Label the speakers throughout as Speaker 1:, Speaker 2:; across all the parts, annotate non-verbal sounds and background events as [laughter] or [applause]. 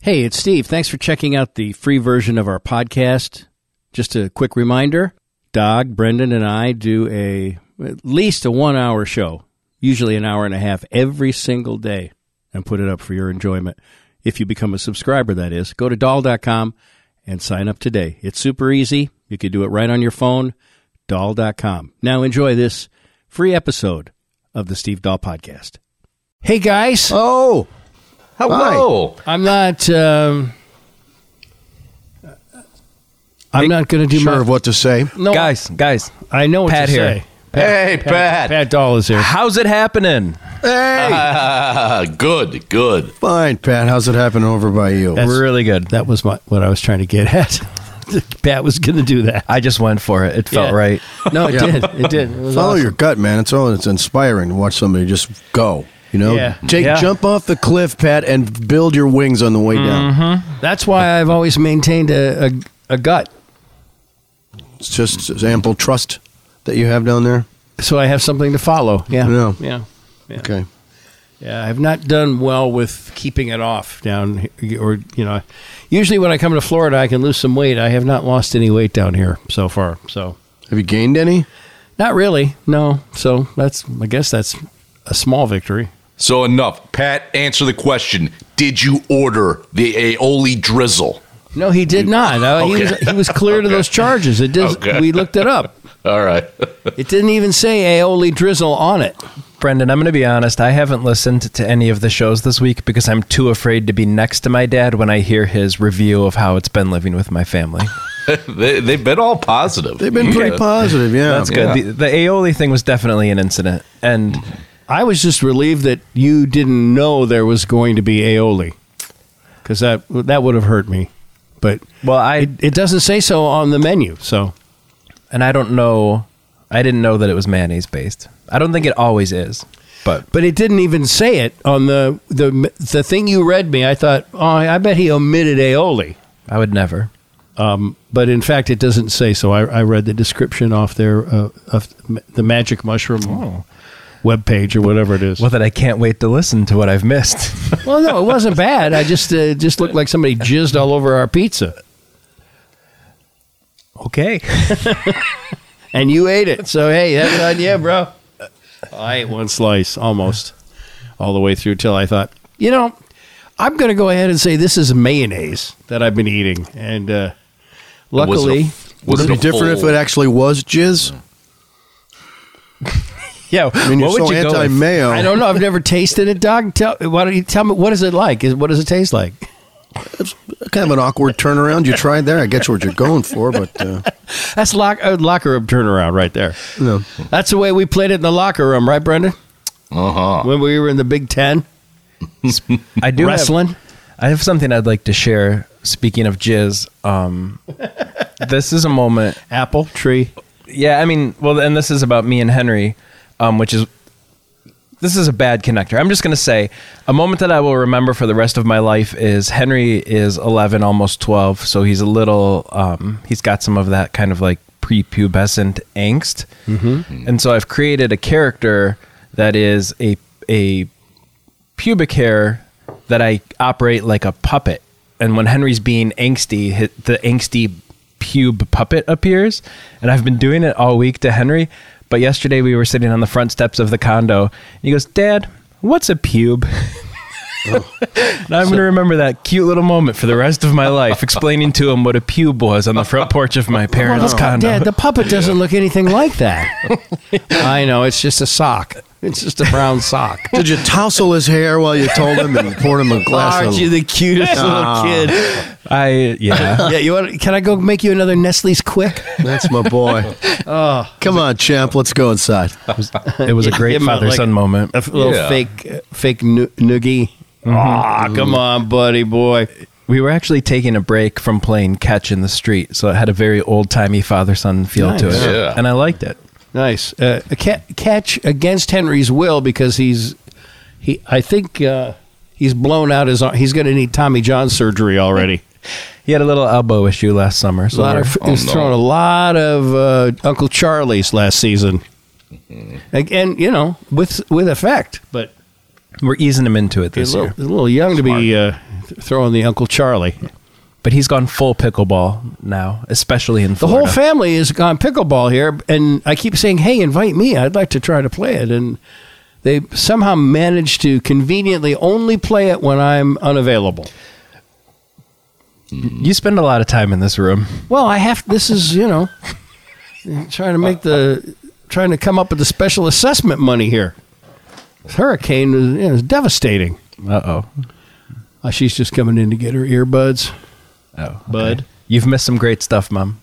Speaker 1: Hey, it's Steve. Thanks for checking out the free version of our podcast. Just a quick reminder Dog, Brendan, and I do a at least a one hour show, usually an hour and a half every single day, and put it up for your enjoyment. If you become a subscriber, that is, go to doll.com and sign up today. It's super easy. You can do it right on your phone, doll.com. Now enjoy this free episode of the Steve Doll Podcast. Hey, guys.
Speaker 2: Oh,
Speaker 3: Hello.
Speaker 1: I'm not. Um, I'm not going to do
Speaker 2: sure
Speaker 1: my-
Speaker 2: of what to say.
Speaker 1: No,
Speaker 3: Guys, guys.
Speaker 1: I know what
Speaker 3: Pat
Speaker 1: to
Speaker 3: here.
Speaker 1: say.
Speaker 3: Hey,
Speaker 1: Pat. Pat Doll is here.
Speaker 3: How's it happening?
Speaker 2: Hey,
Speaker 4: Ah, good, good.
Speaker 2: Uh-huh. fine, Pat. How's it happening over by you?
Speaker 3: really good.
Speaker 1: That was my, what I was trying to get at. [laughs] Pat was going to do that.
Speaker 3: I just went for it. It felt
Speaker 1: Yeah.
Speaker 3: right.
Speaker 1: No, it
Speaker 3: [laughs]
Speaker 2: Yeah.
Speaker 1: did. It did. It was
Speaker 2: Follow
Speaker 1: awesome.
Speaker 2: your gut, man. It's all. It's inspiring to watch somebody just go. You know,
Speaker 1: Yeah.
Speaker 2: Jake,
Speaker 3: Yeah.
Speaker 2: jump off the cliff, Pat, and build your wings on the way down.
Speaker 1: That's why I've always maintained a, a, a gut.
Speaker 2: It's just it's ample trust that you have down there.
Speaker 1: So I have something to follow. Yeah.
Speaker 2: Yeah.
Speaker 1: Yeah. Yeah.
Speaker 2: Okay.
Speaker 1: Yeah, I've not done well with keeping it off down he- or you know, usually when I come to Florida, I can lose some weight. I have not lost any weight down here so far. So,
Speaker 2: Have you gained any?
Speaker 1: not really. No. So, that's I guess that's a small victory.
Speaker 4: So enough. Pat, answer the question. Did you order the aioli drizzle?
Speaker 1: No, he did not. Uh, He was
Speaker 4: Okay.
Speaker 1: he was clear to those charges. It did
Speaker 4: Okay.
Speaker 1: we looked it up.
Speaker 4: All right. [laughs]
Speaker 1: It didn't even say aioli drizzle on it.
Speaker 3: Brendan, I'm going to be honest. I haven't listened to any of the shows this week because I'm too afraid to be next to my dad when I hear his review of how it's been living with my family.
Speaker 4: they, they've been all positive.
Speaker 2: They've been pretty
Speaker 4: Yeah.
Speaker 2: positive. Yeah,
Speaker 3: [laughs] That's good.
Speaker 4: Yeah.
Speaker 3: The, the aioli thing was definitely an incident. And
Speaker 1: I was just relieved that you didn't know there was going to be aioli cuz that that would have hurt me. But
Speaker 3: well, I
Speaker 1: It, it doesn't say so on the menu. So
Speaker 3: and I don't know. I didn't know that it was mayonnaise based. I don't think it always is. But
Speaker 1: But it didn't even say it on the the the thing you read me. I thought, oh, I bet he omitted aioli.
Speaker 3: I would never.
Speaker 1: But in fact, it doesn't say so. I, I read the description off there uh, of m- the magic mushroom webpage or whatever it is.
Speaker 3: Well, then I can't wait to listen to what I've [laughs] missed.
Speaker 1: Well, no, it wasn't bad. I just uh, just looked like somebody jizzed all over our pizza,
Speaker 3: okay.
Speaker 1: [laughs] and you ate it. So hey, that's on you, bro. I ate one slice almost all the way through till I thought, you know, I'm going to go ahead and say this is mayonnaise that I've been eating, and uh,
Speaker 4: Was it a-
Speaker 1: luckily.
Speaker 4: was
Speaker 2: Would it be
Speaker 4: a
Speaker 2: different if
Speaker 4: full-
Speaker 2: it actually was jizz?
Speaker 3: Yeah.
Speaker 2: I mean,
Speaker 3: what
Speaker 2: you're
Speaker 3: would
Speaker 2: so
Speaker 3: you go with?
Speaker 2: anti-mayo.
Speaker 1: I don't know. I've never tasted it, Doc. Tell why don't you tell me what is it like? Is what does it taste like?
Speaker 2: Kind of an awkward turnaround you tried there. I get what you're going for, but uh,
Speaker 1: That's lock, uh, locker room turnaround right there.
Speaker 2: no.
Speaker 1: That's the way we played it in the locker room, right, Brendan?
Speaker 4: Uh-huh.
Speaker 1: Uh huh. When we were in the Big Ten
Speaker 3: I do have-
Speaker 1: wrestling.
Speaker 3: I have something I'd like to share. Speaking of jizz, [laughs] um, this is a moment.
Speaker 1: Apple tree.
Speaker 3: Yeah, I mean, well, and this is about me and Henry, um, which is this is a bad connector. I'm just gonna say a moment that I will remember for the rest of my life is Henry is 11, almost 12, so he's a little, um, he's got some of that kind of like prepubescent angst, mm-hmm. and so I've created a character that is a a pubic hair that I operate like a puppet. And when Henry's being angsty, hi- the angsty pube puppet appears. And I've been doing it all week to Henry. But yesterday we were sitting on the front steps of the condo. And he goes, Dad, what's a pube? [laughs] and I'm going to remember that cute little moment for the rest of
Speaker 1: [laughs]
Speaker 3: my life, explaining to him what a pube was on the front porch of my parents' condo.
Speaker 1: Dad, the puppet doesn't look anything like that. I know. It's just a sock. It's just a brown sock.
Speaker 2: Did you tousle his hair while you told him and poured him a glass?
Speaker 1: Aren't
Speaker 2: of,
Speaker 1: you the cutest little kid?
Speaker 3: I, yeah.
Speaker 1: Yeah, you want? Can I go make you another Nestle's quick?
Speaker 2: That's my [laughs] boy. Come on, champ. Let's go inside.
Speaker 1: [laughs]
Speaker 3: It was a great
Speaker 1: Give him a, like,
Speaker 3: father son moment.
Speaker 1: A f- little
Speaker 4: Yeah.
Speaker 1: fake, uh, fake nu- noogie. Ah, come on, buddy boy.
Speaker 3: We were actually taking a break from playing catch in the street, so it had a very old timey father son feel to
Speaker 1: Nice.
Speaker 3: it,
Speaker 4: Yeah.
Speaker 3: and I liked it.
Speaker 1: Nice. Uh, a ca- catch against Henry's will because he's he. I think uh, he's blown out his arm. He's going to need Tommy John surgery [laughs] already.
Speaker 3: He had a little elbow issue last summer,
Speaker 1: A
Speaker 3: so
Speaker 1: lot of
Speaker 3: we're-
Speaker 1: he's Oh,
Speaker 4: no.
Speaker 1: thrown a lot of uh, Uncle Charlie's last season, and, and you know with with effect. Mm-hmm. But
Speaker 3: We're easing him into it
Speaker 1: He's
Speaker 3: this
Speaker 1: a
Speaker 3: year.
Speaker 1: little, a little young to be uh, th- throwing the Uncle Charlie.
Speaker 3: But he's gone full pickleball now, especially in
Speaker 1: The
Speaker 3: Florida.
Speaker 1: whole family is gone pickleball here, and I keep saying, "Hey, invite me. I'd like to try to play it." And they somehow manage to conveniently only play it when I'm unavailable.
Speaker 3: you spend a lot of time in this room.
Speaker 1: Well, I have. This is you know, trying to make the trying to come up with the special assessment money here. This hurricane was, you know, was devastating.
Speaker 3: Uh oh.
Speaker 1: Uh, she's just coming in to get her earbuds.
Speaker 3: Oh, okay.
Speaker 1: Bud.
Speaker 3: You've missed some great stuff, Mom.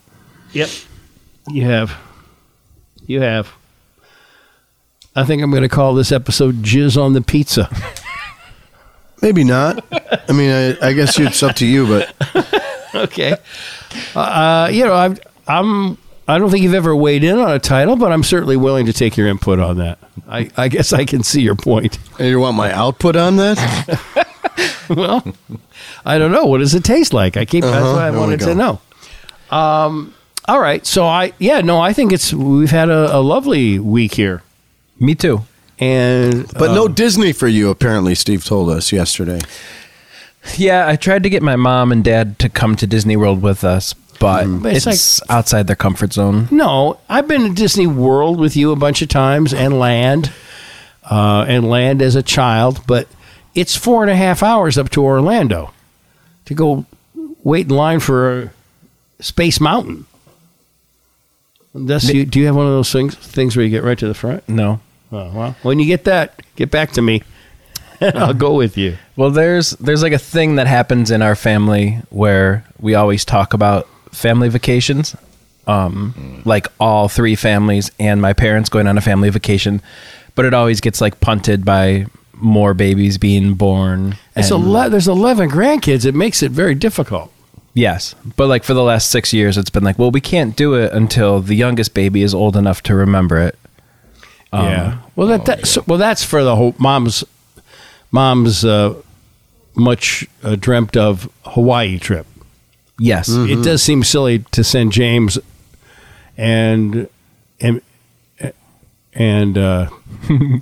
Speaker 1: Yep. You have. You have. I think I'm going to call this episode Jizz on the Pizza.
Speaker 2: Maybe not. I mean, I, I guess it's up to you, but
Speaker 1: okay. [laughs] Uh, you know, I've, I'm. I don't think you've ever weighed in on a title, but I'm certainly willing to take your input on that. I, I guess I can see your point.
Speaker 2: you want my output on that?
Speaker 1: well, I don't know. What does it taste like? I keep. that's
Speaker 2: Uh-huh.
Speaker 1: what I
Speaker 2: There we
Speaker 1: wanted
Speaker 2: go.
Speaker 1: to know. Um. All right. So I. Yeah. No. I think it's. We've had a, a lovely week here,
Speaker 3: Me too.
Speaker 1: and
Speaker 2: But no Disney for you, apparently, Steve told us yesterday.
Speaker 3: Yeah, I tried to get my mom and dad to come to Disney World with us, but
Speaker 1: Mm. But
Speaker 3: it's,
Speaker 1: it's
Speaker 3: outside their comfort zone.
Speaker 1: No, I've been to Disney World with you a bunch of times and land, uh, and land as a child, but it's four and a half hours up to Orlando to go wait in line for Space Mountain. That's, you, do you have one of those things things where you get right to the front?
Speaker 3: No.
Speaker 1: Oh, well, when you get that, get back to me, and [laughs] I'll go with you.
Speaker 3: Well, there's there's like a thing that happens in our family where we always talk about family vacations. Um, like all three families and my parents going on a family vacation, but it always gets like punted by more babies being born.
Speaker 1: It's
Speaker 3: and-
Speaker 1: ele- there's 11 grandkids. It makes it very difficult.
Speaker 3: Yes, but like for the last six years, it's been like, well, we can't do it until the youngest baby is old enough to remember it. Um,
Speaker 1: yeah. Um, Well,
Speaker 3: Oh,
Speaker 1: that, that so, well that's for the whole mom's mom's uh, much uh, dreamt of Hawaii trip.
Speaker 3: Yes,
Speaker 1: It does seem silly to send James and and and
Speaker 3: [laughs]
Speaker 1: uh, and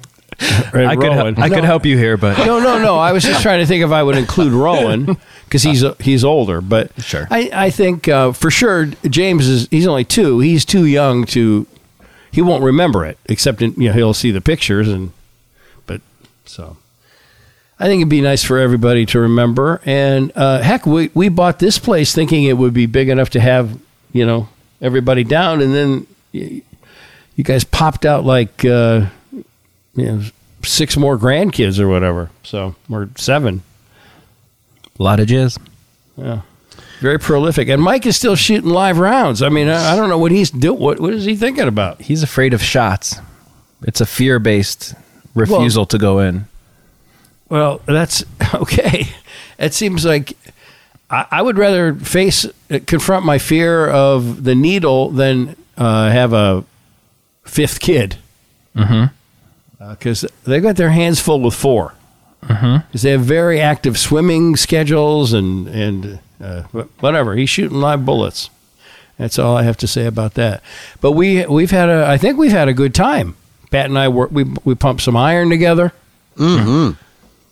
Speaker 3: I could
Speaker 1: Rowan.
Speaker 3: hel- I could
Speaker 1: No.
Speaker 3: help you here,
Speaker 1: [laughs]
Speaker 3: but
Speaker 1: No, no, no. I was just trying to think if I would include Rowan because he's uh, he's older. But
Speaker 3: Sure.
Speaker 1: I I think uh, for sure James is he's only two. He's too young to. He won't remember it except in, you know he'll see the pictures and, but so. I think it'd be nice for everybody to remember. And uh, heck, we we bought this place thinking it would be big enough to have you know everybody down, and then y- you guys popped out like. Uh, you know, six more grandkids or whatever. So or seven.
Speaker 3: a lot of jizz.
Speaker 1: Very prolific, and Mike is still shooting live rounds. I mean, I, I don't know what he's do. What what is he thinking about?
Speaker 3: He's afraid of shots. It's a fear-based refusal to go in.
Speaker 1: Well, that's [laughs] okay. It seems like I, I would rather face confront my fear of the needle than uh, have a fifth kid. Mm-hmm. Because they've got their hands full with four. Because they have very active swimming schedules and and uh, wh- whatever. He's shooting live bullets. That's all I have to say about that. But we we've had a I think we've had a good time. Pat and I were, we we pumped some iron together.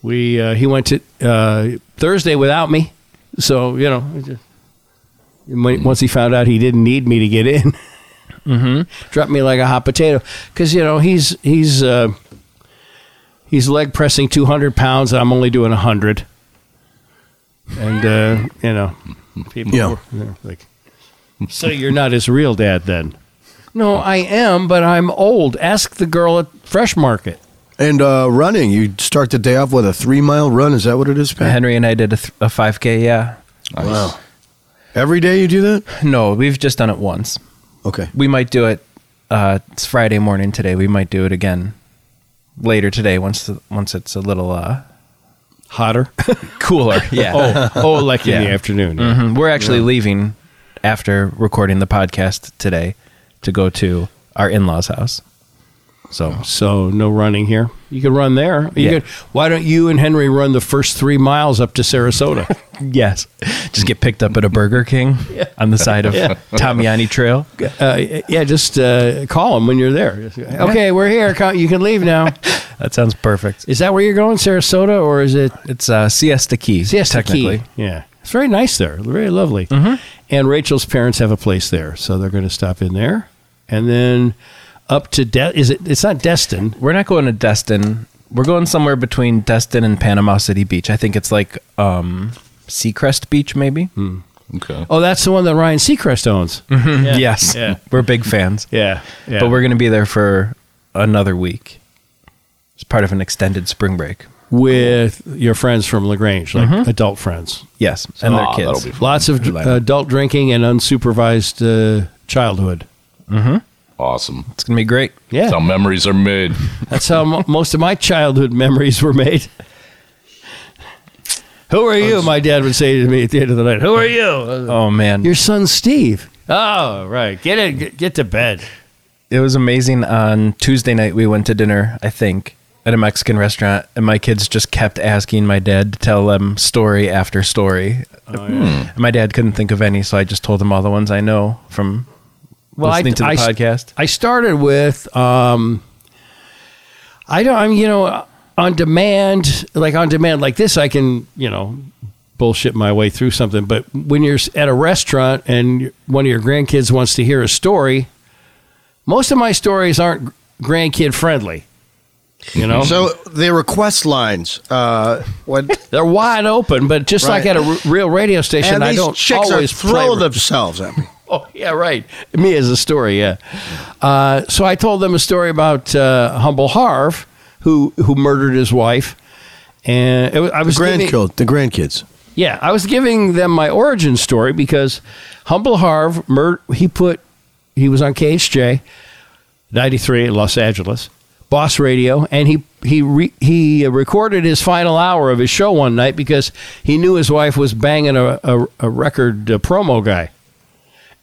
Speaker 1: We uh, he went to uh, Thursday without me, so you know. it just- when- Once he found out he didn't need me to get in, [laughs] mm-hmm. dropped me like a hot potato because you know he's he's uh, he's leg pressing two hundred pounds. And I'm only doing hundred, and uh, you know people
Speaker 2: Yeah.
Speaker 1: were they're like, so you're not his real dad then? No, I am, but I'm old. Ask the girl at Fresh Market.
Speaker 2: And uh, running, you start the day off with a three mile run. Is that what it is, Pat?
Speaker 3: Henry and I did a, th- a 5K. Yeah,
Speaker 2: Wow. Every day you do that?
Speaker 3: no, we've just done it once.
Speaker 2: Okay.
Speaker 3: We might do it. Uh, it's Friday morning today. We might do it again later today once the, once it's a little uh,
Speaker 1: Hotter. [laughs]
Speaker 3: cooler. Yeah.
Speaker 1: Oh, oh,
Speaker 3: [laughs]
Speaker 1: like in
Speaker 3: Yeah.
Speaker 1: the afternoon. yeah.
Speaker 3: Mhm. We're actually leaving after recording the podcast today to go to our in law's house.
Speaker 1: So so no running here. You could run there. You
Speaker 3: Yeah.
Speaker 1: could, why don't you and Henry run the first three miles up to
Speaker 3: [laughs]
Speaker 1: Sarasota?
Speaker 3: Yes. Just get picked up at a
Speaker 1: [laughs]
Speaker 3: Burger King on the side of
Speaker 1: Yeah.
Speaker 3: Tamiani Trail.
Speaker 1: uh, yeah, just uh, call them when you're there. Okay, we're here. Come- You can leave
Speaker 3: [laughs]
Speaker 1: now.
Speaker 3: That sounds perfect.
Speaker 1: Is that where you're going, Sarasota, or is it
Speaker 3: It's uh, Siesta Key.
Speaker 1: Siesta
Speaker 3: technically. Mm-hmm.
Speaker 1: Key? Yeah, it's very nice there. Very lovely. And Rachel's parents have a place there, so they're going to stop in there, and then up to De- is it? It's not Destin.
Speaker 3: We're not going to Destin. We're going somewhere between Destin and Panama City Beach. I think it's like um, Seacrest Beach, maybe.
Speaker 1: Mm.
Speaker 4: Okay.
Speaker 1: Oh, that's the one that Ryan Seacrest owns.
Speaker 3: Yes.
Speaker 1: Yeah.
Speaker 3: We're big fans.
Speaker 1: Yeah, yeah.
Speaker 3: Mm-hmm. But we're going to be there for another week. It's part of an extended spring break.
Speaker 1: with your friends from Lagrange, like adult friends.
Speaker 3: Yes. and their
Speaker 4: Aw,
Speaker 3: kids.
Speaker 4: that'll be
Speaker 1: Lots of
Speaker 3: Lila.
Speaker 1: adult drinking and unsupervised uh, childhood.
Speaker 4: Awesome.
Speaker 3: it's going to be great.
Speaker 1: Yeah,
Speaker 4: That's how memories are made.
Speaker 1: that's how mo- most of my childhood memories were made. Who are you? My dad would say to me at the end of the night. Who are you?
Speaker 3: Oh, man.
Speaker 1: Your son Steve. Oh, right. Get it. Get, get to bed.
Speaker 3: it was amazing. On Tuesday night, we went to dinner, I think, at a Mexican restaurant, and my kids just kept asking my dad to tell them story after story. And my dad couldn't think of any, so I just told him all the ones I know from listening to the
Speaker 1: s-
Speaker 3: podcast.
Speaker 1: I started with um, I don't. I'm you know on demand, like on demand, like this. I can you know bullshit my way through something. But when you're s- at a restaurant and y- one of your grandkids wants to hear a story, most of my stories aren't gr- grandkid friendly. You know,
Speaker 2: So the request lines. Uh, what?
Speaker 1: they're wide open, but just like
Speaker 2: Right.
Speaker 1: at a r- real radio station,
Speaker 2: and
Speaker 1: I
Speaker 2: these
Speaker 1: don't
Speaker 2: chicks are
Speaker 1: always play
Speaker 2: throw themselves at me.
Speaker 1: [laughs] Oh yeah, right. Me as a story, yeah. Uh, so I told them a story about uh, Humble Harv, who who murdered his wife, and it was, I was giving,
Speaker 2: Grandkids, the grandkids.
Speaker 1: yeah, I was giving them my origin story because Humble Harv mur- he put he was on KHJ ninety three in Los Angeles, Boss Radio, and he he re- he recorded his final hour of his show one night because he knew his wife was banging a a, a record uh, promo guy,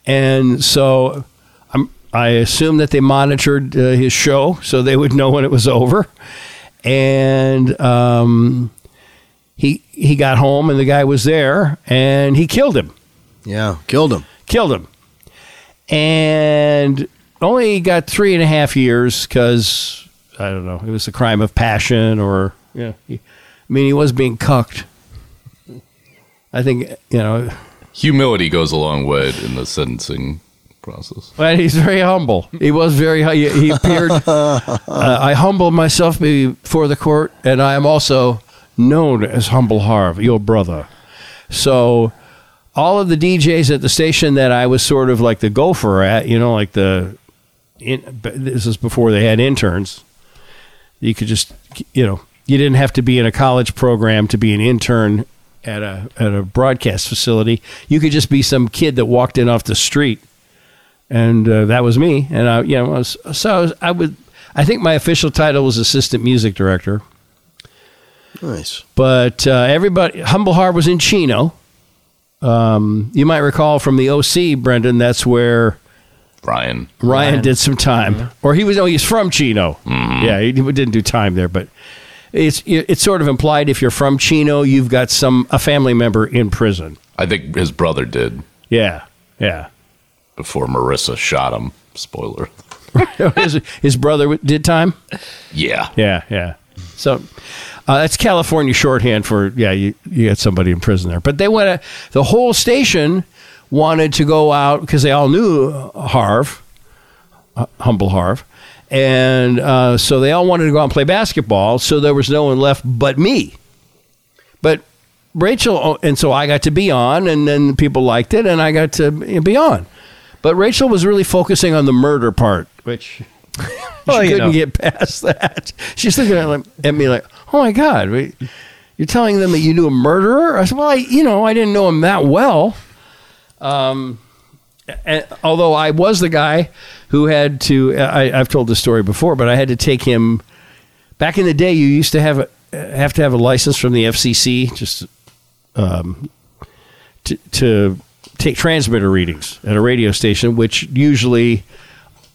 Speaker 1: and so. I'm, I assume that they monitored uh, his show so they would know when it was over. And um, he he got home and the guy was there and he killed him
Speaker 2: Yeah, killed them.
Speaker 1: killed him and only got three and a half years because i don't know it was a crime of passion or yeah he, i mean he was being cucked i think you know
Speaker 4: Humility goes a long way in the sentencing process.
Speaker 1: Well, he's very humble. He was very hu- he, he appeared. uh, I humble myself before the court, and I am also known as Humble Harv, your brother. So, all of the DJs at the station that I was sort of like the gopher at, you know, like the in, but this is before they had interns. You could just you know you didn't have to be in a college program to be an intern. At a at a broadcast facility, you could just be some kid that walked in off the street and uh, that was me. And I, you know, I was, so I, was, I would. I think my official title was assistant music director,
Speaker 2: Nice.
Speaker 1: but uh, everybody, Humble Harb was in Chino. Um, you might recall from the OC, Brendan. That's where
Speaker 4: Brian.
Speaker 1: Ryan, did some time, or he was. Oh, he's from Chino. Yeah, he didn't do time there, but it's it's sort of implied if you're from Chino, you've got some a family member in prison.
Speaker 4: I think his brother did
Speaker 1: Yeah, yeah. [laughs]
Speaker 4: before Marissa shot him. Spoiler.
Speaker 1: his, his brother w- did time.
Speaker 4: Yeah.
Speaker 1: Yeah, yeah. So uh, that's California shorthand for yeah. You you got somebody in prison there, but they went. To, the whole station wanted to go out because they all knew Harv, uh, humble Harv, and uh, so they all wanted to go out and play basketball. So there was no one left but me. But Rachel oh, and so I got to be on, and then people liked it, and I got to be on. But Rachel was really focusing on the murder part, which
Speaker 3: Well,
Speaker 1: she
Speaker 3: you
Speaker 1: couldn't
Speaker 3: know.
Speaker 1: get past that. [laughs] She's looking at, like, at me like, "Oh my God, we- you're telling them that you knew a murderer?" I said, "Well, I, you know, I didn't know him that well." Um, and, although I was the guy who had to, I, I've told this story before, but I had to take him. Back in the day, you used to have a, have to have a license from the FCC just um, to, to take transmitter readings at a radio station, which usually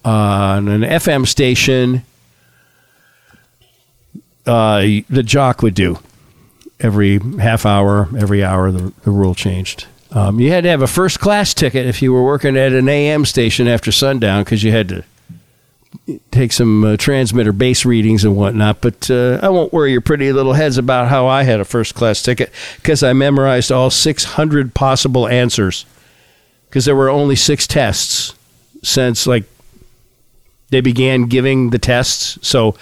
Speaker 1: uh, on an FM station uh, the jock would do every half hour, every hour. The, the rule changed. Um, you had to have a first class ticket if you were working at an AM station after sundown because you had to take some uh, transmitter base readings and whatnot. But uh, I won't worry your pretty little heads about how I had a first class ticket because I memorized all 600 possible answers because there were only six tests since like they began giving the tests. So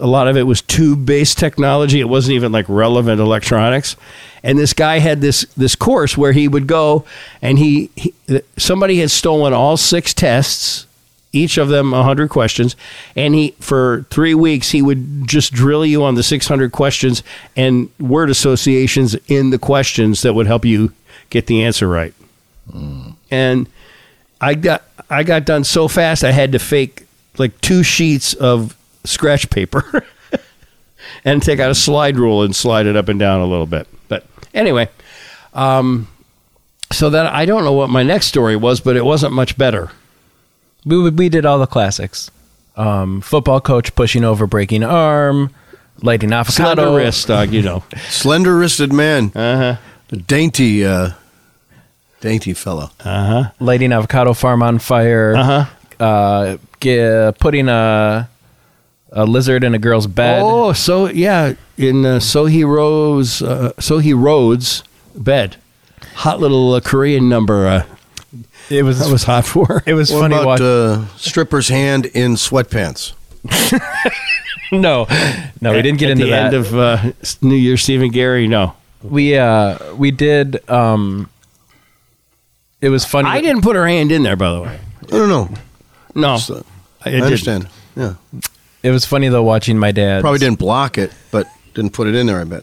Speaker 1: a lot of it was tube based technology. It wasn't even like relevant electronics. And this guy had this this course where he would go and he, he somebody had stolen all six tests, each of them 100 questions, and he for 3 weeks he would just drill you on the 600 questions and word associations in the questions that would help you get the answer right. And I got I got done so fast I had to fake like two sheets of scratch paper [laughs] and take out a slide rule and slide it up and down a little bit. But anyway, um, so that I don't know what my next story was, but it wasn't much better.
Speaker 3: We we did all the classics. Um, football coach pushing over, breaking arm, lighting
Speaker 1: Slender
Speaker 3: avocado
Speaker 1: wrist, dog, you [laughs] know.
Speaker 2: Slender wristed man. Uh
Speaker 1: Uh-huh.
Speaker 2: huh. Dainty, uh, dainty fellow.
Speaker 3: lighting avocado farm on fire. Uh-huh. Uh ge- Putting a a lizard in a girl's bed.
Speaker 1: Oh, so yeah, in uh, so he rose, uh, so he Rhodes bed, hot little uh, Korean number. Uh,
Speaker 3: It was
Speaker 1: that was hot for. her.
Speaker 3: it was
Speaker 2: What
Speaker 3: funny.
Speaker 2: about
Speaker 3: watch-
Speaker 2: uh, stripper's hand in sweatpants?
Speaker 3: [laughs] no, no, we didn't get
Speaker 1: At
Speaker 3: into
Speaker 1: the
Speaker 3: that.
Speaker 1: end of uh, New Year's Stephen Gary. No,
Speaker 3: we uh we did. um It was funny.
Speaker 1: I didn't put her hand in there, by the way.
Speaker 2: No, no, no.
Speaker 1: No,
Speaker 2: So-
Speaker 1: I,
Speaker 2: I
Speaker 1: Oh. didn't.
Speaker 2: understand. Yeah,
Speaker 3: It was funny though watching my dad.
Speaker 2: probably didn't block it, but didn't put it in there. I bet.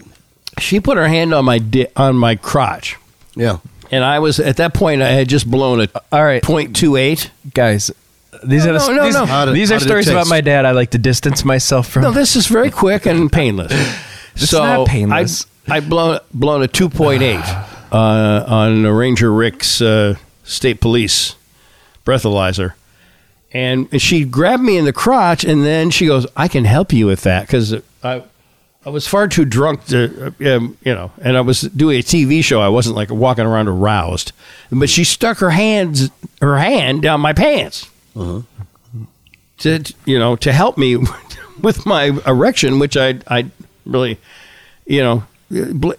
Speaker 1: She put her hand on my di- on my crotch,
Speaker 2: Yeah.
Speaker 1: and I was at that point. I had just blown a
Speaker 3: All right,
Speaker 1: point two eight.
Speaker 3: guys. These
Speaker 1: No,
Speaker 3: are the,
Speaker 1: no, no,
Speaker 3: these,
Speaker 1: no.
Speaker 2: How did-
Speaker 3: these
Speaker 2: how
Speaker 3: are
Speaker 2: did it
Speaker 3: stories about
Speaker 2: taste?
Speaker 3: my dad. I like to distance myself from.
Speaker 1: No, this is very quick and painless.
Speaker 3: It's
Speaker 1: so
Speaker 3: not painless.
Speaker 1: I I blown blown a two point eight uh, on Ranger Rick's uh, state police breathalyzer, and she grabbed me in the crotch, and then she goes, "I can help you with that," because I. I was far too drunk to, uh, um, you know, and I was doing a TV show. I wasn't like walking around aroused, but she stuck her hands, her hand down my pants to you know to help me [laughs] with my erection, which I I really you know bl-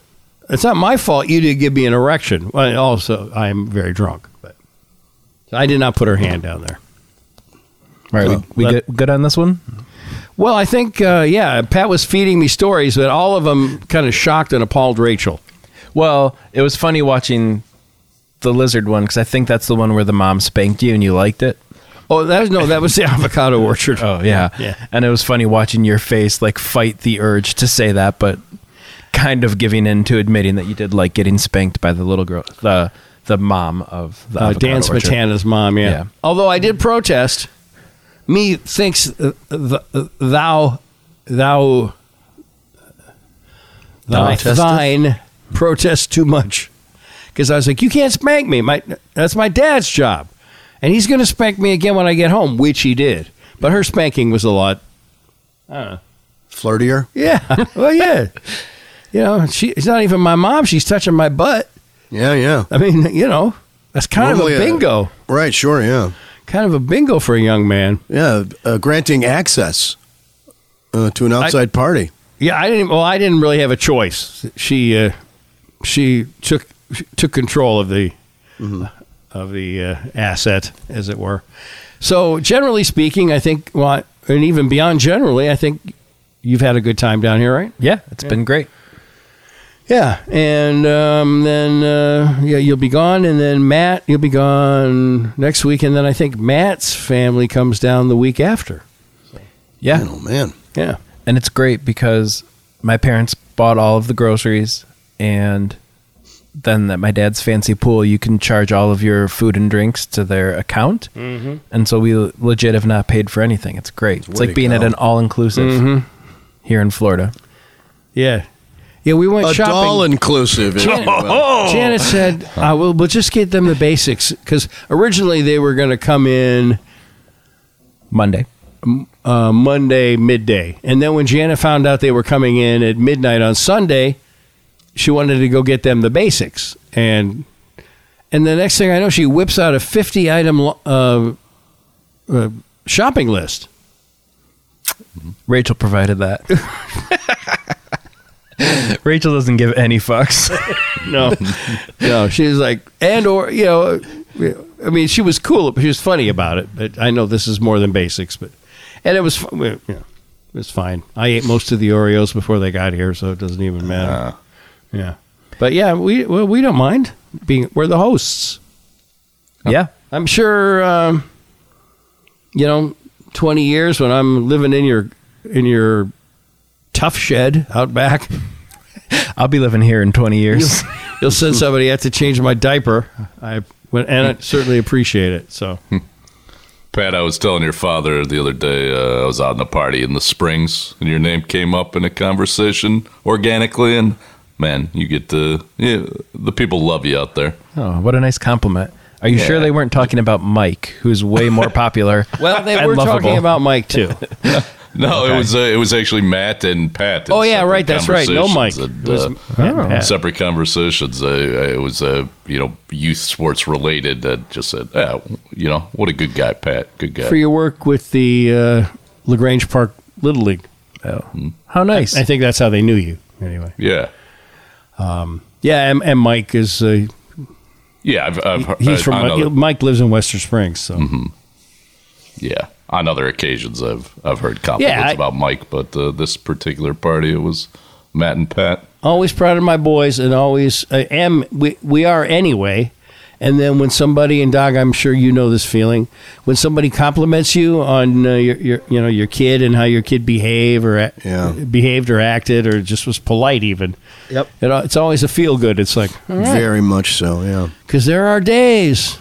Speaker 1: it's not my fault you didn't give me an erection. Well, also I'm very drunk, but I did not put her hand down there.
Speaker 3: All right, we, we
Speaker 1: Let-
Speaker 3: good, good on this one.
Speaker 1: Well, I think uh, yeah, Pat was feeding me stories, but all of them kind of shocked and appalled Rachel.
Speaker 3: Well, it was funny watching the lizard one because I think that's the one where the mom spanked you and you liked it.
Speaker 1: Oh, that was, no, that was the [laughs] avocado orchard.
Speaker 3: Oh yeah,
Speaker 1: Yeah.
Speaker 3: And it was funny watching your face like fight the urge to say that, but kind of giving in to admitting that you did like getting spanked by the little girl, the the mom of the
Speaker 1: uh,
Speaker 3: avocado
Speaker 1: Dan
Speaker 3: orchard.
Speaker 1: Smetana's mom. Yeah.
Speaker 3: Yeah.
Speaker 1: Although I did protest, me thinks uh, th- th- thou thou thy,
Speaker 2: Protesteth?
Speaker 1: thine protest too much because I was like, you can't spank me. My that's my dad's job, and he's going to spank me again when I get home, which he did. But her spanking was a lot
Speaker 2: Flirtier.
Speaker 1: yeah. [laughs] Well, yeah. You know, she, it's not even my mom. She's touching my butt.
Speaker 2: Yeah, yeah.
Speaker 1: I mean, you know, that's kind
Speaker 2: Normally,
Speaker 1: of
Speaker 2: uh,
Speaker 1: a bingo.
Speaker 2: Right. Sure. Yeah.
Speaker 1: kind of a bingo for a young man.
Speaker 2: Yeah. Uh, granting access uh, to an outside party.
Speaker 1: Yeah, I didn't. Well, I didn't really have a choice. She uh, she took she took control of the
Speaker 2: Mm-hmm.
Speaker 1: of the uh, asset, as it were. So, generally speaking, I think, well, and even beyond generally, I think you've had a good time down here, right?
Speaker 3: Yeah, it's been great.
Speaker 1: Yeah, and um, then uh, yeah, you'll be gone, and then Matt, you'll be gone next week, and then I think Matt's family comes down the week after.
Speaker 3: Yeah,
Speaker 2: Man, oh man.
Speaker 1: Yeah.
Speaker 3: and it's great because my parents bought all of the groceries and then at my dad's fancy pool you can charge all of your food and drinks to their account mm-hmm. and so we legit have not paid for anything it's great it's,
Speaker 2: to
Speaker 3: like being at
Speaker 2: go.
Speaker 3: an all-inclusive
Speaker 1: Mm-hmm.
Speaker 3: here in florida
Speaker 1: Yeah. Yeah, we went
Speaker 2: A
Speaker 1: shopping. Oh.
Speaker 2: doll inclusive.
Speaker 1: Janet, Janet said, uh, we'll, we'll just get them the basics because originally they were going to come in
Speaker 3: monday
Speaker 1: uh, Monday midday. And then when Jana found out they were coming in at midnight on Sunday, she wanted to go get them the basics. And and the next thing I know, she whips out a 50 item uh, uh, shopping list.
Speaker 3: Rachel
Speaker 1: [laughs]
Speaker 3: provided that. Rachel doesn't give any fucks.
Speaker 1: [laughs] No, no, she was like, and or you know, I mean, she was cool. She was funny about it. But I know this is more than basics, but and it was, fu- well, yeah, it was fine. I ate most of the Oreos before they got here, so it doesn't even
Speaker 4: Uh.
Speaker 1: matter. yeah, but yeah, we well, we don't mind being. We're the hosts.
Speaker 3: yeah.
Speaker 1: I'm sure. Um, you know, 20 years when I'm living in your in your tough shed out back.
Speaker 3: I'll be living here in 20 years.
Speaker 1: You'll send somebody I have to change my diaper. I would, and I certainly appreciate it. So
Speaker 4: Pat, I was telling your father the other day, uh, I was out in a party in the Springs, and your name came up in a conversation organically. And man, you get to, yeah, the people love you out there.
Speaker 3: [laughs] oh, what a nice compliment. Are you sure
Speaker 4: Yeah.
Speaker 3: they weren't talking about Mike, who's way more popular?
Speaker 1: [laughs] well, they
Speaker 3: and
Speaker 1: were
Speaker 3: lovable?
Speaker 1: talking about Mike too.
Speaker 4: No, it was uh, it was actually Matt and Pat. in
Speaker 1: Oh, yeah,
Speaker 4: separate
Speaker 1: right, that's right. No, Mike.
Speaker 4: conversations
Speaker 1: It was
Speaker 4: and, uh,
Speaker 1: Matt and Pat.
Speaker 4: Separate conversations. Uh, it was uh, you know youth sports related. That just said, yeah, you know what a good guy, Pat. Good
Speaker 1: [laughs]
Speaker 4: guy.
Speaker 1: for your work with the uh, Lagrange Park Little League. Oh, how nice! I, think that's how they knew you. Anyway,
Speaker 4: yeah,
Speaker 1: yeah, and, and Mike is uh,
Speaker 4: yeah. I've, I've,
Speaker 1: he's
Speaker 4: uh,
Speaker 1: from
Speaker 4: on other,
Speaker 1: Mike lives in Western Springs, so
Speaker 4: yeah. On other occasions, I've I've heard compliments
Speaker 1: Yeah, I-
Speaker 4: about Mike, but uh, this particular party, it was Matt and Pat.
Speaker 1: always proud of my boys and always I am we, we are anyway and then when somebody and dog i'm sure you know this feeling when somebody compliments you on uh, your, your you know your kid and how your kid behave or a-
Speaker 2: Yeah.
Speaker 1: behaved or acted or just was polite even
Speaker 2: Yep.
Speaker 1: it, al- it's always a feel good it's like
Speaker 2: Very much so. Yeah.
Speaker 1: because there are days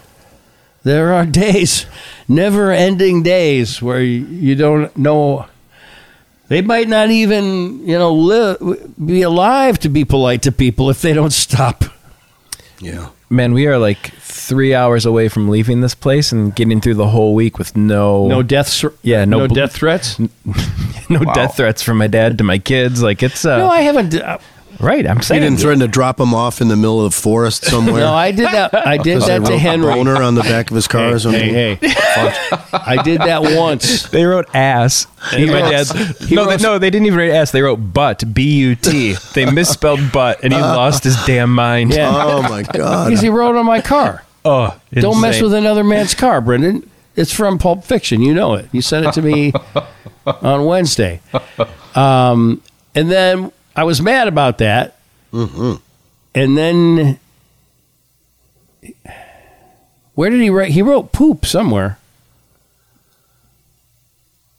Speaker 1: there are [laughs] days never ending days where you, you don't know they might not even you know live, be alive to be polite to people if they don't stop
Speaker 2: Yeah.
Speaker 3: Man, we are like three hours away from leaving this place and getting through the whole week with no
Speaker 1: no death thr-
Speaker 3: Yeah, no
Speaker 1: no
Speaker 3: bl-
Speaker 1: death threats
Speaker 3: [laughs] no death threats from my dad to my kids. Like it's uh,
Speaker 1: no i haven't d- uh,
Speaker 3: right. I'm
Speaker 2: He
Speaker 3: saying
Speaker 2: didn't threaten to drop him off in the middle of the forest
Speaker 1: [laughs]
Speaker 2: somewhere.
Speaker 1: no i did that i did
Speaker 2: 'Cause they
Speaker 1: that to
Speaker 2: wrote
Speaker 1: henry
Speaker 2: Boner on the back of his car or something.
Speaker 1: hey hey i did that once
Speaker 3: They wrote ass. And my
Speaker 1: wrote-
Speaker 3: dad-
Speaker 1: he
Speaker 3: no, they,
Speaker 1: wrote-
Speaker 3: no, they didn't even write ass. They wrote butt. B U T.
Speaker 1: [laughs]
Speaker 3: They misspelled butt, and he lost his damn mind.
Speaker 1: Uh, Yeah.
Speaker 2: Oh
Speaker 1: [laughs]
Speaker 2: my God.
Speaker 1: because he rode on my car
Speaker 3: Oh,
Speaker 1: Don't mess with another man's car, Brendan. It's from Pulp Fiction. You know it. You sent it to me on Wednesday. Um, and then I was mad about that. Mm-hmm. And then where did he write? He wrote poop somewhere.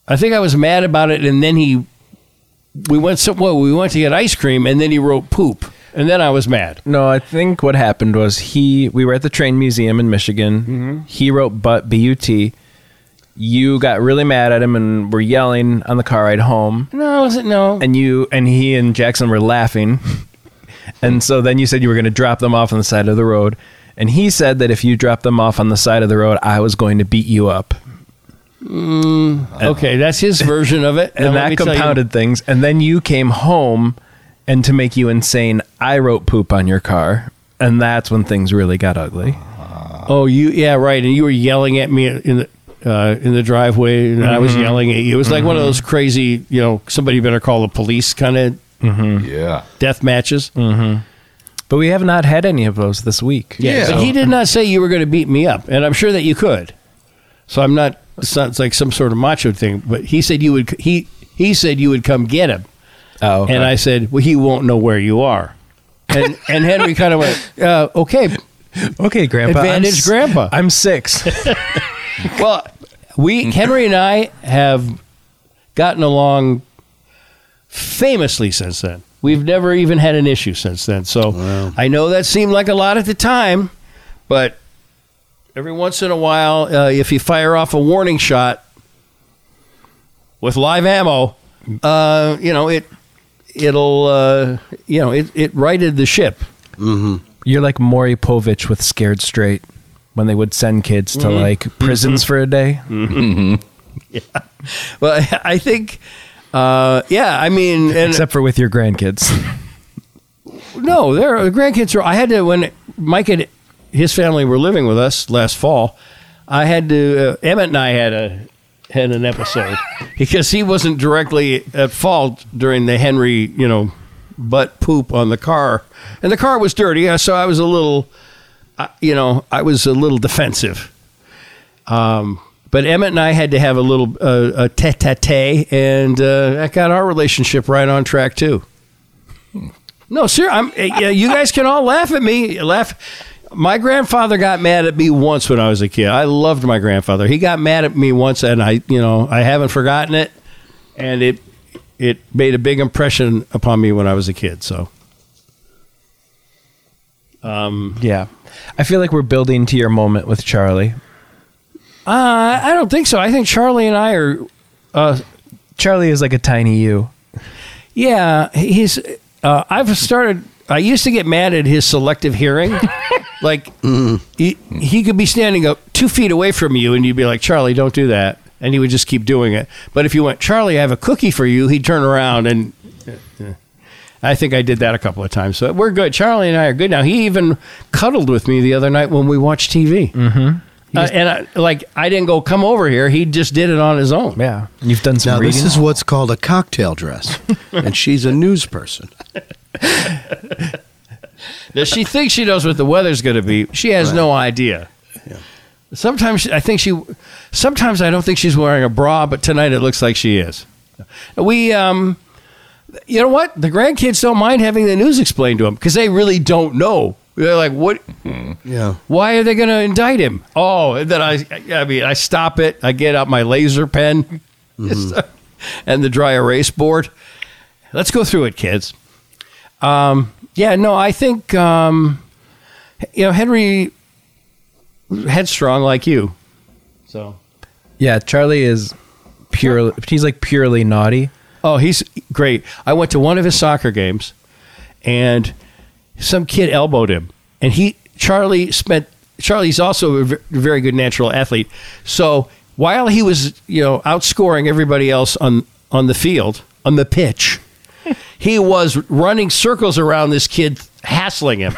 Speaker 1: I think I was mad about it, and then he we went some well, we went to get ice cream, and then he wrote poop, and then I was mad.
Speaker 3: No, I think what happened was he. We were at the train museum in Michigan.
Speaker 1: Mm-hmm.
Speaker 3: He wrote butt. B U T. You got really mad at him and were yelling on the car ride home,
Speaker 1: No, I wasn't. No,
Speaker 3: and you and he and Jackson were laughing, [laughs] and so then you said you were going to drop them off on the side of the road, and he said that if you dropped them off on the side of the road, I was going to beat you up.
Speaker 1: Okay, that's his version of it. Now
Speaker 3: Uh, [laughs] and
Speaker 1: let me
Speaker 3: that
Speaker 1: tell you-
Speaker 3: compounded things. And then you came home, and to make you insane, I wrote poop on your car, and that's when things really got ugly.
Speaker 1: Oh, you yeah, right. And you were yelling at me in the uh, in the driveway, and I was
Speaker 3: Mm-hmm.
Speaker 1: yelling at you. It was like one of those crazy, you know, somebody better call the police kind of Hmm.
Speaker 4: Yeah.
Speaker 1: death matches.
Speaker 3: Mm. But we have not had any of those this week.
Speaker 1: Yeah, but he did not say you were going to beat me up, and I'm sure that you could. So I'm not. It's not it's like some sort of macho thing, but he said you would. He he said you would come get him,
Speaker 3: Oh,
Speaker 1: and I said, well, he won't know where you are. And and Henry kind of went, uh, okay,
Speaker 3: okay, Grandpa.
Speaker 1: Advantage
Speaker 3: I'm s-
Speaker 1: Grandpa.
Speaker 3: I'm six.
Speaker 1: well, we Henry and I have gotten along famously since then. We've never even had an issue since then. So I know that seemed like a lot at the time, but every once in a while, uh, if you fire off a warning shot with live ammo, uh, you know it. It'll uh, you know it it righted the ship.
Speaker 3: You're like Maury Povich
Speaker 1: Mm-hmm.
Speaker 3: with Scared Straight when they would send kids to like prisons for a day.
Speaker 1: Well, [laughs] I think, uh, yeah, I mean, and
Speaker 3: Except for with your grandkids.
Speaker 1: [laughs] no, there the grandkids are. I had to when Mike and his family were living with us last fall. I had to uh, Emmett and I had a had an episode because he wasn't directly at fault during the Henry, you know, butt poop on the car, and the car was dirty. uh, So I was a little, I you know, I was a little defensive. Um, but Emmett and I had to have a little uh, a tete-a-tete, and uh, that got our relationship right on track too. No, sir. I'm. eh, yeah, You guys can all laugh at me. Laugh. My grandfather got mad at me once when I was a kid. I loved my grandfather. He got mad at me once, and I, you know, I haven't forgotten it, and it it made a big impression upon me when I was a kid. So
Speaker 3: yeah. I feel like we're building to your moment with Charlie.
Speaker 1: uh, I don't think so. I think Charlie and I are.
Speaker 3: Charlie is like a tiny you.
Speaker 1: Yeah, he's. Uh, I've started. I used to get mad at his selective hearing. like he, he could be standing up two feet away from you, and you'd be like, "Charlie, don't do that," and he would just keep doing it. But if you went, "Charlie, I have a cookie for you," he'd turn around and. I think I did that a couple of times, so we're good. Charlie and I are good now. He even cuddled with me the other night when we watched TV, mm-hmm. and I, like I didn't go come over here. He just did it on his own.
Speaker 3: Yeah. You've done some
Speaker 2: Now,
Speaker 3: reading.
Speaker 2: this is what's called a cocktail dress, and she's a news person.
Speaker 1: Now, she thinks she knows what the weather's going to be. She has no idea. Sometimes she- I think she. Sometimes I don't think she's wearing a bra, but tonight it looks like she is. We, um, you know what? The grandkids don't mind having the news explained to them because they really don't know. They're like, what?
Speaker 2: Yeah.
Speaker 1: Why are they going to indict him? Oh, and then I, I mean, I stop it. I get out my laser pen [laughs] and the dry erase board. Let's go through it, kids. Um, yeah, no, I think, um, you know, Henry headstrong like you. So,
Speaker 3: yeah, Charlie is purely he's like purely naughty.
Speaker 1: oh, he's great. I went to one of his soccer games and some kid elbowed him and he charlie spent charlie's also a v- very good natural athlete so while he was you know outscoring everybody else on on the field on the pitch he was running circles around this kid hassling him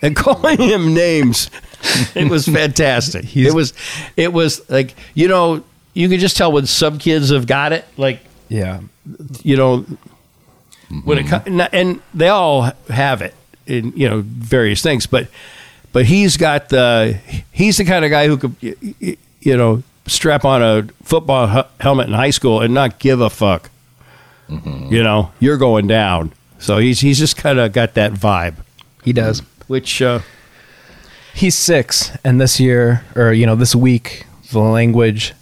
Speaker 1: and calling him names it was fantastic it was it was like you know you could just tell when some kids have got it like
Speaker 3: Yeah.
Speaker 1: you know when
Speaker 3: Mm-hmm.
Speaker 1: it comes and they all have it in you know various things but but he's got the he's the kind of guy who could y- y- you know strap on a football hu- helmet in high school and not give a fuck
Speaker 3: Mm-hmm.
Speaker 1: you know you're going down so he's he's just kind of got that vibe
Speaker 3: He does.
Speaker 1: which uh,
Speaker 3: He's six, and this year, or you know, this week, the language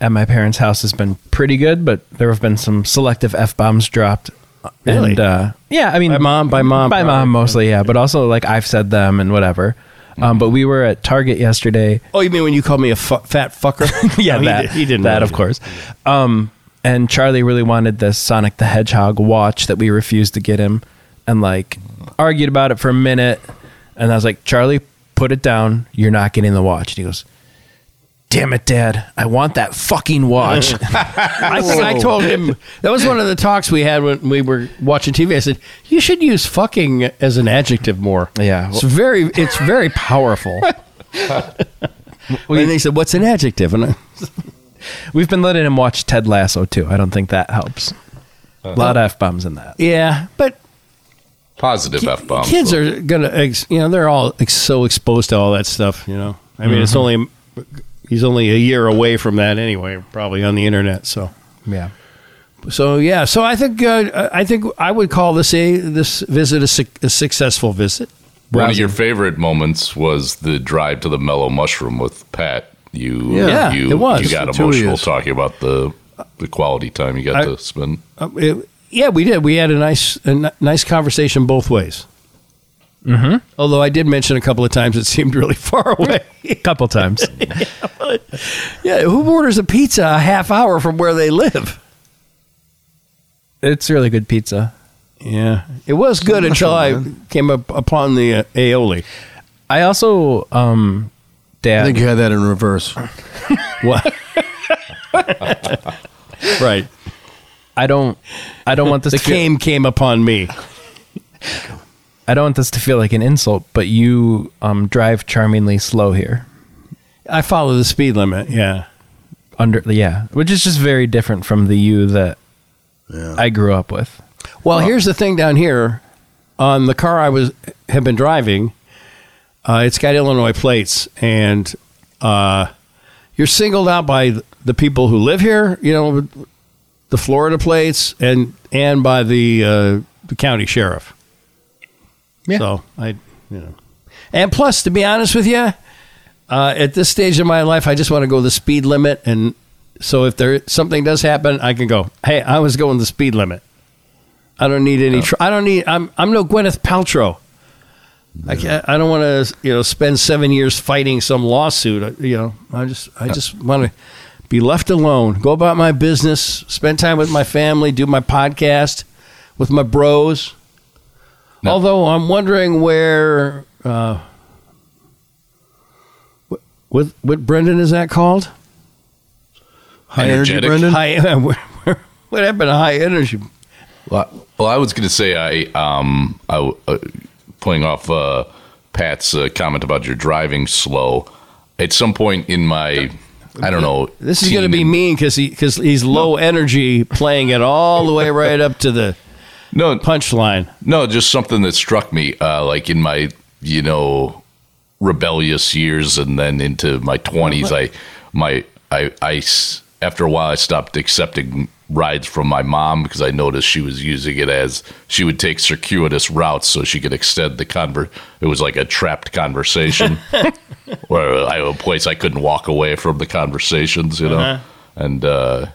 Speaker 3: at my parents' house has been pretty good, but there have been some selective f bombs dropped.
Speaker 1: Really?
Speaker 3: And uh, yeah, I mean,
Speaker 1: By mom, by mom,
Speaker 3: by
Speaker 1: probably. Mm-hmm.
Speaker 3: mom mostly, yeah, but also like I've said them and whatever. Um, but we were at Target yesterday,
Speaker 1: oh you mean when you called me a fu- fat fucker
Speaker 3: [laughs] yeah,
Speaker 1: No, he
Speaker 3: that,
Speaker 1: di- he, didn't
Speaker 3: That,
Speaker 1: really
Speaker 3: of
Speaker 1: do.
Speaker 3: course. Um, and Charlie really wanted this Sonic the Hedgehog watch that we refused to get him, and like argued about it for a minute. And I was like, Charlie, put it down. You're not getting the watch. And he goes, Damn it, Dad! I want that
Speaker 1: [laughs]
Speaker 3: fucking watch. [laughs]
Speaker 1: I think I told him that was one of the talks we had when we were watching TV. I said you should use "fucking" as an adjective more.
Speaker 3: Yeah.
Speaker 1: it's very it's very powerful. [laughs] and they said, "What's an adjective?" And I,
Speaker 3: [laughs] We've been letting him watch Ted Lasso too. I don't think that helps.
Speaker 1: Uh-huh.
Speaker 3: A lot of f bombs in that.
Speaker 1: yeah, but
Speaker 4: Positive F bombs.
Speaker 1: kids are gonna, ex, you know, they're all ex, so exposed to all that stuff. You know, I mean, it's only he's only a year away from that anyway, probably on the internet. So. [laughs]
Speaker 3: Yeah.
Speaker 1: So yeah, so I think uh, I think I would call this a this visit a, suc a successful visit.
Speaker 4: One of your favorite moments was the drive to the mellow mushroom with Pat. You,
Speaker 1: Yeah.
Speaker 4: you,
Speaker 1: Yeah, it was.
Speaker 4: you got
Speaker 2: It totally
Speaker 4: emotional
Speaker 2: is.
Speaker 4: talking about the the quality time you got
Speaker 1: I-
Speaker 4: to spend.
Speaker 1: Uh, it- yeah, we did. We had a nice, a n- nice conversation both ways. Mm-hmm. Although I did mention a couple of times it [laughs] seemed really far away.
Speaker 3: Couple times.
Speaker 1: yeah, who orders a pizza a half hour from where they live?
Speaker 3: it's really good pizza.
Speaker 1: Yeah, it was good until I came up upon the uh, aioli.
Speaker 3: I also, um,
Speaker 1: [laughs]
Speaker 3: Dad.
Speaker 2: I think you had that in reverse.
Speaker 1: What? right.
Speaker 3: I don't. I don't want this.
Speaker 1: The
Speaker 3: to feel,
Speaker 1: came came upon me.
Speaker 3: I don't want this to feel like an insult, but you um, drive charmingly slow here.
Speaker 1: I follow the speed limit. Yeah.
Speaker 3: Under yeah, which is just very different from the you that I grew up with.
Speaker 1: Well, here's the thing down here on the car I was have been driving. Uh, it's got Illinois plates, and uh, you're singled out by the people who live here. You know, the Florida plates, and and by the uh, the county sheriff.
Speaker 3: Yeah.
Speaker 1: So I, you know, and plus, to be honest with you, uh, at this stage of my life, I just want to go the speed limit, and so if there something does happen, I can go. Hey, I was going the speed limit. I don't need any. Tr- I don't need. I'm. I'm no Gwyneth Paltrow. I can't. I don't want to. You know, spend seven years fighting some lawsuit. I- You know, I just. I just want to be left alone. Go about my business. Spend time with my family. Do my podcast with my bros. Although I'm wondering where. Uh, wh- what what Brendan is that called?
Speaker 2: High energy,
Speaker 4: Energetic.
Speaker 2: Brendan.
Speaker 1: High. [laughs] what happened to high energy?
Speaker 4: Well, well, I was going to say I um I w- uh, playing off uh, Pat's uh, comment about your driving slow. At some point in my, I don't know.
Speaker 1: This is
Speaker 4: teen
Speaker 1: going to be
Speaker 4: and-
Speaker 1: mean because he because he's low energy, playing it all the way right up to the
Speaker 4: No,
Speaker 1: punchline.
Speaker 4: no, just something that struck me, uh, like in my you know rebellious years, and then into my twenties, I my I I s- after a while I stopped accepting rides from my mom because I noticed she was using it as she would take circuitous routes so she could extend the convert. It was like a trapped conversation. where I a place I couldn't walk away from the conversations, you know. And uh,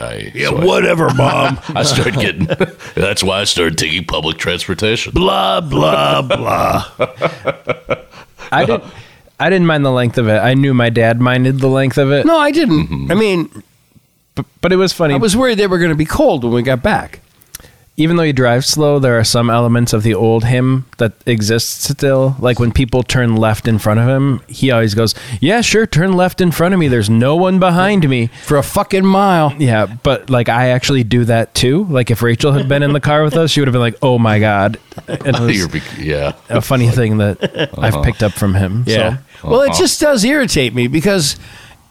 Speaker 4: I yeah,
Speaker 1: whatever,
Speaker 4: mom. I, started getting. [laughs] that's why I started taking public transportation.
Speaker 1: Blah blah [laughs] blah.
Speaker 3: I didn't.
Speaker 1: [laughs]
Speaker 3: I didn't mind the length of it. I knew my dad minded the length of it,
Speaker 1: No, I didn't. I mean,
Speaker 3: but it was funny.
Speaker 1: I was worried they were going to be cold when we got back.
Speaker 3: even though you drive slow, there are some elements of the old him that exists still. Like when people turn left in front of him, he always goes, "Yeah, sure, turn left in front of me. There's no one behind me."
Speaker 1: For a fucking mile.
Speaker 3: Yeah, but like I actually do that too. Like if Rachel had been in the car with us, she would have been like, "Oh my god!" And it was
Speaker 4: Oh, You're bec- yeah.
Speaker 3: a funny thing that I've picked up from him.
Speaker 1: Yeah. Uh-huh.
Speaker 3: So.
Speaker 1: Well, it just does irritate me because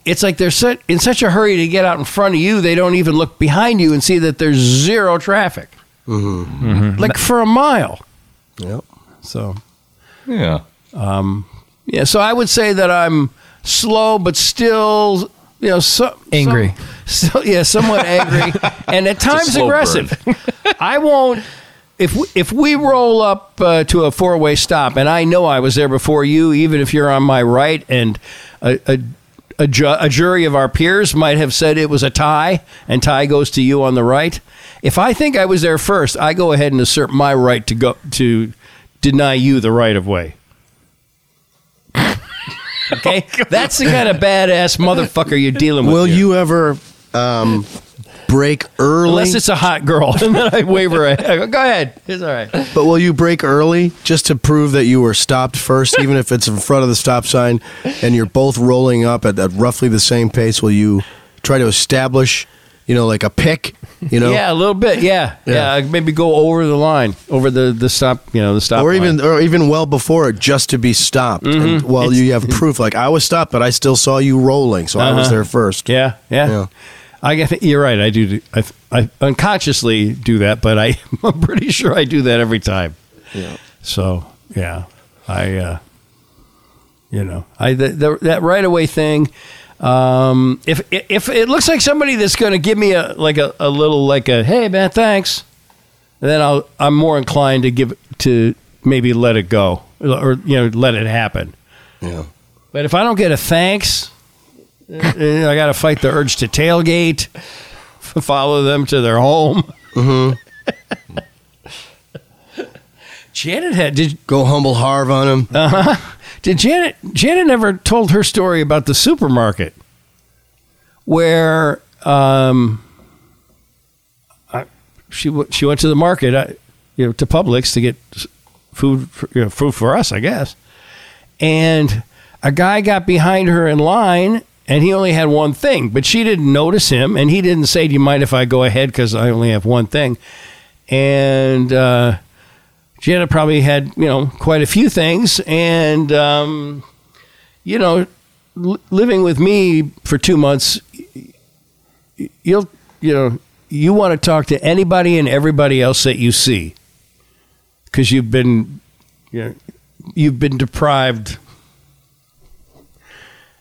Speaker 1: it's like they're su- in such a hurry to get out in front of you, they don't even look behind you and see that there's zero traffic. Mm-hmm. Like for a mile.
Speaker 2: Yep.
Speaker 1: So,
Speaker 4: Yeah.
Speaker 1: yeah. So I would say that I'm slow, but still, you know, so,
Speaker 3: Angry.
Speaker 1: some- so, yeah, somewhat angry and at times
Speaker 4: slow
Speaker 1: aggressive. I won't. If we, if we roll up uh, to a four way stop and I know I was there before you, even if you're on my right, and a, a, a, ju- a jury of our peers might have said it was a tie and tie goes to you on the right, if I think I was there first, I go ahead and assert my right to go to deny you the right of way. Okay, that's the kind of badass motherfucker you're dealing with.
Speaker 2: Will
Speaker 1: here.
Speaker 2: you ever um, break early?
Speaker 1: Unless it's a hot girl, [laughs] and then I wave her. I go, go ahead. It's all right.
Speaker 2: But will you break early just to prove that you were
Speaker 1: [laughs]
Speaker 2: stopped first, even if it's in front of the stop sign and you're both rolling up at, at roughly the same pace? Will you try to establish, you know, like a pick, you know?
Speaker 1: Yeah, a little bit. Yeah, yeah.
Speaker 2: Yeah.
Speaker 1: Maybe go over the line, over the the stop. You know, the stop.
Speaker 2: Or even,
Speaker 1: line.
Speaker 2: or even well before it, just to be stopped. And while you have proof, like I was stopped, but I still saw you rolling, so I was
Speaker 1: Uh-huh.
Speaker 2: there first.
Speaker 1: Yeah, yeah.
Speaker 2: Yeah.
Speaker 1: I get- you're right. I do. do- I, I unconsciously do that, but I, [laughs] I'm pretty sure I do that every time.
Speaker 2: Yeah.
Speaker 1: So yeah, I uh, you know I the, the, that right away thing. Um, if if it looks like somebody that's going to give me a like a, a little like a hey man thanks, then I'll I'm more inclined to give to maybe let it go or you know let it happen.
Speaker 2: Yeah.
Speaker 1: But if I don't get a thanks, eh, eh, I got to fight the urge to tailgate, [laughs] f- follow them to their home. [laughs] Janet had did
Speaker 2: Go humble Harv on him.
Speaker 1: did Janet Janet never told her story about the supermarket where um, I, she w- she went to the market, I, you know, to Publix to get s- food for, you know, food for us, I guess. And a guy got behind her in line and he only had one thing, but she didn't notice him, and he didn't say, "Do you mind if I go ahead because I only have one thing?" And uh, Janet probably had you know quite a few things, and um, you know, l- living with me for two months, y- y- you'll you know you want to talk to anybody and everybody else that you see because you've been you know, you've been deprived.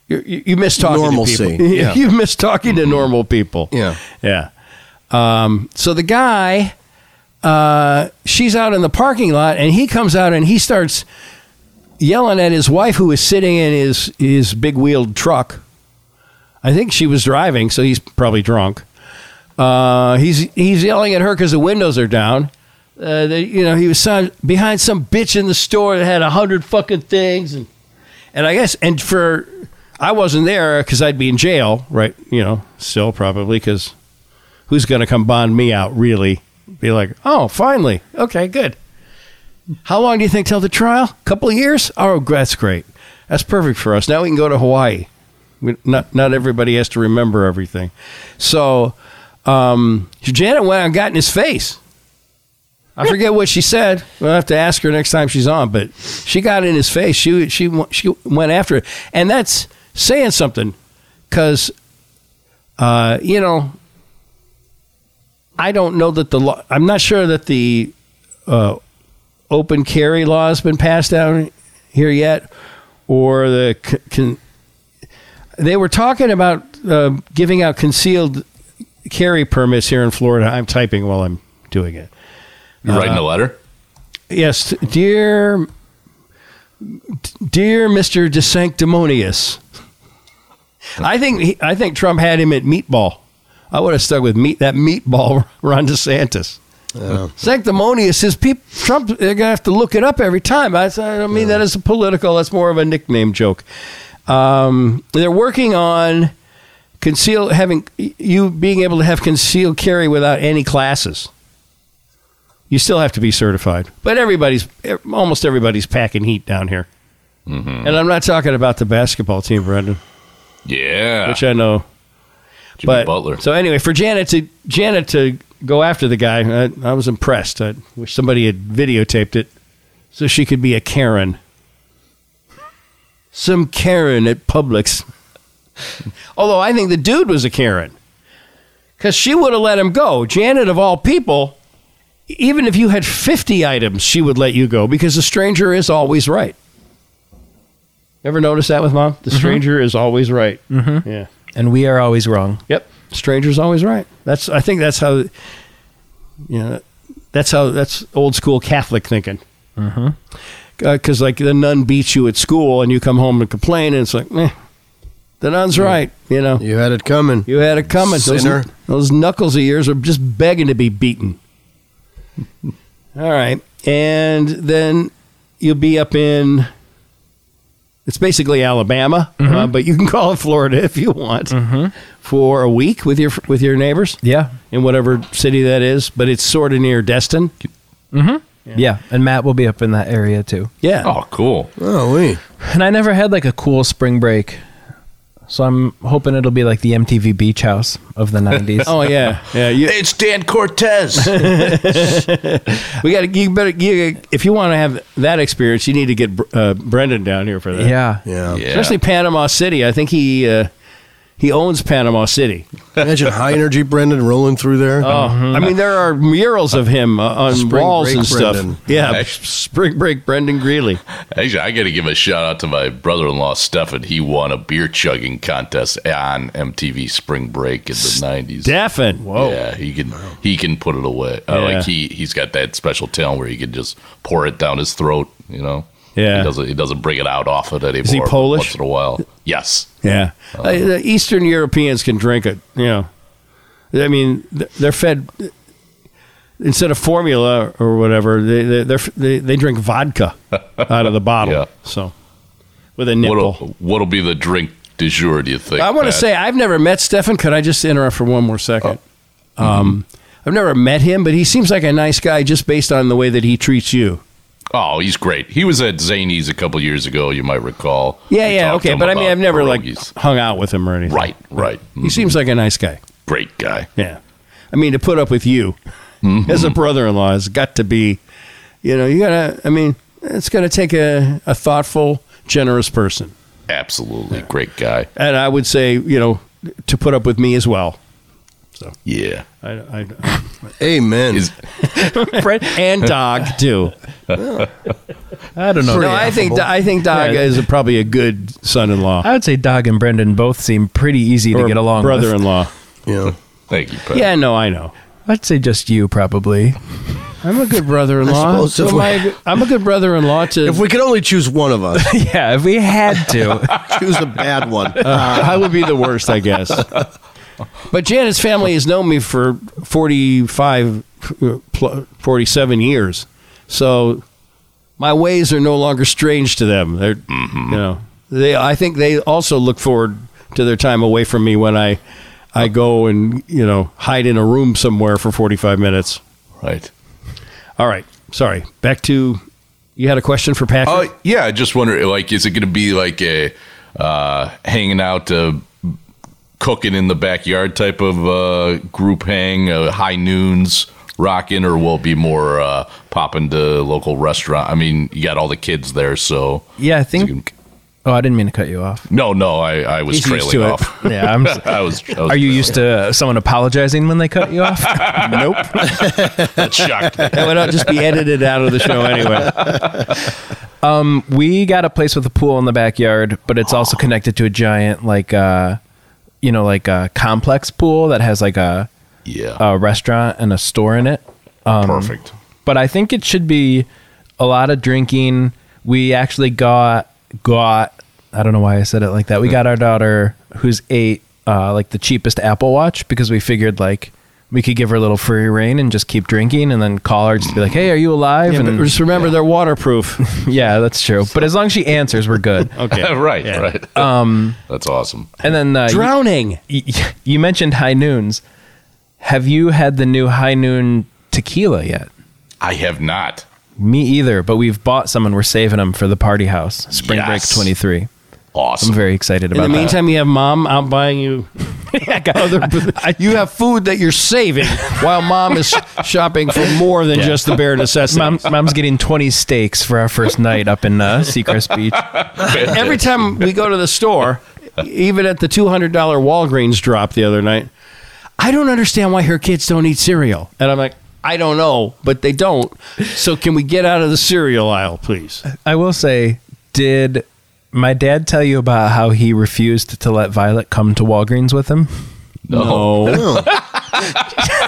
Speaker 1: You, you, you miss talking to [laughs]
Speaker 2: Normalcy,
Speaker 1: people.
Speaker 2: yeah. Mm-hmm.
Speaker 1: you miss talking to normal people.
Speaker 2: Yeah.
Speaker 1: Yeah. Um, so the guy, uh, she's out in the parking lot, and he comes out and he starts yelling at his wife, who is sitting in his his big wheeled truck. I think she was driving, so he's probably drunk. Uh, he's he's yelling at her because the windows are down. Uh, they, you know, he was some, behind some bitch in the store that had a hundred fucking things, and and I guess and for I wasn't there because I'd be in jail, right? You know, still probably because who's going to come bond me out? Really? Be like, oh, finally, okay, good. How long do you think till the trial? Couple of years? Oh, that's great. That's perfect for us. Now we can go to Hawaii. We, not not everybody has to remember everything. So um, Janet went out and got in his face. I forget what she said. We'll have to ask her next time she's on. But she got in his face. She she she went after it, and that's saying something, because uh, you know I don't know that the law. I'm not sure that the uh, open carry law has been passed down here yet, or the con- con- they were talking about uh, giving out concealed carry permits here in Florida. I'm typing while I'm doing it.
Speaker 4: You're writing a
Speaker 1: Uh,
Speaker 4: letter?
Speaker 1: Yes, dear, dear Mister DeSanctimonious. I think he, I think Trump had him at meatball. I would have stuck with meat that meatball [laughs] Ron DeSantis. Sanctimonious is peop Trump. They're gonna have to look it up every time. I, I don't mean that as a political. That's more of a nickname joke. Um, they're working on conceal having you being able to have concealed carry without any classes. You still have to be certified, but everybody's e-, almost everybody's packing heat down here. And I'm not talking about the basketball team, Brendan,
Speaker 4: Yeah.
Speaker 1: which I know.
Speaker 4: Jimmy
Speaker 1: But
Speaker 4: Butler.
Speaker 1: so anyway, for Janet to Janet to go after the guy, I, I was impressed. I wish somebody had videotaped it so she could be a Karen. Some Karen at Publix. [laughs] Although I think the dude was a Karen, because she would have let him go. Janet, of all people, even if you had fifty items, she would let you go because the stranger is always right. Ever notice that with mom? The stranger is always right. Mm-hmm. Yeah.
Speaker 3: And we are always wrong.
Speaker 1: Yep, stranger's always right. That's I think that's how, you know, that's how that's old school Catholic thinking. Because like the nun beats you at school, and you come home and complain, and it's like, eh, the nun's right. You know,
Speaker 2: You had it coming.
Speaker 1: you had it coming.
Speaker 2: Sinner.
Speaker 1: Those, those knuckles of yours are just begging to be beaten. All right, and then you'll be up in. It's basically Alabama, uh, but you can [laughs] call it Florida if you want for a week with your with your neighbors
Speaker 3: Yeah.
Speaker 1: in whatever city that is. But it's sort of near Destin.
Speaker 3: yeah. And Matt will be up in that area too.
Speaker 1: Yeah.
Speaker 4: Oh, cool.
Speaker 2: Oh, we.
Speaker 3: And I never had like a cool spring break. So I'm hoping it'll be like the MTV Beach House of the 90s.
Speaker 1: [laughs] Oh yeah, yeah. You,
Speaker 4: It's Dan
Speaker 1: [laughs]
Speaker 4: Cortez.
Speaker 1: we got to. You better. You, if you want to have that experience, you need to get uh, Brendan down here for that.
Speaker 3: yeah.
Speaker 2: Yeah.
Speaker 4: Yeah.
Speaker 1: especially Panama City. I think he uh, he owns Panama City.
Speaker 2: Oh. Imagine high energy Brendan rolling through there.
Speaker 1: Oh, I mean, there are murals of him uh, on
Speaker 2: Mm-hmm. Spring
Speaker 1: walls
Speaker 2: Break
Speaker 1: and stuff.
Speaker 2: Brendan.
Speaker 1: Yeah,
Speaker 4: Actually-
Speaker 1: Spring Break Brendan Greeley.
Speaker 4: Actually, I got to give a shout out to my brother in law, Stefan. He won a beer chugging contest on MTV Spring Break in the nineties.
Speaker 1: Daffin. Whoa.
Speaker 4: Yeah, he can he can put it away. I
Speaker 1: Oh. Yeah.
Speaker 4: like he he's got that special talent where he can just pour it down his throat. You know.
Speaker 1: Yeah.
Speaker 4: He doesn't he doesn't bring it out off it anymore.
Speaker 1: he Polish?
Speaker 4: Once in a while. Yes.
Speaker 1: Yeah.
Speaker 4: Oh.
Speaker 1: Uh, the Eastern Europeans can drink it, you know. I mean, th- they're fed instead of formula or whatever, they they they're, f- they, they drink
Speaker 4: [laughs]
Speaker 1: vodka out of the bottle.
Speaker 4: Yeah.
Speaker 1: So with a nipple.
Speaker 4: What'll what'll be the drink du jour? Do you think?
Speaker 1: I want to
Speaker 4: Pat?
Speaker 1: say I've never met Stefan. Could I just interrupt for one more second? Um,
Speaker 4: Oh. Mm-hmm.
Speaker 1: I've never met him, but he seems like a nice guy just based on the way that he treats you.
Speaker 4: Oh, he's great. He was at Zany's a couple years ago. You might recall.
Speaker 1: Yeah,
Speaker 4: We
Speaker 1: yeah,
Speaker 4: talked to
Speaker 1: okay.
Speaker 4: him
Speaker 1: But I mean,
Speaker 4: about
Speaker 1: I've never
Speaker 4: pierogies.
Speaker 1: like hung out with him or anything.
Speaker 4: Right, Mm-hmm. right.
Speaker 1: He seems like a nice guy.
Speaker 4: Great guy.
Speaker 1: Yeah. I mean, to put up with you
Speaker 4: Mm-hmm.
Speaker 1: as a brother in law has got to be, you know, you got to, I mean, it's going to take a, a thoughtful, generous person.
Speaker 4: Absolutely great guy.
Speaker 1: And I would say, you know, to put up with me as
Speaker 4: [laughs]
Speaker 1: well.
Speaker 4: Yeah.
Speaker 1: I, I,
Speaker 2: Amen.
Speaker 4: Is
Speaker 3: [laughs]
Speaker 1: Fred and Dog, too.
Speaker 3: I don't know.
Speaker 1: No, I think I think Dog
Speaker 3: Yeah.
Speaker 1: is probably a good son-in-law
Speaker 3: I would say Dog and Brendan both seem pretty easy to
Speaker 1: or
Speaker 3: get along with.
Speaker 1: brother-in-law.
Speaker 2: yeah.
Speaker 4: thank you, Pat.
Speaker 1: Yeah, no, I know.
Speaker 3: I'd say just you probably. [laughs]
Speaker 1: I'm a good brother-in-law.
Speaker 2: I suppose
Speaker 1: so
Speaker 2: if
Speaker 1: am
Speaker 2: we-
Speaker 1: I a good- I'm a good brother-in-law to.
Speaker 2: If we could only choose one of us, [laughs]
Speaker 3: yeah, if we had to.
Speaker 2: choose a bad one.
Speaker 1: Uh, I would be the worst, I guess. [laughs] But Janet's family has known me for 45, uh, pl- 47 years. So my ways are no longer strange to them. They're, you know, they, I think they also look forward to their time away from me when I, I go and, you know, hide in a room somewhere for 45 minutes.
Speaker 4: Right.
Speaker 1: All right. Sorry. Back to, you had a question for Patrick?
Speaker 4: Oh yeah, I just wonder like is it going to be like a uh, hanging out uh, cooking in the backyard type of uh, group hang, uh, high noons rocking or will it be more uh, popping to local restaurant? I mean, you got all the kids there, so
Speaker 3: Yeah, I think. Oh, I didn't mean to cut you off.
Speaker 4: no, no, I, I was
Speaker 1: He's used
Speaker 4: trailing
Speaker 1: to it.
Speaker 4: off. [laughs]
Speaker 3: [laughs] Yeah, I'm. s-
Speaker 4: I was, I was
Speaker 3: Are you used to someone apologizing when they cut you off?
Speaker 1: nope. [laughs]
Speaker 4: shocked?
Speaker 1: that would just be edited out of the show [laughs] anyway.
Speaker 3: we got a place with a pool in the backyard, but it's also connected to a giant like uh you know like a complex pool that has like a,
Speaker 4: yeah,
Speaker 3: a restaurant and a store in it.
Speaker 1: Um,
Speaker 4: perfect.
Speaker 3: But I think it should be a lot of drinking. We actually got got I don't know why I said it like that. We got our daughter who's 8 uh like the cheapest Apple Watch because we figured like we could give her a little free reign and just keep drinking and then call her just be like, "Hey, are you alive?"
Speaker 1: Yeah, but
Speaker 3: and
Speaker 1: just remember they're waterproof.
Speaker 3: [laughs] yeah, that's true. But as long as she answers, we're good.
Speaker 1: [laughs] Okay.
Speaker 4: [laughs] right, right.
Speaker 1: Um,
Speaker 4: That's awesome.
Speaker 3: And then uh, you-
Speaker 1: Drowning.
Speaker 3: Y- you mentioned high noons. Have you had the new high noon tequila yet?
Speaker 4: I have not.
Speaker 3: Me either, but we've bought some and we're saving them for the party house, Spring Break
Speaker 4: Yes.
Speaker 3: 23.
Speaker 4: Awesome.
Speaker 3: I'm very excited
Speaker 1: In
Speaker 3: about
Speaker 1: the meantime, you have mom out buying
Speaker 3: [laughs]
Speaker 1: you. other, you have food that you're saving while mom is shopping for more than just the bare necessities.
Speaker 3: that. [laughs] Mom, mom's getting 20 steaks for our first night up in [laughs] uh, Seacrest Beach.
Speaker 4: [laughs]
Speaker 1: Every time we go to the store, even at the two hundred dollar Walgreens drop the other night, I don't understand why her kids don't eat cereal. And I'm like, I don't know, but they don't. So can we get out of the cereal aisle, please?
Speaker 3: I will say, did my dad tell you about how he refused to let Violet come to Walgreens with him?
Speaker 1: No.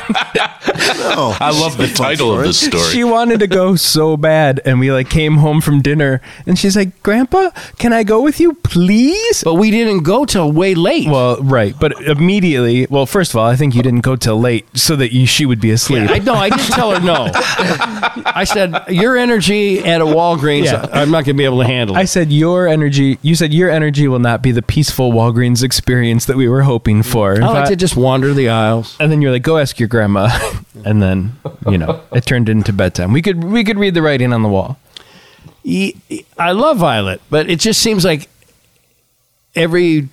Speaker 2: No.
Speaker 4: I
Speaker 1: [laughs]
Speaker 4: love the title of this story.
Speaker 3: She wanted to go so bad, and we like came home from dinner, and she's like, "Grandpa, can I go with you, please?"
Speaker 1: But we didn't go till way late.
Speaker 3: Well, right, but immediately. Well, first of all, I think you didn't go till late so that you, she would be asleep.
Speaker 1: I no, I didn't tell her [laughs] no. I said your energy at a Walgreens,
Speaker 3: Yeah.
Speaker 1: I'm not going to be able to handle.
Speaker 3: I
Speaker 1: It.
Speaker 3: said your energy. You said your energy will not be the peaceful Walgreens experience that we were hoping for.
Speaker 1: I like to just wander the aisles.
Speaker 3: and then you're like, "Go ask your grandma," [laughs] and then you know it turned into bedtime. We could we could read the writing on the wall.
Speaker 1: E- e- I love Violet, but it just seems like every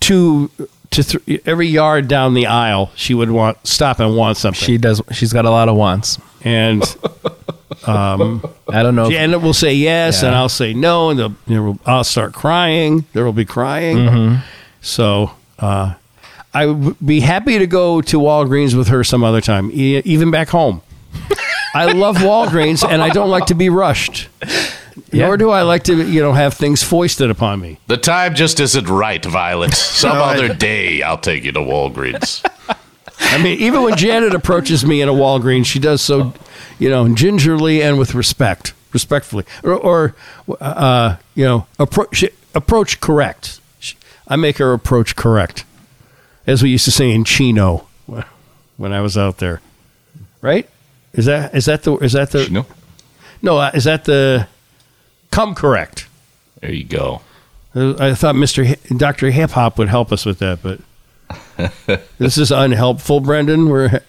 Speaker 1: two to three, every yard down the aisle, she would want stop and want something.
Speaker 3: She does. She's got a lot of wants.
Speaker 1: and
Speaker 3: I don't know. if-
Speaker 1: Janet will say yes, and
Speaker 3: Yeah.
Speaker 1: I'll say no, and they'll- there will- I'll start crying. There will be crying.
Speaker 3: Mm-hmm.
Speaker 1: So uh, I would be happy to go to Walgreens with her some other time, e- even back home. I love Walgreens, and I don't like to be
Speaker 3: [laughs]
Speaker 1: rushed. Nor do I like to, you know, have things foisted upon me.
Speaker 4: The time just isn't right, Violet. Some
Speaker 2: No, I-
Speaker 4: other day, I'll take you to Walgreens.
Speaker 1: I mean, even when Janet approaches me in a Walgreens, she does so, you know, gingerly and with respect, respectfully, or, or uh, you know, approach she- approach correct. She- I make her approach correct, as we used to say in Chino wh- when I was out there. Right? Is that is that the is that [laughs] the
Speaker 4: no,
Speaker 1: no uh, is that the come correct?
Speaker 4: there you go.
Speaker 1: Uh, I thought Mister Doctor Hip Hop would help us with that, but this is unhelpful, Brendan. We're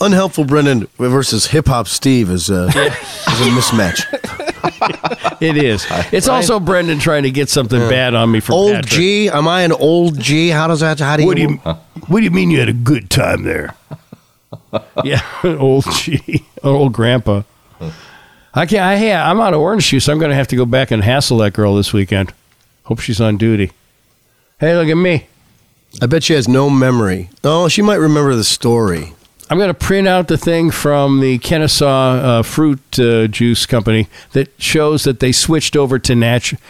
Speaker 2: Unhelpful Brendan versus hip hop Steve is a, is a mismatch.
Speaker 1: it is. It's also Brendan trying to get something bad on me from
Speaker 2: Old
Speaker 1: Patrick.
Speaker 2: G, am I an old G? How does that? How do
Speaker 1: What do you What do you mean you had a good time there? yeah, [laughs] old G, old grandpa. I can't. I, yeah, I'm out of orange juice. I'm going to have to go back and hassle that girl this weekend. Hope she's on duty. Hey, look at me.
Speaker 2: I bet she has no memory. Oh, she might remember the story.
Speaker 1: I'm going to print out the thing from the Kennesaw uh, Fruit uh, Juice Company that shows that they switched over to natu-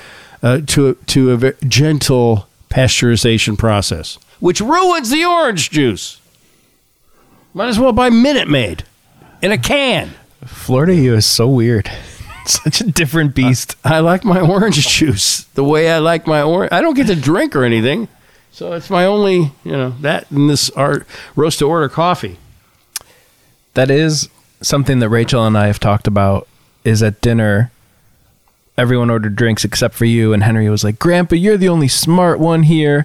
Speaker 1: uh, to to a ve- gentle pasteurization process, which ruins the orange juice. Might as well buy Minute Maid in a can.
Speaker 3: Florida you is so weird. [laughs] Such a different beast.
Speaker 1: I like my orange [laughs] juice the way I like my orange. I don't get to drink or anything, so it's my only you know that and this art roast to order coffee.
Speaker 3: that is something that Rachel and I have talked about is at dinner everyone ordered drinks except for you and Henry was like, "Grandpa, you're the only smart one here."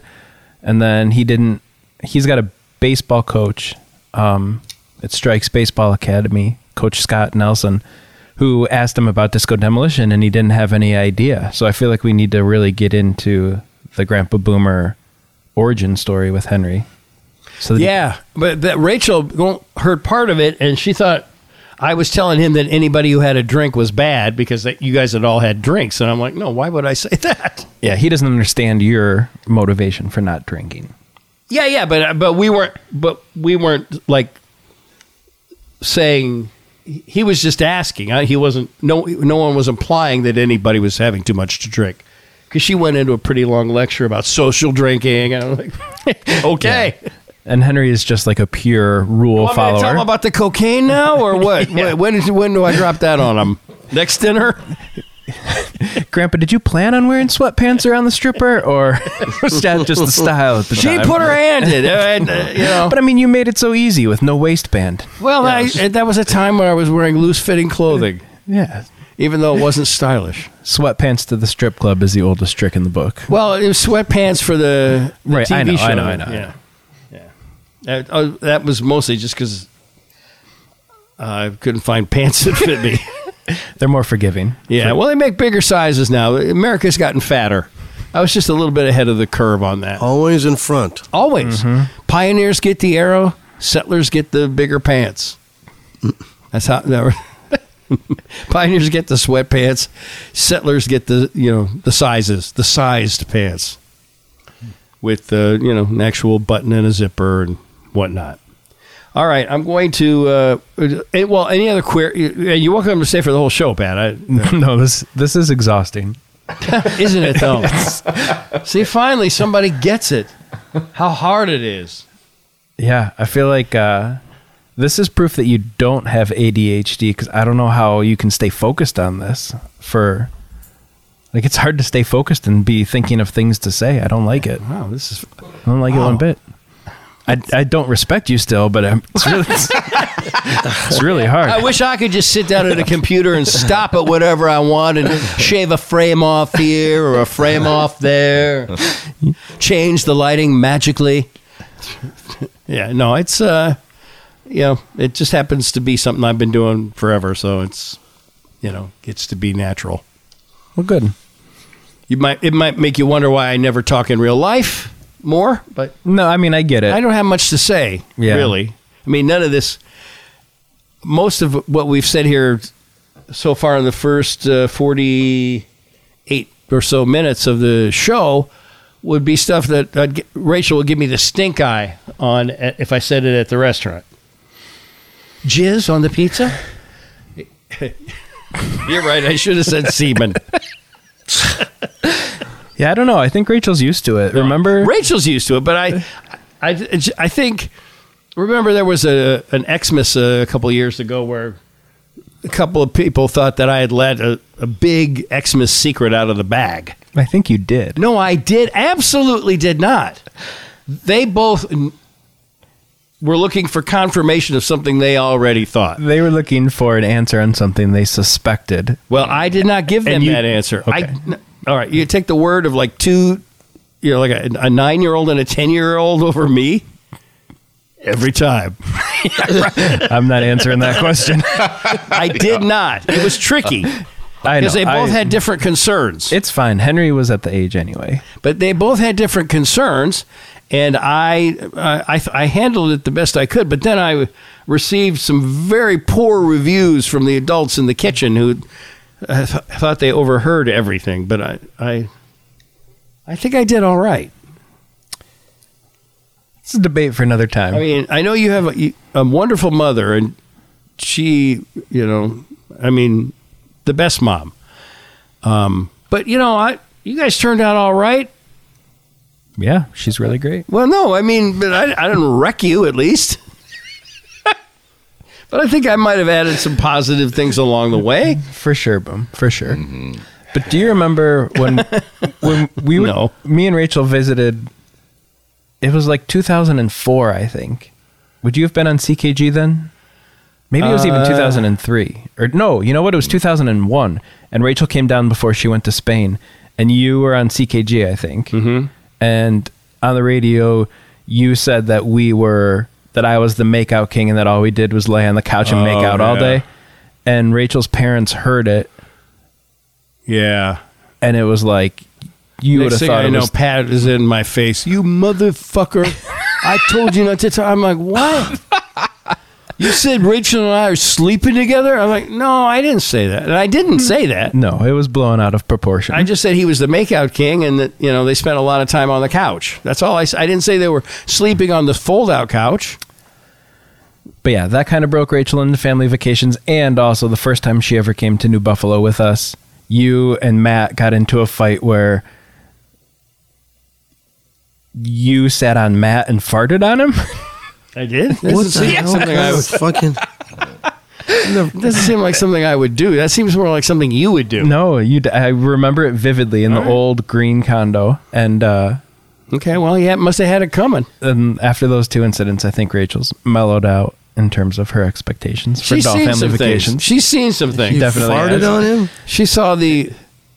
Speaker 3: And then he didn't he's got a baseball coach um at Strikes Baseball Academy, coach Scott Nelson, who asked him about disco demolition and he didn't have any idea. So I feel like we need to really get into the Grandpa Boomer origin story with Henry. So that he
Speaker 1: Yeah, but that Rachel gon- heard part of it, and she thought I was telling him that anybody who had a drink was bad because that you guys had all had drinks, and I'm like, no, why would I say [laughs] that?
Speaker 3: Yeah, he doesn't understand your motivation for not drinking.
Speaker 1: Yeah, yeah, but but we weren't, but we weren't like saying. He was just asking. I- He wasn't. No, no one was implying that anybody was having too much to drink. Because she went into a pretty long lecture about social drinking, and I'm like, [laughs] okay.
Speaker 3: And Henry is just like a pure
Speaker 1: Want
Speaker 3: rule
Speaker 1: me to Tell
Speaker 3: follower.
Speaker 1: them about the cocaine now,
Speaker 3: [laughs]
Speaker 1: or what? Wait, when, is, when do I drop that on them? Next dinner?
Speaker 3: Grandpa, did you plan on wearing sweatpants around the stripper, or [laughs] was that just the style at the
Speaker 1: She
Speaker 3: time?
Speaker 1: put her hand in. it, and, uh, you know.
Speaker 3: But I mean, you made it so easy with no waistband.
Speaker 1: well, I, that was a time when I was wearing loose fitting clothing,
Speaker 3: Yeah,
Speaker 1: even though it wasn't stylish.
Speaker 3: sweatpants to the strip club is the oldest trick in the book.
Speaker 1: Well, it was sweatpants for the, the
Speaker 3: Right,
Speaker 1: TV
Speaker 3: I know,
Speaker 1: show.
Speaker 3: I know, I know, I
Speaker 1: Yeah, yeah. That, oh, that was mostly just because I couldn't find pants that fit
Speaker 3: [laughs]
Speaker 1: me.
Speaker 3: They're more forgiving. [laughs]
Speaker 1: Yeah, well, they make bigger sizes now. America's gotten fatter. I was just a little bit ahead of the curve on that.
Speaker 2: Always in front.
Speaker 1: Always. Pioneers get the arrow, settlers get the bigger pants. That's how that [laughs] Pioneers get the sweatpants, settlers get the, you know, the sizes, the sized pants with the, you know, an actual button and a zipper and whatnot. All right, I'm going to. Uh, eh, well, any other eh, query? You're welcome to stay for the whole show, Pat. I,
Speaker 3: no, this this is exhausting.
Speaker 1: isn't it [laughs] though? See, finally somebody gets it. How hard it is.
Speaker 3: Yeah, I feel like uh, this is proof that you don't have ADHD because I don't know how you can stay focused on this for. Like it's hard to stay focused and be thinking of things to say. I don't like it.
Speaker 1: Wow, this is
Speaker 3: I don't like it one bit. I, I don't respect you still, but i it's really [laughs] it's, really hard.
Speaker 1: I wish I could just sit down at a computer and stop at whatever I want and shave a frame off here or a frame off there, change the lighting magically. Yeah, no, it's uh, you know, it just happens to be something I've been doing forever, so it's you know, gets to be natural.
Speaker 3: well, good.
Speaker 1: You might it might make you wonder why I never talk in real life more, but
Speaker 3: No, I mean I get it.
Speaker 1: I don't have much to say,
Speaker 3: Yeah.
Speaker 1: really. I mean, none of this. Most of what we've said here so far in the first uh, 48 or so minutes of the show would be stuff that I'd get, Rachel would give me the stink eye on a- if I said it at the restaurant. Jizz on the pizza? [laughs] You're right. I should have said semen.
Speaker 3: yeah, I don't know. I think Rachel's used to it. Remember?
Speaker 1: Rachel's used to it, but I, I, I think. Remember, there was a an Xmas uh, a couple years ago where a couple of people thought that I had let a, a big Xmas secret out of the bag.
Speaker 3: I think you did.
Speaker 1: No, I did absolutely did not. They both n- were looking for confirmation of something they already thought.
Speaker 3: They were looking for an answer on something they suspected.
Speaker 1: Well, I did not give them
Speaker 3: And you-
Speaker 1: that answer. I,
Speaker 3: Okay.
Speaker 1: all right, you take the word of like two you know, like a, a nine year old and a 10 year old over me? Every
Speaker 3: [laughs]
Speaker 1: time.
Speaker 3: I'm not answering that question. [laughs]
Speaker 1: I did not. It was tricky
Speaker 3: Uh, I know.
Speaker 1: because they both
Speaker 3: I-
Speaker 1: had different concerns.
Speaker 3: It's fine. Henry was at the age anyway.
Speaker 1: but they both had different concerns and I, uh, I i handled it the best i could but then i received some very poor reviews from the adults in the kitchen who uh, th- thought they overheard everything but i i i think i did all right
Speaker 3: It's a debate for another time.
Speaker 1: i mean i know you have a, a wonderful mother and she you know i mean the best mom um but you know i you guys turned out all right
Speaker 3: yeah, she's really great.
Speaker 1: Well, no, I mean, but I, I didn't wreck you at least. [laughs] but I think I might have added some positive things along the way.
Speaker 3: For sure, boom. For sure. But do you remember when when we were,
Speaker 1: No.
Speaker 3: me and Rachel visited it was like 2004, I think. Would you have been on CKG then? Maybe it was even 2003. Or no, you know what? It was 2001 and Rachel came down before she went to Spain and you were on CKG, I think. Mm-hmm. And on the radio you said that we were that I was the makeout king and that all we did was lay on the couch and make
Speaker 1: Oh,
Speaker 3: out all
Speaker 1: yeah.
Speaker 3: day. And Rachel's parents heard it
Speaker 1: Yeah.
Speaker 3: and it was like you would
Speaker 1: Next
Speaker 3: have
Speaker 1: thing
Speaker 3: thought
Speaker 1: I
Speaker 3: it
Speaker 1: know,
Speaker 3: was
Speaker 1: Pat is in my face. You motherfucker. I told you not to talk. I'm like, what? you said Rachel and I are sleeping together? I'm like, no, I didn't say that. And I didn't say that.
Speaker 3: no, it was blown out of proportion.
Speaker 1: I just said he was the makeout king, and that you know they spent a lot of time on the couch. That's all I. s- I didn't say they were sleeping on the fold-out couch.
Speaker 3: but yeah, that kind of broke Rachel into family vacations, and also the first time she ever came to New Buffalo with us, you and Matt got into a fight where you sat on Matt and farted on him. [laughs]
Speaker 1: I did.
Speaker 2: What the hell?
Speaker 1: I [laughs]
Speaker 2: kind of fucking.
Speaker 1: It doesn't seem like something I would do. That seems more like something you would do.
Speaker 3: no, you. d- I remember it vividly in the old green condo, and uh,
Speaker 1: Okay, well, yeah, must have had it coming.
Speaker 3: and after those two incidents, I think Rachel's mellowed out in terms of her expectations for
Speaker 1: She's
Speaker 3: doll
Speaker 1: seen
Speaker 3: family
Speaker 1: some
Speaker 3: vacations.
Speaker 1: things. She's seen some things.
Speaker 2: You
Speaker 3: Definitely
Speaker 2: farted
Speaker 3: has.
Speaker 2: on him.
Speaker 1: She saw the.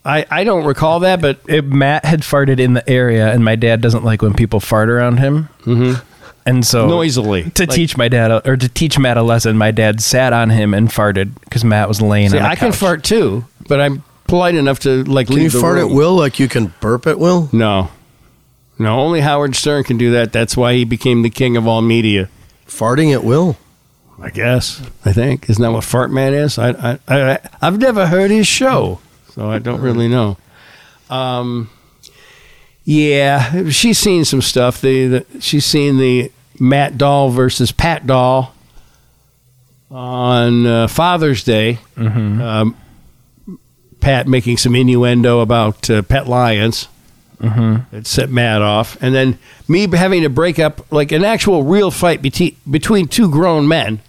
Speaker 1: I, I don't recall that, but
Speaker 3: it, Matt had farted in the area, and my dad doesn't like when people fart around him. Mm-hmm. And so
Speaker 1: Noisily.
Speaker 3: to
Speaker 1: Like-
Speaker 3: teach my dad a, or to teach Matt a lesson, my dad sat on him and farted because Matt was laying
Speaker 1: see,
Speaker 3: on. the
Speaker 1: I can
Speaker 3: couch.
Speaker 1: fart too, but I'm polite enough to like
Speaker 2: Can
Speaker 1: leave
Speaker 2: you
Speaker 1: the
Speaker 2: fart
Speaker 1: room.
Speaker 2: at will like you can burp at will?
Speaker 1: No, no, only Howard Stern can do that. That's why he became the king of all media.
Speaker 2: Farting at will.
Speaker 1: I guess. I think isn't that what Fart Man is? I I, I I've never heard his show, so I don't really know. Um, yeah, she's seen some stuff. The, the she's seen the Matt Doll versus Pat Doll on uh, Father's Day. Um, Pat making some innuendo about uh, pet lions. It set Matt off, and then me having to break up like an actual real fight bete- between two grown men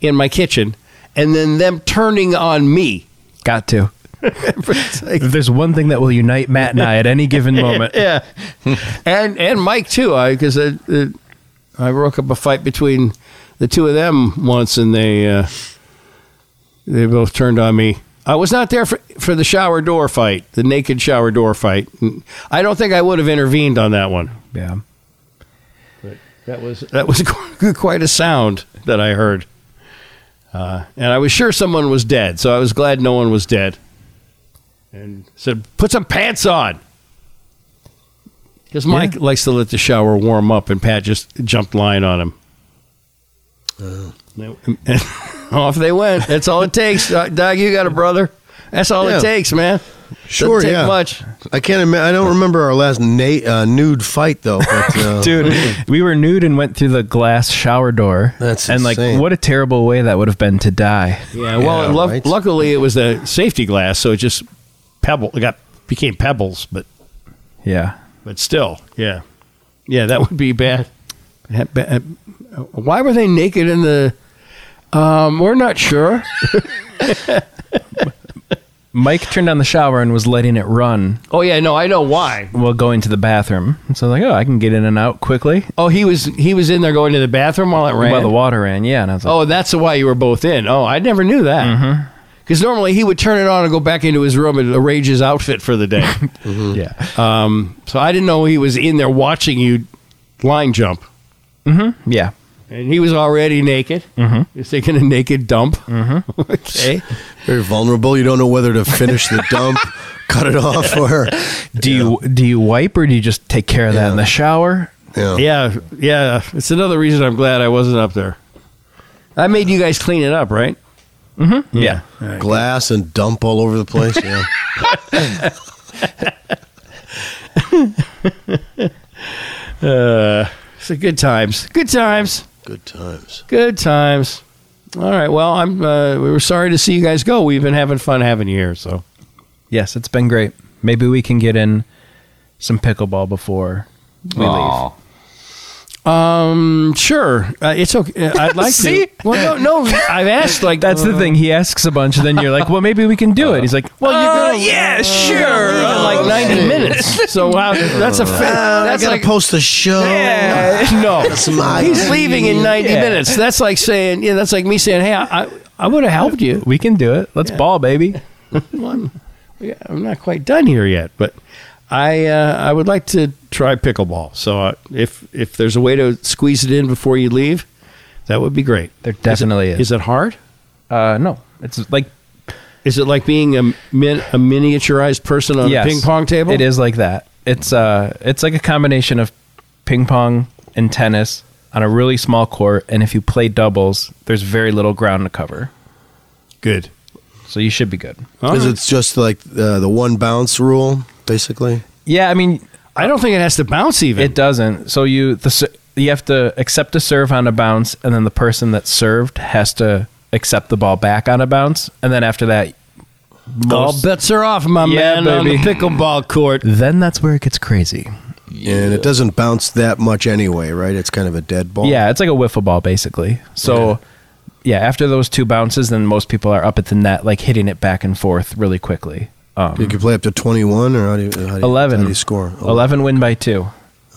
Speaker 1: in my kitchen, and then them turning on me.
Speaker 3: got to.
Speaker 1: It's like-
Speaker 3: If there's one thing that will unite Matt and I at any given
Speaker 1: [laughs]
Speaker 3: moment,
Speaker 1: yeah, and and Mike too. I because I, uh, I broke up a fight between the two of them once, and they uh, they both turned on me. I was not there for, for the shower door fight, the naked shower door fight. I don't think I would have intervened on that one.
Speaker 3: yeah.
Speaker 1: That was that was [laughs] quite a sound that I heard, uh, and I was sure someone was dead. So I was glad no one was dead. And said, "Put some pants on," because Mike likes to let the shower warm up, and Pat just jumped line on him.
Speaker 2: Oh.
Speaker 1: And- and [laughs] off they went. That's all it takes, Doc. Doc, You got it, brother. That's all
Speaker 2: Yeah.
Speaker 1: it takes, man.
Speaker 2: Sure,
Speaker 1: Doesn't take
Speaker 2: yeah.
Speaker 1: Much.
Speaker 2: I can't. Ima- I don't remember our last na- uh, nude fight though. But, uh,
Speaker 3: [laughs] Dude, we were nude and went through the glass shower door.
Speaker 2: That's
Speaker 3: and
Speaker 2: insane.
Speaker 3: like what a terrible way that would have been to die.
Speaker 1: Yeah, well,
Speaker 2: Yeah,
Speaker 1: it lu-
Speaker 2: right.
Speaker 1: luckily it was a safety glass, so it just pebble it got became pebbles, but
Speaker 3: Yeah.
Speaker 1: but still, yeah, yeah, that would be bad. That ba- uh, Why were they naked in the? Um, we're not sure.
Speaker 3: Mike turned on the shower and was letting it run
Speaker 1: Oh yeah, no, I know why.
Speaker 3: while going to the bathroom. So I was like, oh, I can get in and out quickly.
Speaker 1: Oh, he was he was in there going to the bathroom while it ran.
Speaker 3: While the water ran, yeah. And I was like,
Speaker 1: oh, that's why you were both in. Oh, I never knew that. Because normally he would turn it on and go back into his room and arrange his outfit for the [laughs] day.
Speaker 3: Yeah.
Speaker 1: um, so I didn't know he was in there watching you line jump.
Speaker 3: Yeah.
Speaker 1: And he was already naked. Mm-hmm. He's taking a naked dump. Mm-hmm. okay.
Speaker 2: Very vulnerable. You don't know whether to finish the dump, [laughs] cut it off, or
Speaker 3: Do you do you wipe or do you just take care of that in the shower?
Speaker 2: yeah.
Speaker 1: Yeah, yeah. It's another reason I'm glad I wasn't up there. I made you guys clean it up, right?
Speaker 3: Yeah.
Speaker 2: glass and dump all over the place. Yeah.
Speaker 1: So good times. Good times.
Speaker 2: Good times.
Speaker 1: Good times. All right. Well, I'm. Uh, we were sorry to see you guys go. We've been having fun having you here. So
Speaker 3: Yes, it's been great. Maybe we can get in some pickleball before we leave.
Speaker 4: Aw.
Speaker 1: Um, sure. Uh, it's okay. Uh, [laughs] I'd like
Speaker 3: See?
Speaker 1: to. Well, no, no. I've asked like uh,
Speaker 3: That's the thing. He asks a bunch, and then you're like, "Well, maybe we can do it." He's like, "Well,
Speaker 1: Well,
Speaker 3: you're
Speaker 1: you're gonna-
Speaker 3: gonna, yeah, sure."
Speaker 1: uh, like ninety minutes. So wow, that's a fa-
Speaker 2: I
Speaker 1: that's
Speaker 2: gotta
Speaker 1: like
Speaker 2: post the
Speaker 1: [laughs]
Speaker 2: show. [laughs]
Speaker 1: no.
Speaker 2: my
Speaker 1: He's leaving in ninety
Speaker 3: Yeah.
Speaker 1: minutes. That's like saying yeah. That's like me saying, hey, I I, I would have helped you.
Speaker 3: we can do it. Let's ball, baby.
Speaker 1: Well, I'm, yeah, I'm not quite done here yet, but I uh, I would like to try pickleball. So uh, if if there's a way to squeeze it in before you leave, that would be great.
Speaker 3: There definitely is.
Speaker 1: Is it hard?
Speaker 3: Uh, no, it's like
Speaker 1: Is it like being a min, a miniaturized person on
Speaker 3: yes.
Speaker 1: a ping pong table?
Speaker 3: It is like that. It's uh, it's like a combination of ping pong and tennis on a really small court, and if you play doubles, there's very little ground to cover,
Speaker 1: good.
Speaker 3: so you should be good.
Speaker 2: Because it's just like uh, the one bounce rule, basically.
Speaker 3: Yeah, I mean,
Speaker 1: I don't think it has to bounce even.
Speaker 3: It doesn't. So you the ser- you have to accept a serve on a bounce, and then the person that served has to accept the ball back on a bounce, and then after that,
Speaker 1: All
Speaker 3: most,
Speaker 1: bets are off, my
Speaker 3: Yeah,
Speaker 1: man, on the
Speaker 3: baby.
Speaker 1: pickleball court.
Speaker 3: then that's where it gets crazy.
Speaker 2: And it doesn't bounce that much anyway, right? It's kind of a dead ball.
Speaker 3: Yeah, it's like a wiffle ball basically. So. Yeah, after those two bounces, then most people are up at the net, like hitting it back and forth really quickly. Um,
Speaker 2: You can play up to 21, or how do you, how do you,
Speaker 3: eleven.
Speaker 2: How do you score? Oh,
Speaker 3: Eleven win by two.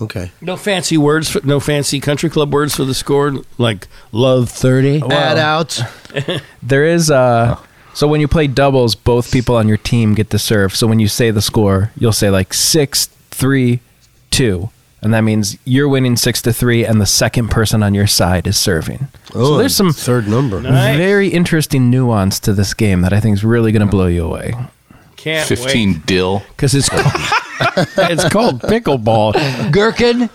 Speaker 2: Okay.
Speaker 1: No fancy words, for, no fancy country club words for the score, like love 30.
Speaker 2: Add out.
Speaker 3: [laughs]
Speaker 2: Oh.
Speaker 3: There is uh so when you play doubles, both people on your team get to serve. So when you say the score, you'll say like six, three, two. And that means you're winning six to three and the second person on your side is serving. so
Speaker 2: Oh,
Speaker 3: there's some
Speaker 2: third number.
Speaker 1: Nice.
Speaker 3: very interesting nuance to this game that I think is really gonna blow you away.
Speaker 1: Can't
Speaker 4: 15 dill.
Speaker 1: Because it's, called- it's called pickleball. [laughs] Gherkin.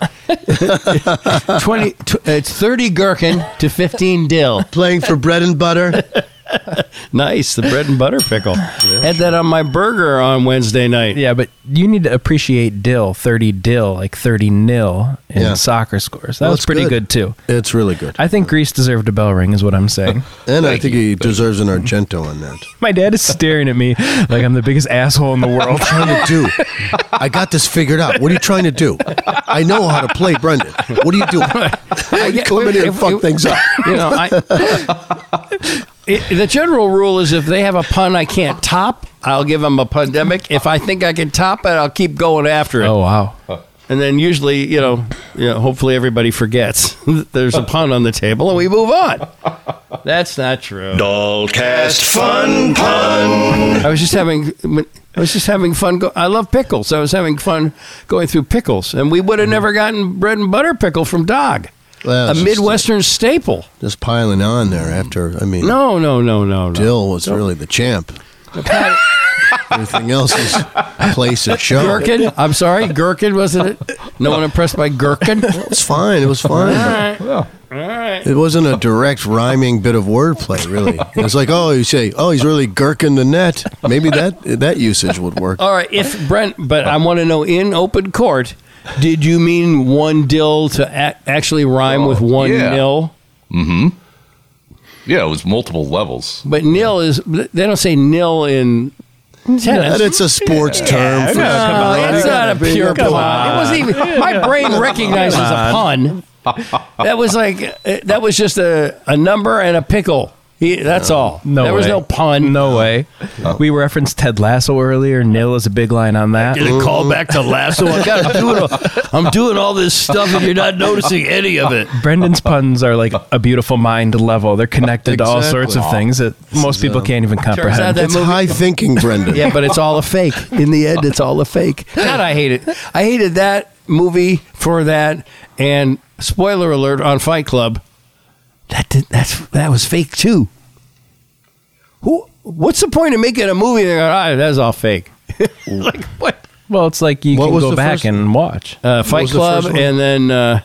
Speaker 1: 20, tw- uh, it's 30 gherkin to 15 dill.
Speaker 2: Playing for bread and
Speaker 3: [laughs]
Speaker 2: butter.
Speaker 1: Nice, the bread and butter pickle. Had that on my burger on Wednesday night.
Speaker 3: Yeah, but you need to appreciate dill, thirty dill, like thirty nil in
Speaker 2: Yeah.
Speaker 3: soccer scores. That
Speaker 2: Well,
Speaker 3: was
Speaker 2: it's
Speaker 3: pretty
Speaker 2: good.
Speaker 3: good too.
Speaker 2: It's really good.
Speaker 3: I think Greece deserved a bell ring, is what
Speaker 2: [laughs]
Speaker 3: I'm saying.
Speaker 2: And I think he deserves an Argento on that.
Speaker 3: My dad is staring at me like I'm the biggest asshole in
Speaker 2: [laughs]
Speaker 3: the world.
Speaker 2: trying to
Speaker 3: [laughs]
Speaker 2: do? I got this figured out. What are you trying to do? I know how to play Brendan. What are
Speaker 3: [laughs]
Speaker 2: you doing? Why you come in here and fuck things up?
Speaker 1: You know, I, [laughs] it, the general rule is if they have a pun I can't top, I'll give them a pandemic. If I think I can top it, I'll keep going after it.
Speaker 3: Oh wow!
Speaker 1: And then usually, you know, you know, hopefully everybody forgets [laughs] that there's a pun on the table and we move on. That's not true.
Speaker 5: Dollcast Fun Pun.
Speaker 1: I was just having I was just having fun go- I love pickles. I was having fun going through pickles and we would have never gotten bread and butter pickle from Dog.
Speaker 2: Mm-hmm. Well,
Speaker 1: a
Speaker 2: it's just-
Speaker 1: Midwestern staple.
Speaker 2: Just piling on there after. I mean,
Speaker 1: No, no, no, no, no.
Speaker 2: Dill was really the champ. [laughs] Everything else is place and show.
Speaker 1: Gherkin. I'm sorry, Gherkin wasn't it? No one impressed by
Speaker 2: [laughs]
Speaker 1: Gherkin.
Speaker 2: It's fine. It was fine. It wasn't a direct rhyming bit of wordplay, really. It was like, oh, you say, oh, he's really gherkin the net. Maybe that that usage would work.
Speaker 1: All right, [laughs] if Brent, but I want to know in open court, did you mean one dill to a- actually rhyme with one
Speaker 4: yeah.
Speaker 1: nil?
Speaker 4: Yeah, it was multiple levels.
Speaker 1: But nil is they don't say nil in tennis.
Speaker 2: And it's a sports term. For
Speaker 1: No, it's not a pure pun.
Speaker 2: Come
Speaker 1: It wasn't even. My brain recognizes eh, a pun. That was like uh, that was just a, a number and a pickle. He, that's all.
Speaker 3: No,
Speaker 1: there was
Speaker 3: way.
Speaker 1: no pun.
Speaker 3: No way.
Speaker 2: Oh.
Speaker 3: We referenced Ted Lasso earlier. Nil is a big line
Speaker 2: [laughs]
Speaker 3: on that.
Speaker 1: Get a call back to Lasso. I gotta do it. all- I'm doing all this stuff, and you're not noticing any of it.
Speaker 3: Brendan's puns are like a beautiful mind level. They're connected to all sorts of
Speaker 2: Exactly.
Speaker 3: things that most people can't even comprehend.
Speaker 1: that
Speaker 2: It's
Speaker 1: movie-
Speaker 2: high thinking, Brendan.
Speaker 1: Yeah, but it's all a fake. In the end, it's all a fake. God, I hate it. I hated that movie for that. And spoiler alert on Fight Club, that did, that's that was fake too. Who? What's the point of making a movie? And they go, ah, that's all fake. like what?
Speaker 3: well, it's like you
Speaker 2: What
Speaker 3: can
Speaker 2: was
Speaker 3: go
Speaker 2: the
Speaker 3: back
Speaker 2: first-
Speaker 3: and watch.
Speaker 1: Uh, Fight
Speaker 2: was the
Speaker 1: Club,
Speaker 2: first one?
Speaker 1: and then uh,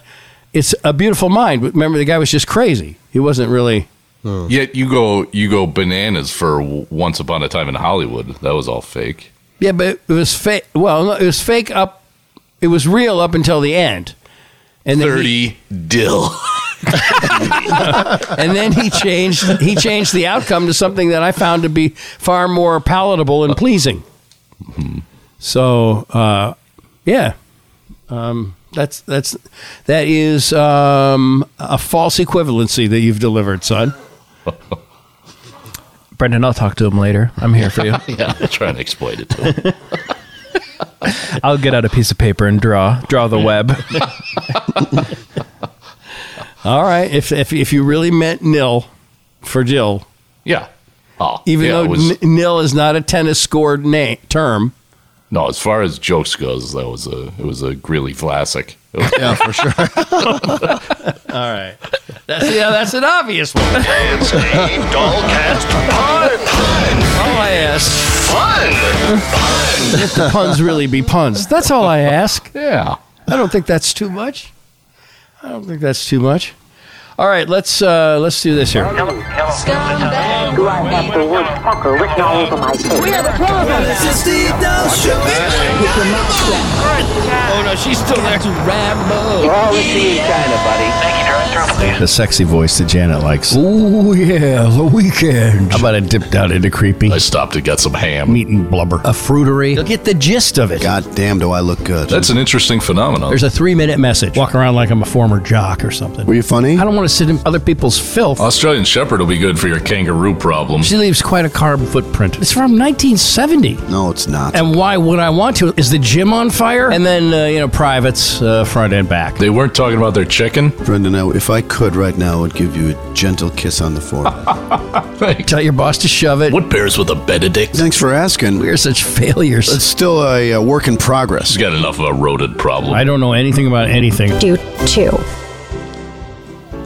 Speaker 1: it's A Beautiful Mind. Remember, the guy was just crazy. He wasn't really.
Speaker 4: Yet you go you go bananas for Once Upon a Time in Hollywood. That was all fake.
Speaker 1: Yeah, but it was fake. Well, no, it was fake up. It was real up until the end. And then he-
Speaker 4: Thirty dill. [laughs]
Speaker 1: and then he changed he changed the outcome to something that I found to be far more palatable and pleasing. So uh, yeah, um, that's that's that is um, a false equivalency that you've delivered, son.
Speaker 3: Brendan, I'll talk to him later. I'm here for you.
Speaker 4: [laughs] yeah, trying to exploit it. To him.
Speaker 3: I'll get out a piece of paper and draw draw the web.
Speaker 4: [laughs]
Speaker 1: All right, if if if you really meant nil for Jill,
Speaker 4: Yeah. Oh,
Speaker 1: even
Speaker 4: yeah,
Speaker 1: though
Speaker 4: it was,
Speaker 1: n- nil is not a tennis scored na- term.
Speaker 4: no, as far as jokes goes, that was a it was a really classic. It was-
Speaker 2: Yeah, for sure.
Speaker 1: All right, that's yeah, that's an obvious one.
Speaker 5: It's a Dollcast Pun.
Speaker 1: All I ask,
Speaker 5: Fun.
Speaker 1: if the puns really be puns, that's all I ask.
Speaker 4: yeah.
Speaker 1: I don't think that's too much. I don't think that's too much. All right, let's uh, let's do this here.
Speaker 6: Scumbag.
Speaker 7: Do I have the word fucker written all over my face?
Speaker 6: We have a problem. It's a Steve Dow Show.
Speaker 1: Oh no, she's still there. Rambo.
Speaker 8: All we see in China, buddy.
Speaker 9: The sexy voice that Janet likes.
Speaker 1: Oh yeah, the weekend.
Speaker 9: How about it dipped out into creepy
Speaker 4: I stopped to get some ham.
Speaker 9: meat and blubber?
Speaker 1: A fruitery. You'll get the gist of it.
Speaker 2: God damn, do I look good?
Speaker 4: That's an interesting phenomenon.
Speaker 1: There's a three-minute message. Walk around like I'm a former jock or something.
Speaker 2: Were you funny?
Speaker 1: I don't want to sit in other people's filth.
Speaker 4: Australian Shepherd will be good for your kangaroo problem.
Speaker 1: she leaves quite a carbon footprint. It's from 1970.
Speaker 2: No, it's not.
Speaker 1: And why would I want to? Is the gym on fire? And then, uh, you know, privates, uh, front and back.
Speaker 4: They weren't talking about their chicken.
Speaker 2: Brendan, I- if I could right now, I would give you a gentle kiss on the forehead.
Speaker 1: Tell your boss to shove [laughs] it.
Speaker 4: What pairs with a Benedict?
Speaker 2: Thanks for asking.
Speaker 1: We are such failures.
Speaker 2: It's still a, uh work in progress.
Speaker 4: He's got enough of a rodent problem.
Speaker 1: I don't know anything about anything.
Speaker 7: Do two.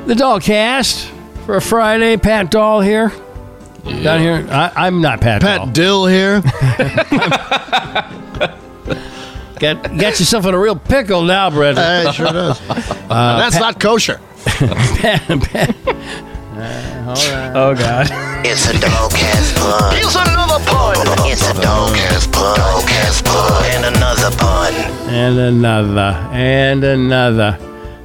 Speaker 1: The Doll Cast for a Friday. Pat Doll here. Down here. I, I'm not Pat,
Speaker 2: Pat
Speaker 1: Doll. [laughs]
Speaker 2: Dill here.
Speaker 1: Got, got yourself in a real pickle now, Brendan. [laughs]
Speaker 2: Hey, it sure does. Uh, That's not kosher.
Speaker 3: oh God.
Speaker 8: It's a Dollcast Pun.
Speaker 5: Here's another pun.
Speaker 8: It's a Dollcast Pun. Dollcast Pun. And another pun.
Speaker 1: And another. And another.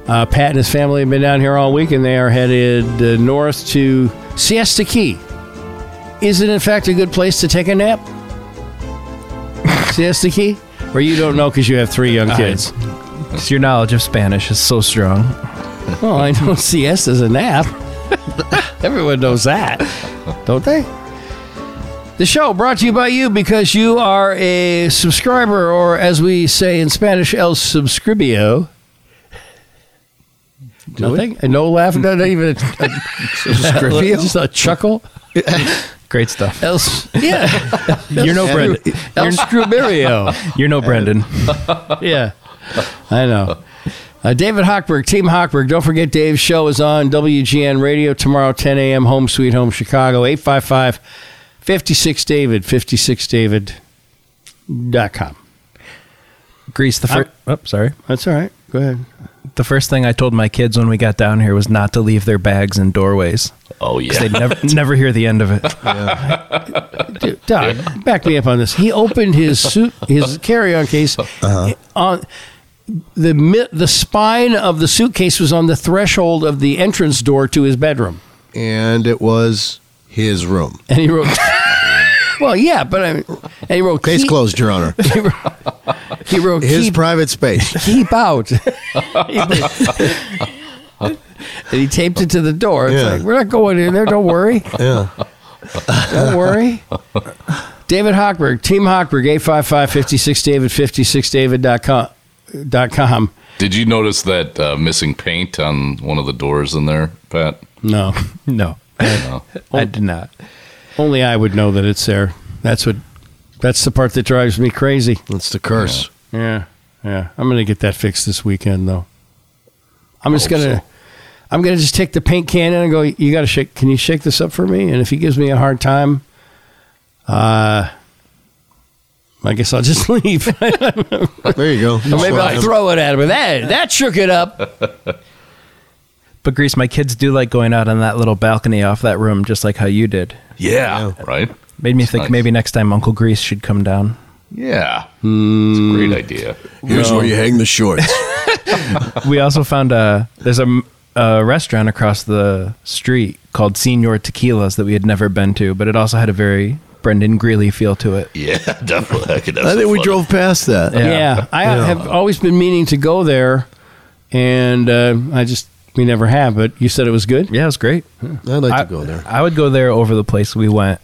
Speaker 1: Uh, Pat and his family have been down here all week, and they are headed uh, north to Siesta Key. Is it, in fact, a good place to take a nap? Siesta Key? Or you don't know because you have three young kids.
Speaker 3: Your knowledge of Spanish is so strong.
Speaker 1: Well, I know [laughs] siesta's a nap. [laughs] Everyone knows that, don't they? The show brought to you by you because you are a subscriber, or as we say in Spanish, el subscribio. Nothing? No laugh? No, not even a, a [laughs] just a chuckle?
Speaker 3: Great stuff.
Speaker 1: El, s- yeah.
Speaker 3: You're no Brendan.
Speaker 1: El subscribio.
Speaker 3: [laughs] You're
Speaker 4: Uh,
Speaker 3: no Brendan.
Speaker 1: yeah, I know. Uh, David Hochberg, Team Hochberg. Don't forget, Dave's show is on WGN Radio tomorrow, 10 a.m. Home Sweet Home Chicago, 855 56 David, 56David.com.
Speaker 3: Grease the first. Oh, sorry.
Speaker 1: That's all right. Go ahead.
Speaker 3: The first thing I told my kids when we got down here was not to leave their bags in doorways.
Speaker 4: oh yeah.
Speaker 3: They'd never
Speaker 4: [laughs]
Speaker 3: never hear the end of it.
Speaker 1: Dude, Doug, back me up on this. He opened his suit, his carry-on case on the mi- the spine of the suitcase was on the threshold of the entrance door to his bedroom.
Speaker 2: And it was his room.
Speaker 1: And he wrote, [laughs] "Well, yeah, but I mean," and he wrote,
Speaker 2: Case
Speaker 1: "Keep-
Speaker 2: closed, Your Honor.
Speaker 1: he wrote, [laughs] he wrote [laughs]
Speaker 2: His
Speaker 1: keep,
Speaker 2: [laughs] private space.
Speaker 1: keep out. and he taped it to the door. It's
Speaker 2: Yeah.
Speaker 1: like, we're not going in there. Don't worry.
Speaker 2: Yeah.
Speaker 1: Don't worry. David Hochberg, Team Hochberg, 855 56 David, 56 David.com. Dot com.
Speaker 4: Did you notice that uh, missing paint on one of the doors in there,
Speaker 1: [laughs]
Speaker 4: Pat?
Speaker 1: No, no.
Speaker 4: No.
Speaker 3: I did not.
Speaker 1: Only I would know that it's there. That's what. That's the part that drives me crazy.
Speaker 2: That's the curse.
Speaker 1: Yeah, yeah. I'm gonna get that fixed this weekend, though. I'm just
Speaker 2: Hope
Speaker 1: gonna, I'm gonna just take the paint can in and go. You gotta shake. Can you shake this up for me? And if he gives me a hard time, uh, I guess I'll just [laughs] leave.
Speaker 2: There you go.
Speaker 1: Or maybe I'll throw it at him. That that shook it up.
Speaker 3: But Grease, my kids do like going out on that little balcony off that room, just like how you did.
Speaker 4: Yeah. Right?
Speaker 3: Made me think
Speaker 4: nice.
Speaker 3: maybe next time Uncle Grease should come down.
Speaker 4: Yeah.
Speaker 1: Hmm.
Speaker 4: It's a great idea.
Speaker 2: Here's where you hang the shorts.
Speaker 3: we also found a there's a, a restaurant across the street called Senor Tequilas that we had never been to, but it also had a very Brendan Greeley feel to it.
Speaker 4: Yeah, [laughs] definitely. I, could
Speaker 2: [laughs]
Speaker 4: have
Speaker 2: I
Speaker 4: some
Speaker 2: think we
Speaker 4: fun.
Speaker 2: drove past that.
Speaker 1: Yeah,
Speaker 3: Yeah.
Speaker 1: I have always been meaning to go there, and uh, I just we never have. But you said it was good.
Speaker 3: Yeah, it was great.
Speaker 2: I'd like
Speaker 3: I,
Speaker 2: to go there.
Speaker 3: I would go there over the place we went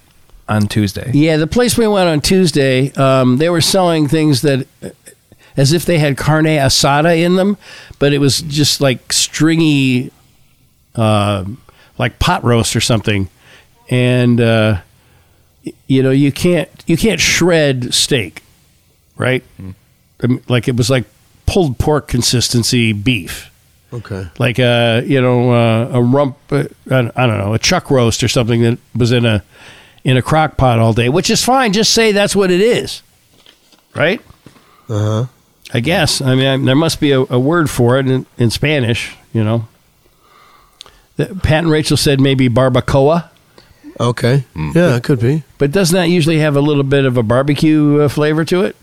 Speaker 3: on Tuesday.
Speaker 1: Yeah, the place we went on Tuesday, um, they were selling things that uh, as if they had carne asada in them, but it was just like stringy, uh, like pot roast or something, and uh, y- you know you can't you can't shred steak, right? I mean, Like it was like pulled pork consistency beef
Speaker 2: Okay.
Speaker 1: like a you know uh, a rump uh, I don't I don't know a chuck roast or something that was in a in a crock pot all day, which is fine. Just say that's what it is, right? Uh huh.
Speaker 2: Uh-huh.
Speaker 1: I guess. I mean, I, there must be a, a word for it in, in Spanish. You know, That- Pat and Rachel said maybe barbacoa,
Speaker 2: Okay.
Speaker 1: Hmm.
Speaker 2: Yeah, it could be.
Speaker 1: but doesn't that usually have a little bit of a barbecue uh, flavor to it?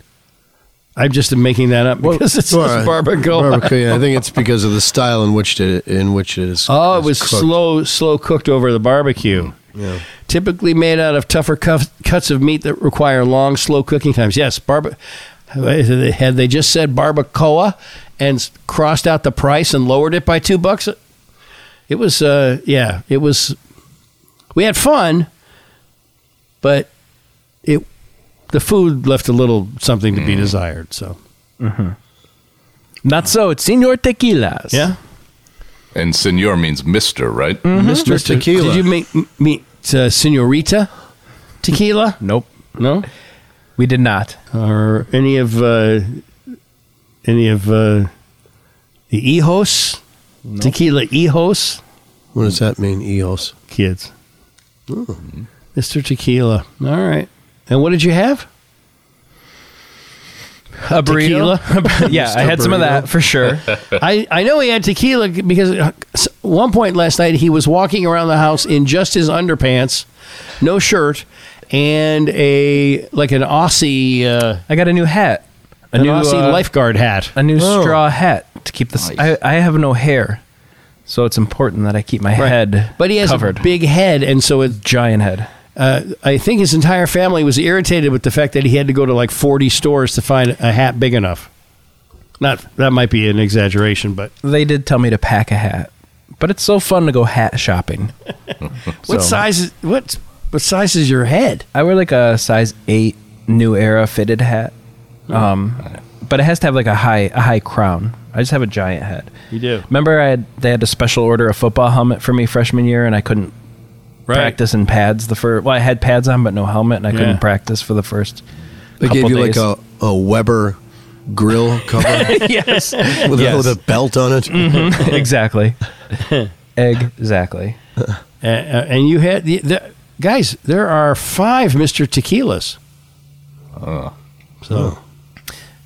Speaker 1: I'm just making that up because it says
Speaker 2: All right.
Speaker 1: barbacoa.
Speaker 2: Barbecue, yeah, I think it's because of the style in which it in which it is.
Speaker 1: Oh, it
Speaker 2: is
Speaker 1: was
Speaker 2: cooked.
Speaker 1: slow, slow cooked over the barbecue. Typically made out of tougher cuff, cuts of meat that require long, slow cooking times. Yes, barba. Had they just said barbacoa and s- crossed out the price and lowered it by two bucks, it was. Uh, yeah, it was. We had fun, but it the food left a little something to be desired. So
Speaker 3: Not so. It's Senor Tequilas.
Speaker 1: yeah,
Speaker 4: And senor means mister, right?
Speaker 1: Hmm?
Speaker 2: Mr. Tequila.
Speaker 1: Did you meet meet uh, Senorita Tequila?
Speaker 3: Nope.
Speaker 1: No.
Speaker 3: We did not.
Speaker 1: or any of uh, any of uh, the Ejos tequila Ejos
Speaker 2: what does that mean, eos?
Speaker 1: kids. Mr. Tequila. All right. And what did you have?
Speaker 3: A burrito.
Speaker 1: [laughs]
Speaker 3: [laughs] yeah, I had some of that for sure.
Speaker 1: I, I know he had tequila because at one point last night he was walking around the house in just his underpants, no shirt, and a like an Aussie uh,
Speaker 3: I got a new hat. A
Speaker 1: an
Speaker 3: new
Speaker 1: Aussie
Speaker 3: uh,
Speaker 1: lifeguard hat.
Speaker 3: a new
Speaker 2: Oh.
Speaker 3: straw hat to keep this. I, I have no hair, so it's important that I keep my
Speaker 1: Right.
Speaker 3: head.
Speaker 1: but he has
Speaker 3: covered.
Speaker 1: a big head, and so it
Speaker 3: giant head.
Speaker 1: uh, I think his entire family was irritated with the fact that he had to go to like 40 stores to find a hat big enough. Not that might be an exaggeration, but
Speaker 3: They did tell me to pack a hat, but it's so fun to go hat shopping.
Speaker 1: what
Speaker 3: So,
Speaker 1: size? Is, what what size is your head?
Speaker 3: I wear like a size eight New Era fitted hat, um, but it has to have like a high a high crown. I just have a giant head.
Speaker 1: You do
Speaker 3: Remember, I had, they had to special order a football helmet for me freshman year, and I couldn't practice in pads the first. Well, I had pads on, but no helmet, and I
Speaker 1: Yeah.
Speaker 3: couldn't practice for the first.
Speaker 2: They
Speaker 3: couple
Speaker 2: gave you
Speaker 3: days.
Speaker 2: like a, a Weber grill cover
Speaker 3: [laughs] yes,
Speaker 2: with,
Speaker 3: Yes.
Speaker 2: a, with a belt on it.
Speaker 3: Mm. exactly, exactly.
Speaker 1: Uh, uh, and you had the, the guys. There are five Mister Tequilas. so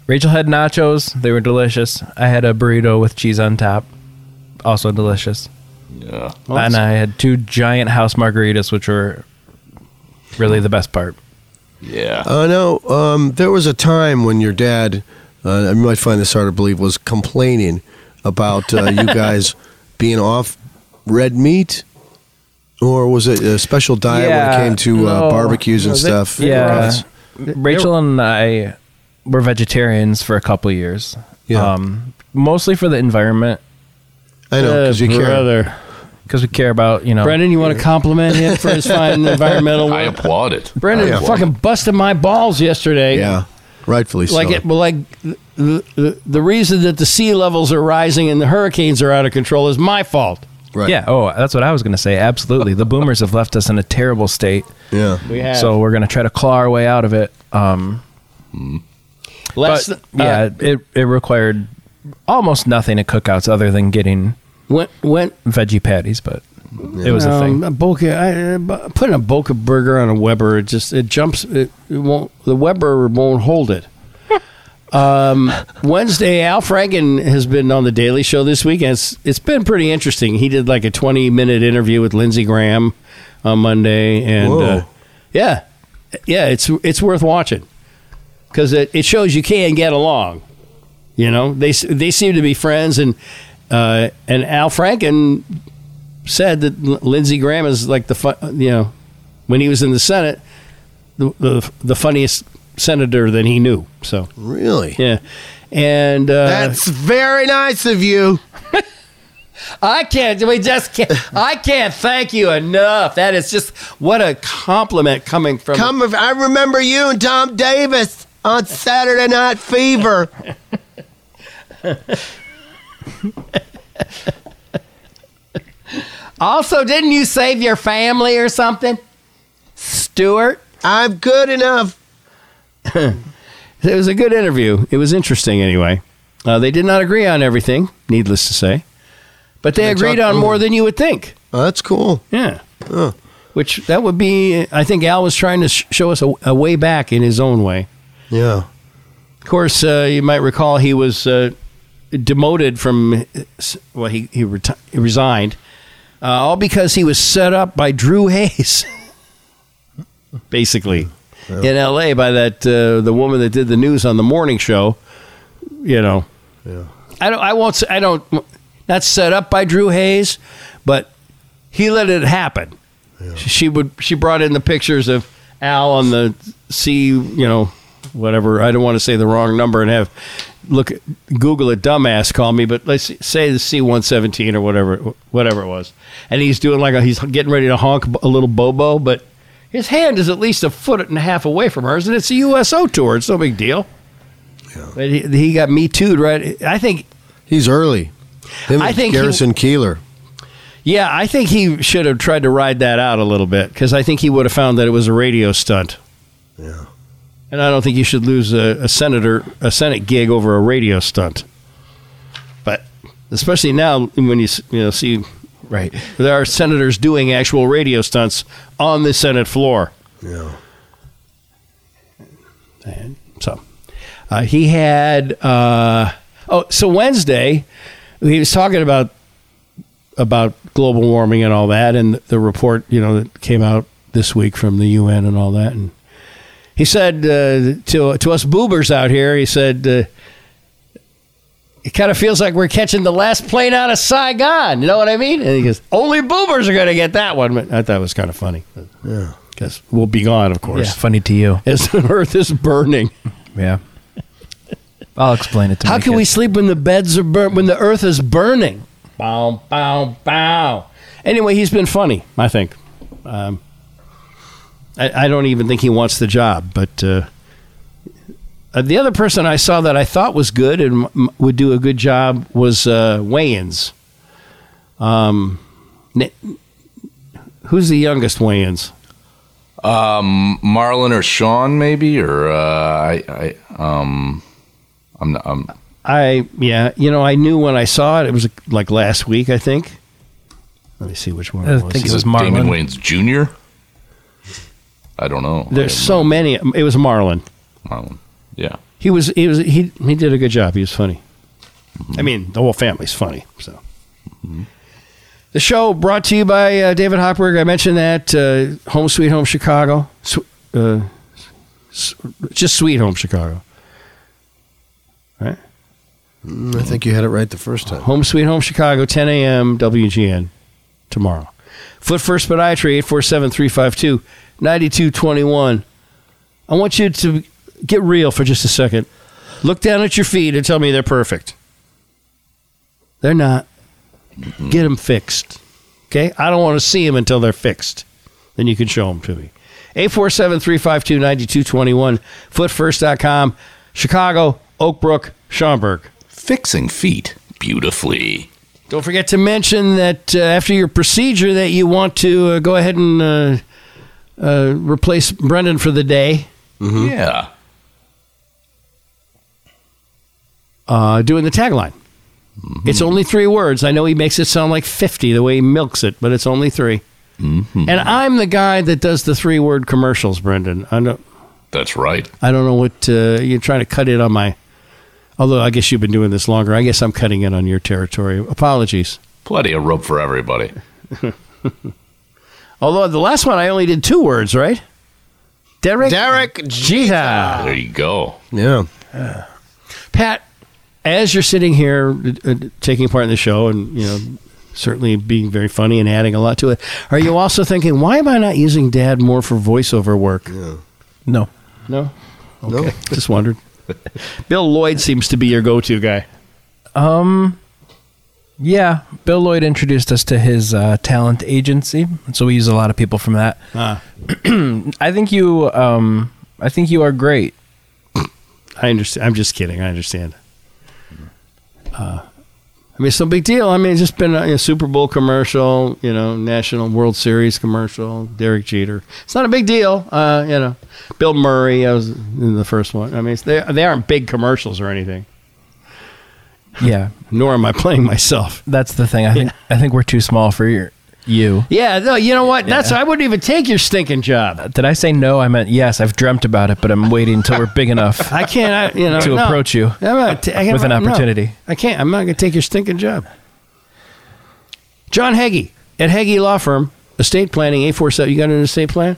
Speaker 3: Rachel had nachos. They were delicious. I had a burrito with cheese on top. Also delicious.
Speaker 4: Yeah.
Speaker 3: and I had two giant house margaritas, which were really the best part.
Speaker 4: Yeah.
Speaker 2: Uh, no, um, there was a time when your dad, uh, you might find this hard to believe, was complaining about uh, you guys being off red meat. Or was it a special diet when
Speaker 3: Yeah,
Speaker 2: it came to uh,
Speaker 3: no.
Speaker 2: barbecues and
Speaker 1: No, they-
Speaker 2: stuff?
Speaker 1: they were
Speaker 3: Yeah.
Speaker 1: Yes.
Speaker 3: Rachel and I were vegetarians for a couple years.
Speaker 2: Yeah.
Speaker 3: Um, mostly for the environment.
Speaker 2: I know, because you care.
Speaker 1: brother.
Speaker 3: because we care about you know.
Speaker 1: Brendan, you want to compliment him for his fine environmental
Speaker 4: I
Speaker 1: work?
Speaker 4: applaud it.
Speaker 1: Brendan
Speaker 4: I applaud
Speaker 1: Uh, fucking busted my balls yesterday.
Speaker 2: Yeah, rightfully
Speaker 1: Like
Speaker 2: so.
Speaker 1: it, well, like the, the, the reason that the sea levels are rising and the hurricanes are out of control is my fault.
Speaker 2: right.
Speaker 3: Yeah. Oh, that's what I was going to say. Absolutely, the boomers have left us in a terrible state.
Speaker 2: Yeah.
Speaker 1: We have
Speaker 3: So we're going to try to claw our way out of it. Um,
Speaker 1: less. uh,
Speaker 3: but yeah, it it required almost nothing at cookouts other than getting
Speaker 1: when when
Speaker 3: veggie patties, but it was a
Speaker 1: um,
Speaker 3: thing.
Speaker 1: a Boca, I, uh, bu- putting a Boca burger on a Weber, it just it jumps. It, it won't. The Weber won't hold it. Um, Wednesday, Al Franken has been on the Daily Show this week. and It's it's been pretty interesting. He did like a twenty minute interview with Lindsey Graham on Monday, and
Speaker 2: Whoa.
Speaker 1: uh, yeah, yeah, it's it's worth watching because it, it shows you can get along. You know, they s- they seem to be friends, and uh, and Al Franken said that L- Lindsey Graham is like the fu- you know when he was in the Senate, the the, the funniest senator that he knew. So
Speaker 2: Really.
Speaker 1: yeah, and uh,
Speaker 2: That's very nice of you.
Speaker 1: I can't. We just
Speaker 2: [laughs]
Speaker 1: can't. I can't thank you enough. That is just what a compliment coming from.
Speaker 2: Come, I remember you and Tom Davis on Saturday Night Fever.
Speaker 1: also, didn't you save your family or something, Stuart?
Speaker 2: I'm good enough.
Speaker 1: It was a good interview. It was interesting anyway. Uh, they did not agree on everything, needless to say, but they,
Speaker 2: They
Speaker 1: agreed
Speaker 2: talked-
Speaker 1: on more than you would think.
Speaker 2: Oh, that's cool.
Speaker 1: Yeah. Which that would be, I think Al was trying to sh- show us a, a way back in his own way.
Speaker 2: Yeah.
Speaker 1: Of course, uh, you might recall he was uh, demoted from, well, he, he, reti- he resigned, uh, all because he was set up by Drew Hayes, [laughs] basically, in L.A. by that uh, the woman that did the news on the morning show. You know, I don't. I won't. s- I don't. Not set up by Drew Hayes, but he let it happen. She would. She brought in the pictures of Al on the sea. You know, whatever. I don't want to say the wrong number and have look Google a dumbass call me, but let's say the C one seventeen or whatever whatever it was. And he's doing like a, he's getting ready to honk a little bobo, but his hand is at least a foot and a half away from hers, and it's a USO tour. It's no big deal. But he, he got me too'd right. I think
Speaker 2: He's early. Him
Speaker 1: I
Speaker 2: and
Speaker 1: think he-
Speaker 2: Garrison Keeler.
Speaker 1: Yeah, I think he should have tried to ride that out a little bit because I think he would have found that it was a radio stunt.
Speaker 2: Yeah.
Speaker 1: And I don't think you should lose a, a senator a senate gig over a radio stunt. But especially now when you s- you know see
Speaker 3: Right.
Speaker 1: there are senators doing actual radio stunts on the Senate floor.
Speaker 2: Yeah.
Speaker 1: And so uh, he had uh, oh so Wednesday he was talking about about global warming and all that and the report you know that came out this week from the UN and all that and he said uh, to to us boobers out here he said uh, it kind of feels like we're catching the last plane out of Saigon you know what I mean and he goes only boobers are going to get that one but I thought it was kind of funny
Speaker 2: Yeah.
Speaker 1: because we'll be gone of course
Speaker 3: It's funny to you.
Speaker 1: as the earth is burning. [laughs]
Speaker 3: Yeah. I'll explain it to
Speaker 1: How
Speaker 3: my
Speaker 1: can we
Speaker 3: kids.
Speaker 1: sleep when the beds are burnt when the earth is burning? Bow, bow, bow. Anyway, he's been funny, I think. Um, I, I don't even think he wants the job, but uh, uh, the other person I saw that I thought was good and m- would do a good job was uh, Wayans. Um, Ni- who's the youngest Wayans?
Speaker 4: Marlon or Sean, maybe, or uh, I, I, um, I'm, not, I'm
Speaker 1: I yeah, you know, I knew when I saw it. It was like last week, I think. Let me see which one.
Speaker 3: I
Speaker 1: It was.
Speaker 3: think
Speaker 4: is
Speaker 3: it was
Speaker 4: it Damon
Speaker 3: Marlon.
Speaker 4: Wayans Jr. I don't know. I have
Speaker 1: There's so many. It was Marlon.
Speaker 4: no- Marlon. Yeah,
Speaker 1: He was he was he he did a good job. He was funny.
Speaker 3: Mm-hmm.
Speaker 1: I mean, the whole family's funny. So. The show brought to you by uh, David Hopberg. I mentioned that uh, Home Sweet Home Chicago, Sw- uh, s- just Sweet Home Chicago, right?
Speaker 2: I think you had it right the first time.
Speaker 1: Home Sweet Home Chicago, 10 a.m. WGN tomorrow. Foot First Podiatry, 847 352 9221. I want you to get real for just a second. Look down at your feet and tell me they're perfect. They're not. Get them fixed. Okay? I don't want to see them until they're fixed. Then you can show them to me. 847 352 9221, footfirst.com, Chicago, Oak Brook, Schaumburg.
Speaker 4: Fixing feet beautifully.
Speaker 1: Don't forget to mention that uh, after your procedure that you want to uh, go ahead and uh, uh, replace Brendan for the day.
Speaker 4: Yeah.
Speaker 1: uh, doing the tagline. It's only three words. I know he makes it sound like 50 the way he milks it, but it's only 3 And I'm the guy that does the three word commercials, Brendan. I don't,
Speaker 4: That's right.
Speaker 1: I don't know what uh, you're trying to cut it on my. Although I guess you've been doing this longer. I guess I'm cutting it on your territory. Apologies.
Speaker 4: Plenty of rope for everybody.
Speaker 1: Although the last one I only did two words, right? Derek.
Speaker 2: Derek
Speaker 1: Jeter.
Speaker 4: There you go.
Speaker 2: Yeah.
Speaker 1: Pat, as you're sitting here uh, taking part in the show and, you know, certainly being very funny and adding a lot to it, are you also thinking, why am I not using dad more for voiceover work?
Speaker 3: No.
Speaker 1: No? Okay. Just [laughs] wondered. Bill Lloyd seems to be your go to guy.
Speaker 3: Yeah, Bill Lloyd introduced us to his uh, talent agency, so we use a lot of people from that.
Speaker 1: Ah.
Speaker 3: I think you, um, I think you are great.
Speaker 1: I understand. I'm just kidding. I understand. Uh, I mean, it's no big deal. I mean, it's just been a, a Super Bowl commercial, you know, National World Series commercial, Derek Jeter. It's not a big deal. Uh, you know, Bill Murray, I was in the first one. I mean, it's, they, they aren't big commercials or anything,
Speaker 3: Yeah,
Speaker 1: nor am I playing myself.
Speaker 3: that's the thing. I think I think we're too small for your, you.
Speaker 1: Yeah, no, you know what? That's I wouldn't even take your stinking job.
Speaker 3: Did I say no? I meant yes. I've dreamt about it, but I'm waiting until we're big enough
Speaker 1: [laughs] I can't, I, you know,
Speaker 3: to
Speaker 1: no.
Speaker 3: approach you
Speaker 1: I'm not ta- I
Speaker 3: with an
Speaker 1: can't- no.
Speaker 3: opportunity.
Speaker 1: I can't. I'm not going to take your stinking job. John Heggie at Heggie Law Firm, estate planning, 847. You got an estate plan?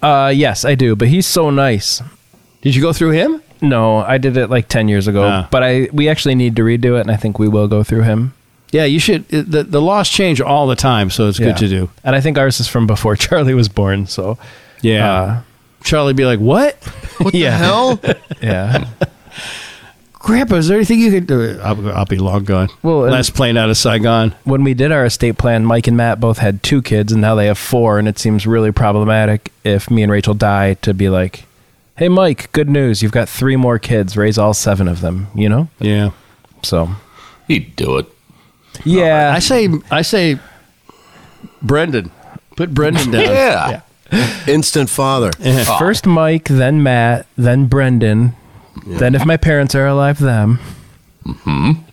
Speaker 3: Uh, yes, I do, but he's so nice.
Speaker 1: Did you go through him?
Speaker 3: No, I did it like ten years ago,
Speaker 1: Ah.
Speaker 3: but I we actually need to redo it, and I think we will go through him.
Speaker 1: Yeah, you should. it- The, the laws change all the time, so it's
Speaker 3: Yeah.
Speaker 1: good to do.
Speaker 3: and I think ours is from before [laughs] Charlie was born. So
Speaker 1: Yeah.
Speaker 3: uh,
Speaker 1: Charlie be like, what?
Speaker 2: What the hell?
Speaker 3: yeah,
Speaker 1: Grandpa, is there anything you could do? I'll, I'll be long gone.
Speaker 3: Well, and-
Speaker 1: Last plane out of Saigon.
Speaker 3: when we did our estate plan, Mike and Matt both had two kids, and now they have four, and it seems really problematic if me and Rachel die to be like, "Hey, Mike, good news! You've got three more kids. Raise all seven of them." You know,
Speaker 1: Yeah.
Speaker 3: so
Speaker 4: He'd do it.
Speaker 3: yeah,
Speaker 1: I say, I say, Brendan. Put Brendan down.
Speaker 4: Yeah.
Speaker 2: [laughs] Instant father.
Speaker 3: First Mike, then Matt, then Brendan. Then if my parents are alive, them.
Speaker 4: Oh,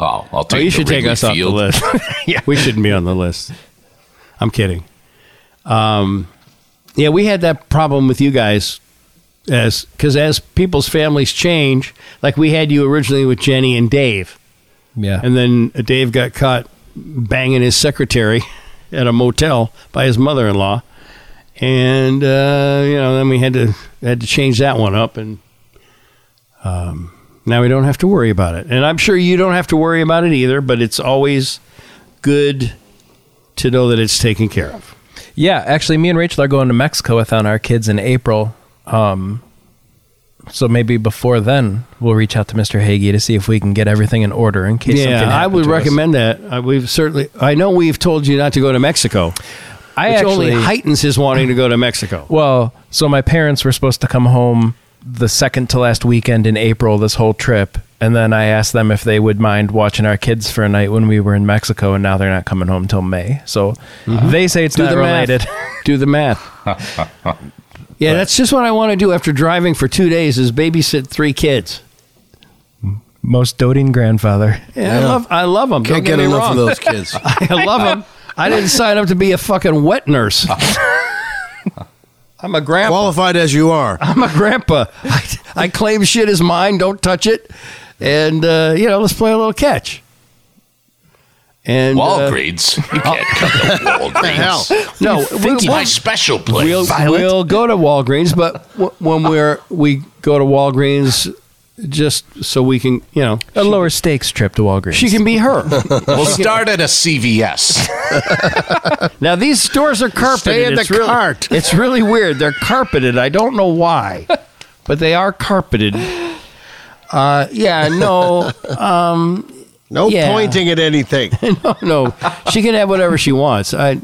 Speaker 4: I'll
Speaker 1: Oh, you
Speaker 4: take. the
Speaker 1: should take
Speaker 4: Wrigley
Speaker 1: us [laughs]
Speaker 4: Field.
Speaker 1: off the list. yeah, we shouldn't be on the list. I'm kidding. Um, yeah, we had that problem with you guys, as because as people's families change, like we had you originally with Jenny and Dave,
Speaker 3: Yeah.
Speaker 1: and then Dave got caught banging his secretary at a motel by his mother-in-law, and uh, you know then we had to had to change that one up, and um, now we don't have to worry about it. And I'm sure you don't have to worry about it either, but it's always good to know that it's taken care of.
Speaker 3: Yeah, actually, me and Rachel are going to Mexico with on our kids in April. Um, so maybe before then, we'll reach out to Mr. Hagee to see if we can get everything in order in case. something
Speaker 1: Yeah, I
Speaker 3: happened
Speaker 1: would
Speaker 3: to us.
Speaker 1: recommend that. Uh, we've certainly, I know we've told you not to go to Mexico, which
Speaker 3: I actually.
Speaker 1: only heightens his wanting to go to Mexico.
Speaker 3: well, so my parents were supposed to come home the second to last weekend in April. This whole trip, and then I asked them if they would mind watching our kids for a night when we were in Mexico, and now they're not coming home till May. So they say it's
Speaker 1: Mm-hmm. Do
Speaker 3: not
Speaker 1: the math.
Speaker 3: related. [laughs]
Speaker 1: do the
Speaker 2: [laughs]
Speaker 1: math. yeah, that's just what I want to do after driving for two days is babysit three kids.
Speaker 3: Most doting grandfather.
Speaker 1: Yeah, I
Speaker 2: Yeah.
Speaker 1: love I love them.
Speaker 2: Can't
Speaker 1: Don't get,
Speaker 2: get
Speaker 1: me
Speaker 2: enough
Speaker 1: wrong.
Speaker 2: of those [laughs] kids.
Speaker 1: [laughs] I love them. I didn't sign up to be a fucking wet
Speaker 2: [laughs]
Speaker 1: nurse. I'm a grandpa.
Speaker 2: Qualified as you are.
Speaker 1: I'm a grandpa. I, I claim shit is mine. Don't touch it. And uh, you know, let's play a little catch. And uh,
Speaker 4: Walgreens.
Speaker 1: [laughs]
Speaker 4: you can't come to Walgreens.
Speaker 1: no,
Speaker 4: It's
Speaker 1: we-
Speaker 4: my special place.
Speaker 1: We'll, we'll go to Walgreens, but w- when we're we go to Walgreens just so we can, you know,
Speaker 3: [laughs] A lower stakes trip to Walgreens.
Speaker 1: she can be
Speaker 2: [laughs]
Speaker 1: her.
Speaker 4: We'll start at a CVS.
Speaker 1: now these stores are carpeted.
Speaker 2: Stay in the
Speaker 1: it's really, [laughs]
Speaker 2: cart.
Speaker 1: It's really weird. They're carpeted. I don't know why,
Speaker 2: [laughs]
Speaker 1: but they are carpeted. Uh, yeah, no. Um,
Speaker 2: No
Speaker 1: Yeah.
Speaker 2: pointing at [laughs] anything.
Speaker 1: no, no, she can have whatever she wants. I,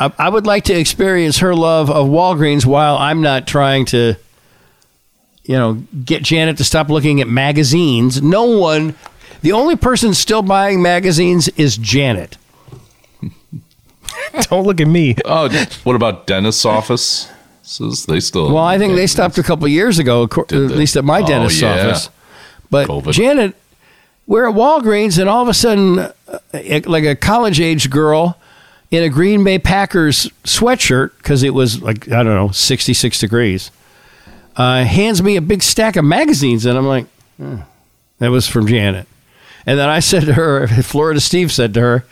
Speaker 1: I, I would like to experience her love of Walgreens while I'm not trying to, you know, get Janet to stop looking at magazines. No one, the only person still buying magazines is Janet.
Speaker 3: Don't look at me.
Speaker 4: [laughs] Oh, what about dentist's office? Says they still.
Speaker 1: Well, I think they stopped a couple years ago, acco-
Speaker 4: Did
Speaker 1: at
Speaker 4: they?
Speaker 1: least at my
Speaker 4: Oh,
Speaker 1: dentist's
Speaker 4: yeah.
Speaker 1: office. But
Speaker 4: COVID.
Speaker 1: Janet, we're at Walgreens, and all of a sudden, uh, it- like a college age girl in a Green Bay Packers sweatshirt, because it was like, I don't know, 66 degrees, uh, hands me a big stack of magazines. And I'm like, "Huh." that was from Janet. And then I said to her, [laughs] Florida Steve said to her,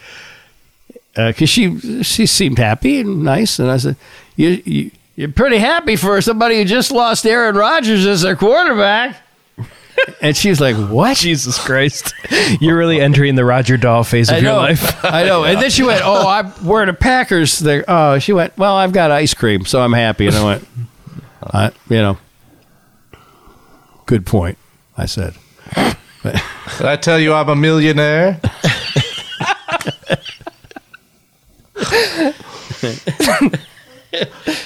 Speaker 1: because she she seemed happy and nice, and I said, "You you you're pretty happy for somebody who just lost Aaron Rodgers as their quarterback." and she was like, "What?"
Speaker 3: Jesus [laughs] Christ. You're really entering the Roger Dahl phase of
Speaker 1: I
Speaker 3: your
Speaker 1: know, [laughs]
Speaker 3: life.
Speaker 1: I know. And then she went, "Oh, I'm we're the Packers." Thing. Oh, she went, "Well, I've got ice cream, so I'm happy." And I
Speaker 4: [laughs]
Speaker 1: went,
Speaker 4: Uh-huh.
Speaker 1: I, "You know, good point," I said.
Speaker 4: Did I tell you I'm a [laughs] millionaire?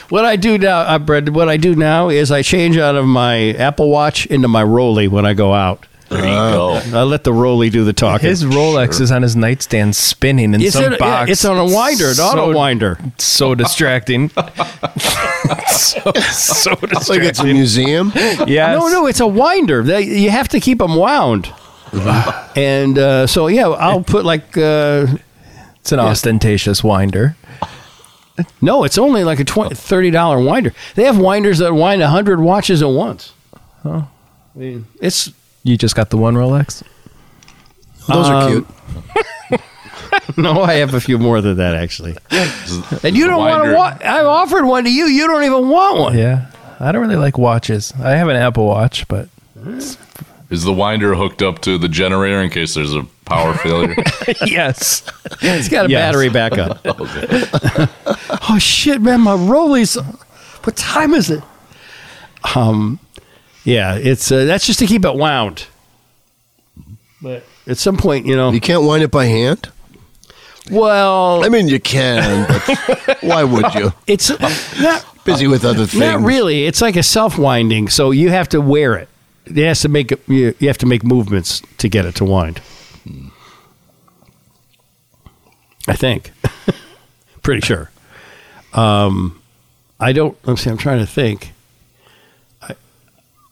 Speaker 1: What I do now, uh, Brad, what I do now is I change out of my Apple Watch into my Roly when I go out.
Speaker 4: There you go.
Speaker 1: I let the Roly do the talking.
Speaker 3: His Rolex is on his nightstand spinning in
Speaker 1: It's
Speaker 3: some
Speaker 1: in-
Speaker 3: box.
Speaker 1: yeah, it's on a winder, an auto winder. [laughs]
Speaker 3: So distracting. so, so
Speaker 2: It's like it's a
Speaker 3: distracting.
Speaker 2: museum.
Speaker 3: Yes.
Speaker 1: No, no, it's a winder. They, you have to keep them [laughs] wound. and uh, so, yeah, I'll put like uh,
Speaker 3: It's an ostentatious winder.
Speaker 1: no, it's only like a 20, thirty dollar winder. They have winders that wind hundred watches at once. Oh, it's
Speaker 3: You just got the one Rolex?
Speaker 2: Those are cute.
Speaker 1: no. I have a few more than that actually. And you don't want to
Speaker 4: Winder.
Speaker 1: want. I offered one to you. You don't even want one.
Speaker 3: Yeah. I don't really like watches. I have an Apple Watch, but
Speaker 4: Is the winder hooked up to the generator in case there's a power [laughs] failure?
Speaker 3: yes.
Speaker 1: It's got a
Speaker 3: Yes.
Speaker 1: battery [laughs] backup. [laughs] oh shit, man, my Rollies. What time is it? Um, yeah, it's uh, that's just to keep it wound. But at some point, you know,
Speaker 2: You can't wind it by hand.
Speaker 1: well,
Speaker 2: I mean, you can,
Speaker 1: [laughs]
Speaker 2: but why would you?
Speaker 1: it's not
Speaker 2: Busy with other things.
Speaker 1: not really. It's like a self winding, so you have to wear it. It has to make you, you have to make movements to get it to wind. I think. [laughs] Pretty sure. Um, I don't. Let's see. I'm trying to think. I,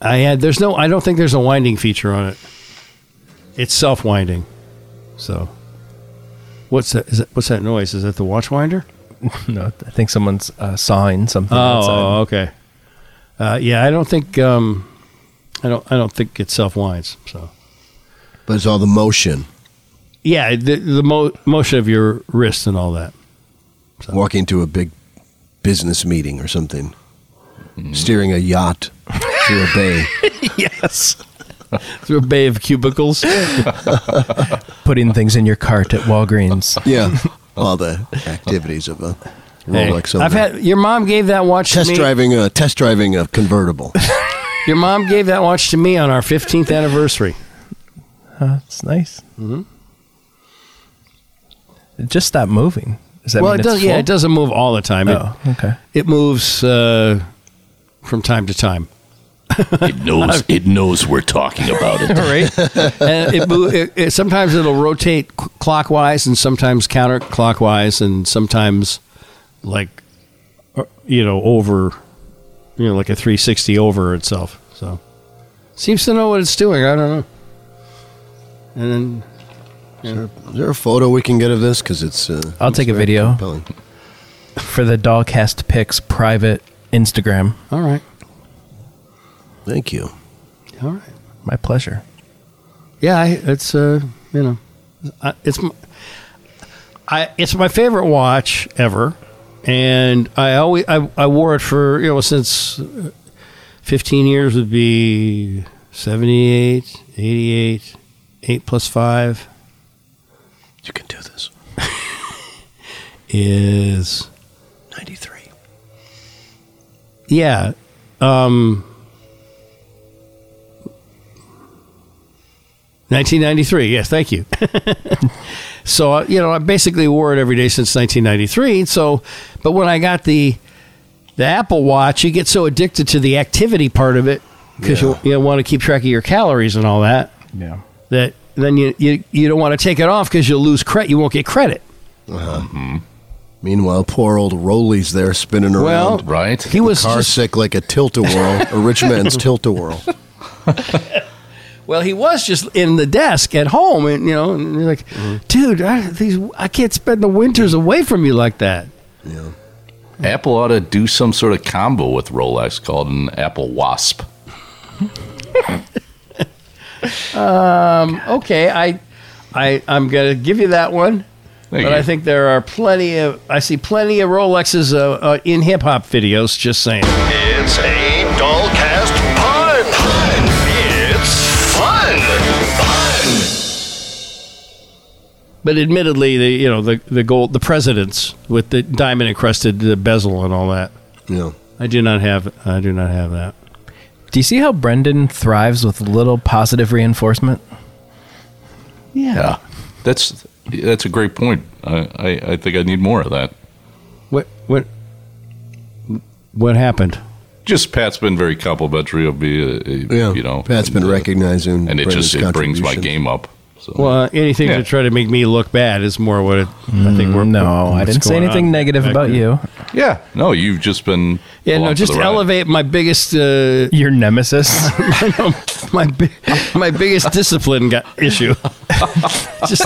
Speaker 1: I had. There's no. I don't think there's a winding feature on it. It's self winding. So. What's that? Is that? What's that noise? Is that the watch winder?
Speaker 3: [laughs] No, I think someone's uh, sawing something.
Speaker 1: Oh, okay. Uh, yeah, I don't think um, I don't I don't think it self winds. So
Speaker 2: But it's all the motion.
Speaker 1: yeah, the, the mo- motion of your wrist and all that.
Speaker 2: Walking to a big business meeting or something.
Speaker 1: Mm-hmm.
Speaker 2: Steering a yacht through a
Speaker 1: [laughs]
Speaker 2: bay.
Speaker 3: yes. [laughs]
Speaker 1: Through a bay of cubicles.
Speaker 3: Putting things in your cart at Walgreens.
Speaker 2: Yeah. All the activities of a
Speaker 1: Hey,
Speaker 2: Rolex. owner.
Speaker 1: I've had your mom gave that watch
Speaker 2: test
Speaker 1: to me.
Speaker 2: driving a test driving a convertible.
Speaker 1: Your mom gave that watch to me on our 15th anniversary.
Speaker 3: Huh, it's nice. It just stopped moving. Does that
Speaker 1: well, it
Speaker 3: mean it's
Speaker 1: does. Yeah,
Speaker 3: full?
Speaker 1: it doesn't move all the time. It-
Speaker 3: Oh, okay.
Speaker 1: It, moves uh, from time to time.
Speaker 4: It knows. It knows we're talking about it.
Speaker 3: All right.
Speaker 1: and it, mo- it, it sometimes it'll rotate c- clockwise and sometimes counterclockwise and sometimes like uh, you know over you know like a 360 over itself so seems to know what it's doing i don't know and then
Speaker 2: Is there a photo we can get of this? Because it's. Uh,
Speaker 3: I'll take a
Speaker 2: it's very
Speaker 3: video.
Speaker 2: compelling.
Speaker 3: For the Dollcast Picks private Instagram.
Speaker 1: all right
Speaker 2: Thank you.
Speaker 1: all right
Speaker 3: My pleasure.
Speaker 1: yeah I, it's uh you know I, it's m- I it's my favorite watch ever and I always I, I wore it for you know since uh, 15 years would be 78 88 8 plus 5
Speaker 2: You can do this.
Speaker 1: is
Speaker 2: Ninety three.
Speaker 1: yeah um 1993. Yes, thank you. [laughs] so uh, you know, I basically wore it every day since 1993. So, but when I got the the Apple Watch, you get so addicted to the activity part of it because you, you want to keep track of your calories and all that
Speaker 3: Yeah.
Speaker 1: that then you you, you don't want to take it off because you'll lose credit. You won't get credit.
Speaker 2: Meanwhile, poor old Rolly's there spinning around.
Speaker 1: Well,
Speaker 4: Right?
Speaker 1: He was
Speaker 2: car
Speaker 1: just,
Speaker 2: sick like a tilt-a-whirl, a
Speaker 1: [laughs]
Speaker 2: rich man's tilt-a-whirl.
Speaker 1: well, he was just in the desk at home, and you know, and you're like,
Speaker 4: Mm-hmm.
Speaker 1: dude, I, these I can't spend the winters away from you like that.
Speaker 4: Apple ought to do some sort of combo with Rolex called an Apple Wasp.
Speaker 1: Okay, I, I, I'm gonna give you that one.
Speaker 4: Thank
Speaker 1: but
Speaker 4: you.
Speaker 1: I think there are plenty of I see plenty of Rolexes uh, uh, in hip hop videos. Just saying.
Speaker 5: It's a Dollcast pun. Pun. It's fun. Fun.
Speaker 1: But admittedly, the you know the the gold the presidents with the diamond encrusted uh, bezel and all that.
Speaker 2: Yeah.
Speaker 1: I do not have I do not have that.
Speaker 3: Do you see how Brendan thrives with little positive reinforcement?
Speaker 4: Yeah, that's that's a great point. I, I, I think I need more of that.
Speaker 1: What what what happened?
Speaker 4: Just Pat's been very complimentary of me. Uh, uh,
Speaker 2: Yeah.
Speaker 4: you know,
Speaker 2: Pat's been
Speaker 4: and, uh,
Speaker 2: recognizing
Speaker 4: and it
Speaker 2: Brendan's
Speaker 4: just it brings my
Speaker 2: contributions.
Speaker 4: game up. So
Speaker 1: Well, uh, anything
Speaker 4: Yeah.
Speaker 1: to try to make me look bad is more what it, I think. We're,
Speaker 3: Mm, No, I
Speaker 1: what's
Speaker 3: didn't say
Speaker 1: going
Speaker 3: anything
Speaker 1: on
Speaker 3: negative
Speaker 1: back
Speaker 3: about
Speaker 1: there.
Speaker 3: you.
Speaker 4: yeah, no, you've just been
Speaker 1: Yeah,
Speaker 4: along
Speaker 1: no,
Speaker 4: for
Speaker 1: just
Speaker 4: the ride.
Speaker 1: elevate my biggest uh, [laughs]
Speaker 3: Your nemesis.
Speaker 1: my bi- my biggest discipline gu issue. [laughs] just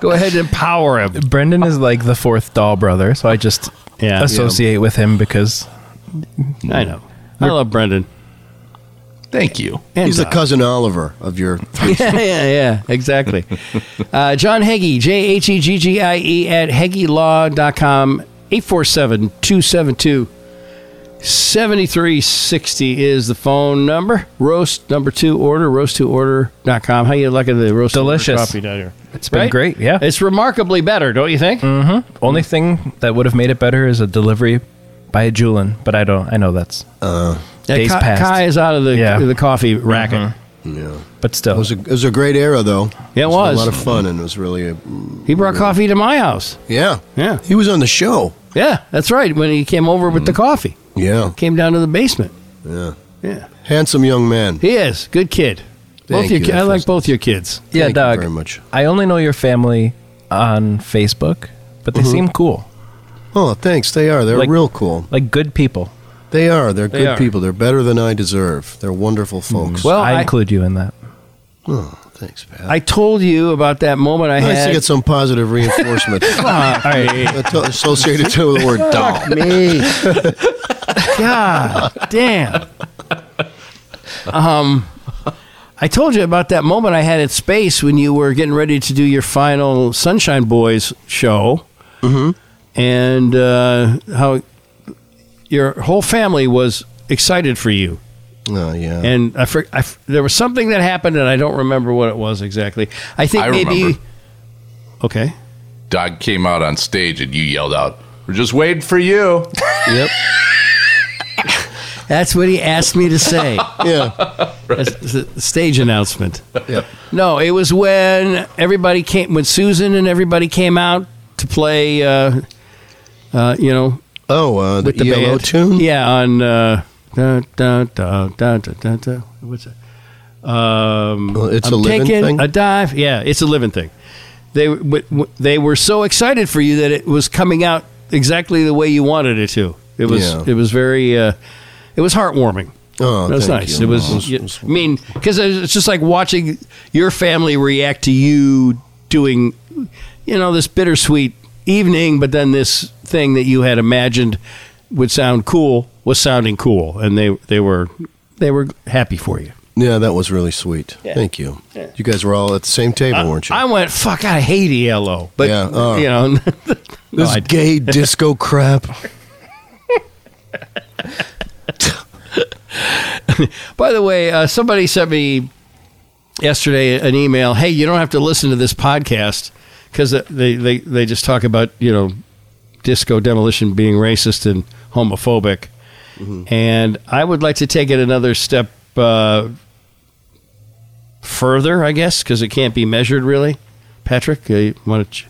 Speaker 1: go ahead and empower him.
Speaker 3: Brendan is like the fourth doll brother, so I just
Speaker 1: Yeah.
Speaker 3: associate with him because
Speaker 1: I know. I love Brendan.
Speaker 4: Thank you.
Speaker 1: And
Speaker 2: He's the
Speaker 1: Doc.
Speaker 2: cousin Oliver of your
Speaker 1: [laughs] yeah, yeah, yeah, exactly. Uh, John Heggie, J H E G G I E at HeggieLaw.com, 847 272 7360 is the phone number. Roast number two order, roast2order.com. How you liking the roast
Speaker 3: Delicious.
Speaker 1: coffee down here?
Speaker 3: it's been great. Yeah. Mm.
Speaker 1: It's remarkably better, don't you think?
Speaker 3: Only
Speaker 1: Mm.
Speaker 3: thing that would have made it better is a delivery by a Julin, but I don't. I know that's.
Speaker 2: uh,
Speaker 1: Yeah,
Speaker 3: Days
Speaker 1: Ka-
Speaker 3: past.
Speaker 1: Kai is out of the,
Speaker 3: Yeah. Mm-hmm.
Speaker 1: the coffee racket.
Speaker 3: Uh-huh. But still,
Speaker 2: It was a, it was a great era, though.
Speaker 1: Yeah, it
Speaker 2: a
Speaker 1: was.
Speaker 2: lot of fun, and it was really a,
Speaker 1: He brought coffee to my house.
Speaker 2: yeah,
Speaker 1: Yeah.
Speaker 2: He was on the show.
Speaker 1: Yeah, that's right. When he came over with the
Speaker 3: Mm-hmm.
Speaker 1: coffee,
Speaker 2: Yeah,
Speaker 1: came down to the basement. Yeah.
Speaker 2: handsome young man.
Speaker 1: He is good kid. both
Speaker 2: Thank
Speaker 1: your
Speaker 2: you,
Speaker 1: ki- I
Speaker 2: that
Speaker 1: like
Speaker 2: first-
Speaker 1: both your kids.
Speaker 3: yeah,
Speaker 2: Thank you
Speaker 3: Doug.
Speaker 2: very much.
Speaker 3: I only know your family on Facebook, but
Speaker 1: Mm-hmm.
Speaker 3: they seem cool,
Speaker 2: Oh, thanks. They are. They're
Speaker 3: Like-
Speaker 2: real cool.
Speaker 3: like good people.
Speaker 2: They are. They're good
Speaker 1: are. Mm-hmm.
Speaker 2: people. They're better than I deserve. They're wonderful folks.
Speaker 1: Well,
Speaker 3: I,
Speaker 1: I,
Speaker 3: include you in that.
Speaker 2: oh, thanks, Pat.
Speaker 1: I told you about that moment I
Speaker 2: nice to
Speaker 1: had. Ah,
Speaker 2: get some positive
Speaker 1: [laughs]
Speaker 2: reinforcement That's [laughs] associated to the word doll.
Speaker 1: [laughs] me. God damn. Um, I told you about that moment I had at Space when you were getting ready to do your final Sunshine Boys show, mm-hmm. and uh, how your whole family was excited for you.
Speaker 2: Oh, yeah.
Speaker 1: and I, fr- I fr- there was something that happened and I don't remember what it was exactly. I think
Speaker 4: I
Speaker 1: maybe
Speaker 4: remember.
Speaker 1: okay.
Speaker 4: Doug came out on stage and you yelled out, "We're just waiting for you."
Speaker 2: yep.
Speaker 1: That's what he asked me to
Speaker 4: [laughs]
Speaker 1: say.
Speaker 2: Yeah.
Speaker 1: That's the stage announcement.
Speaker 2: Yeah.
Speaker 1: No, it was when everybody came when Susan and everybody came out to play uh, uh, you know
Speaker 2: Oh, uh, the,
Speaker 1: with the
Speaker 2: ELO
Speaker 1: band.
Speaker 2: tune.
Speaker 1: Yeah, on uh, da, da, da, da, da, da, da. what's that? Um,
Speaker 2: Well, It's
Speaker 1: I'm
Speaker 2: a living
Speaker 1: taking
Speaker 2: thing.
Speaker 1: a dive. Yeah, it's a living thing. They w- w- they were so excited for you that it was coming out exactly the way you wanted it to. It was
Speaker 2: Yeah.
Speaker 1: it was very uh, it was heartwarming.
Speaker 2: Oh,
Speaker 1: That was
Speaker 2: thank
Speaker 1: nice.
Speaker 2: you.
Speaker 1: It was, you- I mean, because it's just like watching your family react to you doing, you know, this bittersweet evening, but then this thing that you had imagined would sound cool was sounding cool, and they they were they were happy for you.
Speaker 2: Yeah, that was really sweet. Thank you. You guys were all at the same table, weren't you?
Speaker 1: I went, fuck, I hate ELO, but
Speaker 2: Yeah, uh,
Speaker 1: you know, [laughs]
Speaker 2: this gay disco crap.
Speaker 1: By the way, uh, somebody sent me yesterday an email. Hey, you don't have to listen to this podcast because they, they, they just talk about you know disco demolition being racist and homophobic,
Speaker 3: Mm-hmm.
Speaker 1: and I would like to take it another step uh, further, I guess, because it can't be measured really. Patrick, uh, you want to ch-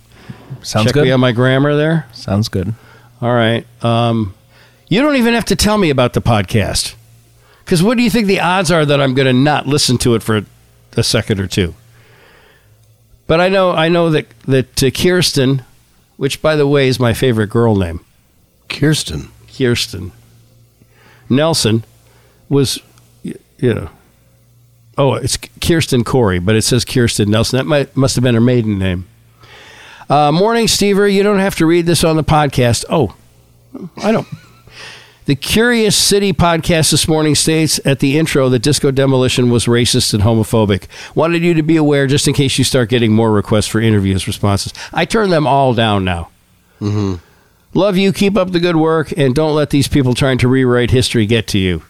Speaker 3: Sounds
Speaker 1: check
Speaker 3: good.
Speaker 1: me on my grammar there?
Speaker 3: Sounds good.
Speaker 1: All right. Um, you don't even have to tell me about the podcast. Because what do you think the odds are that I'm going to not listen to it for a second or two? But I know, I know that that uh, Kirsten, which by the way is my favorite girl name,
Speaker 2: Kirsten.
Speaker 1: Kirsten Nelson, was y- you know, oh, it's Kirsten Corey, but it says Kirsten Nelson. That might, must have been her maiden name. Uh, morning, Stever. You don't have to read this on the podcast. Oh, I don't. The Curious City podcast this morning states at the intro that Disco Demolition was racist and homophobic. Wanted you to be aware just in case you start getting more requests for interviews responses. I turn them all down now. Mm-hmm. Love you. Keep up the good work, and don't let these people trying to rewrite history get to you.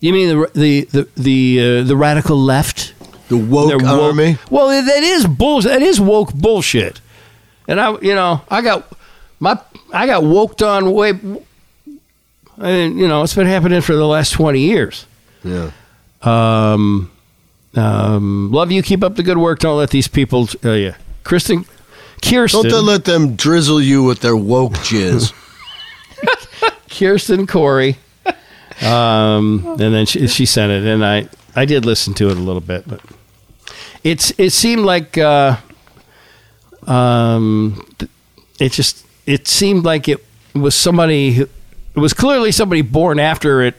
Speaker 1: You mean the the the the, uh, the radical left?
Speaker 2: The woke
Speaker 1: They're woke-
Speaker 2: army.
Speaker 1: Well, that is bullshit. That is woke bullshit. And I, you know, I got my, I got woked on way. I mean, you know, it's been happening for the last twenty years.
Speaker 2: Yeah.
Speaker 1: Um, um, love you. Keep up the good work. Don't let these people. Uh, yeah, Kristen, Kirsten,
Speaker 2: Don't let them drizzle you with their
Speaker 1: [laughs]
Speaker 2: woke jizz.
Speaker 1: Kirsten Corey. Um, and then she, she sent it, and I, I did listen to it a little bit, but it's it seemed like uh, um, th- it just it seemed like it was somebody who, it was clearly somebody born after it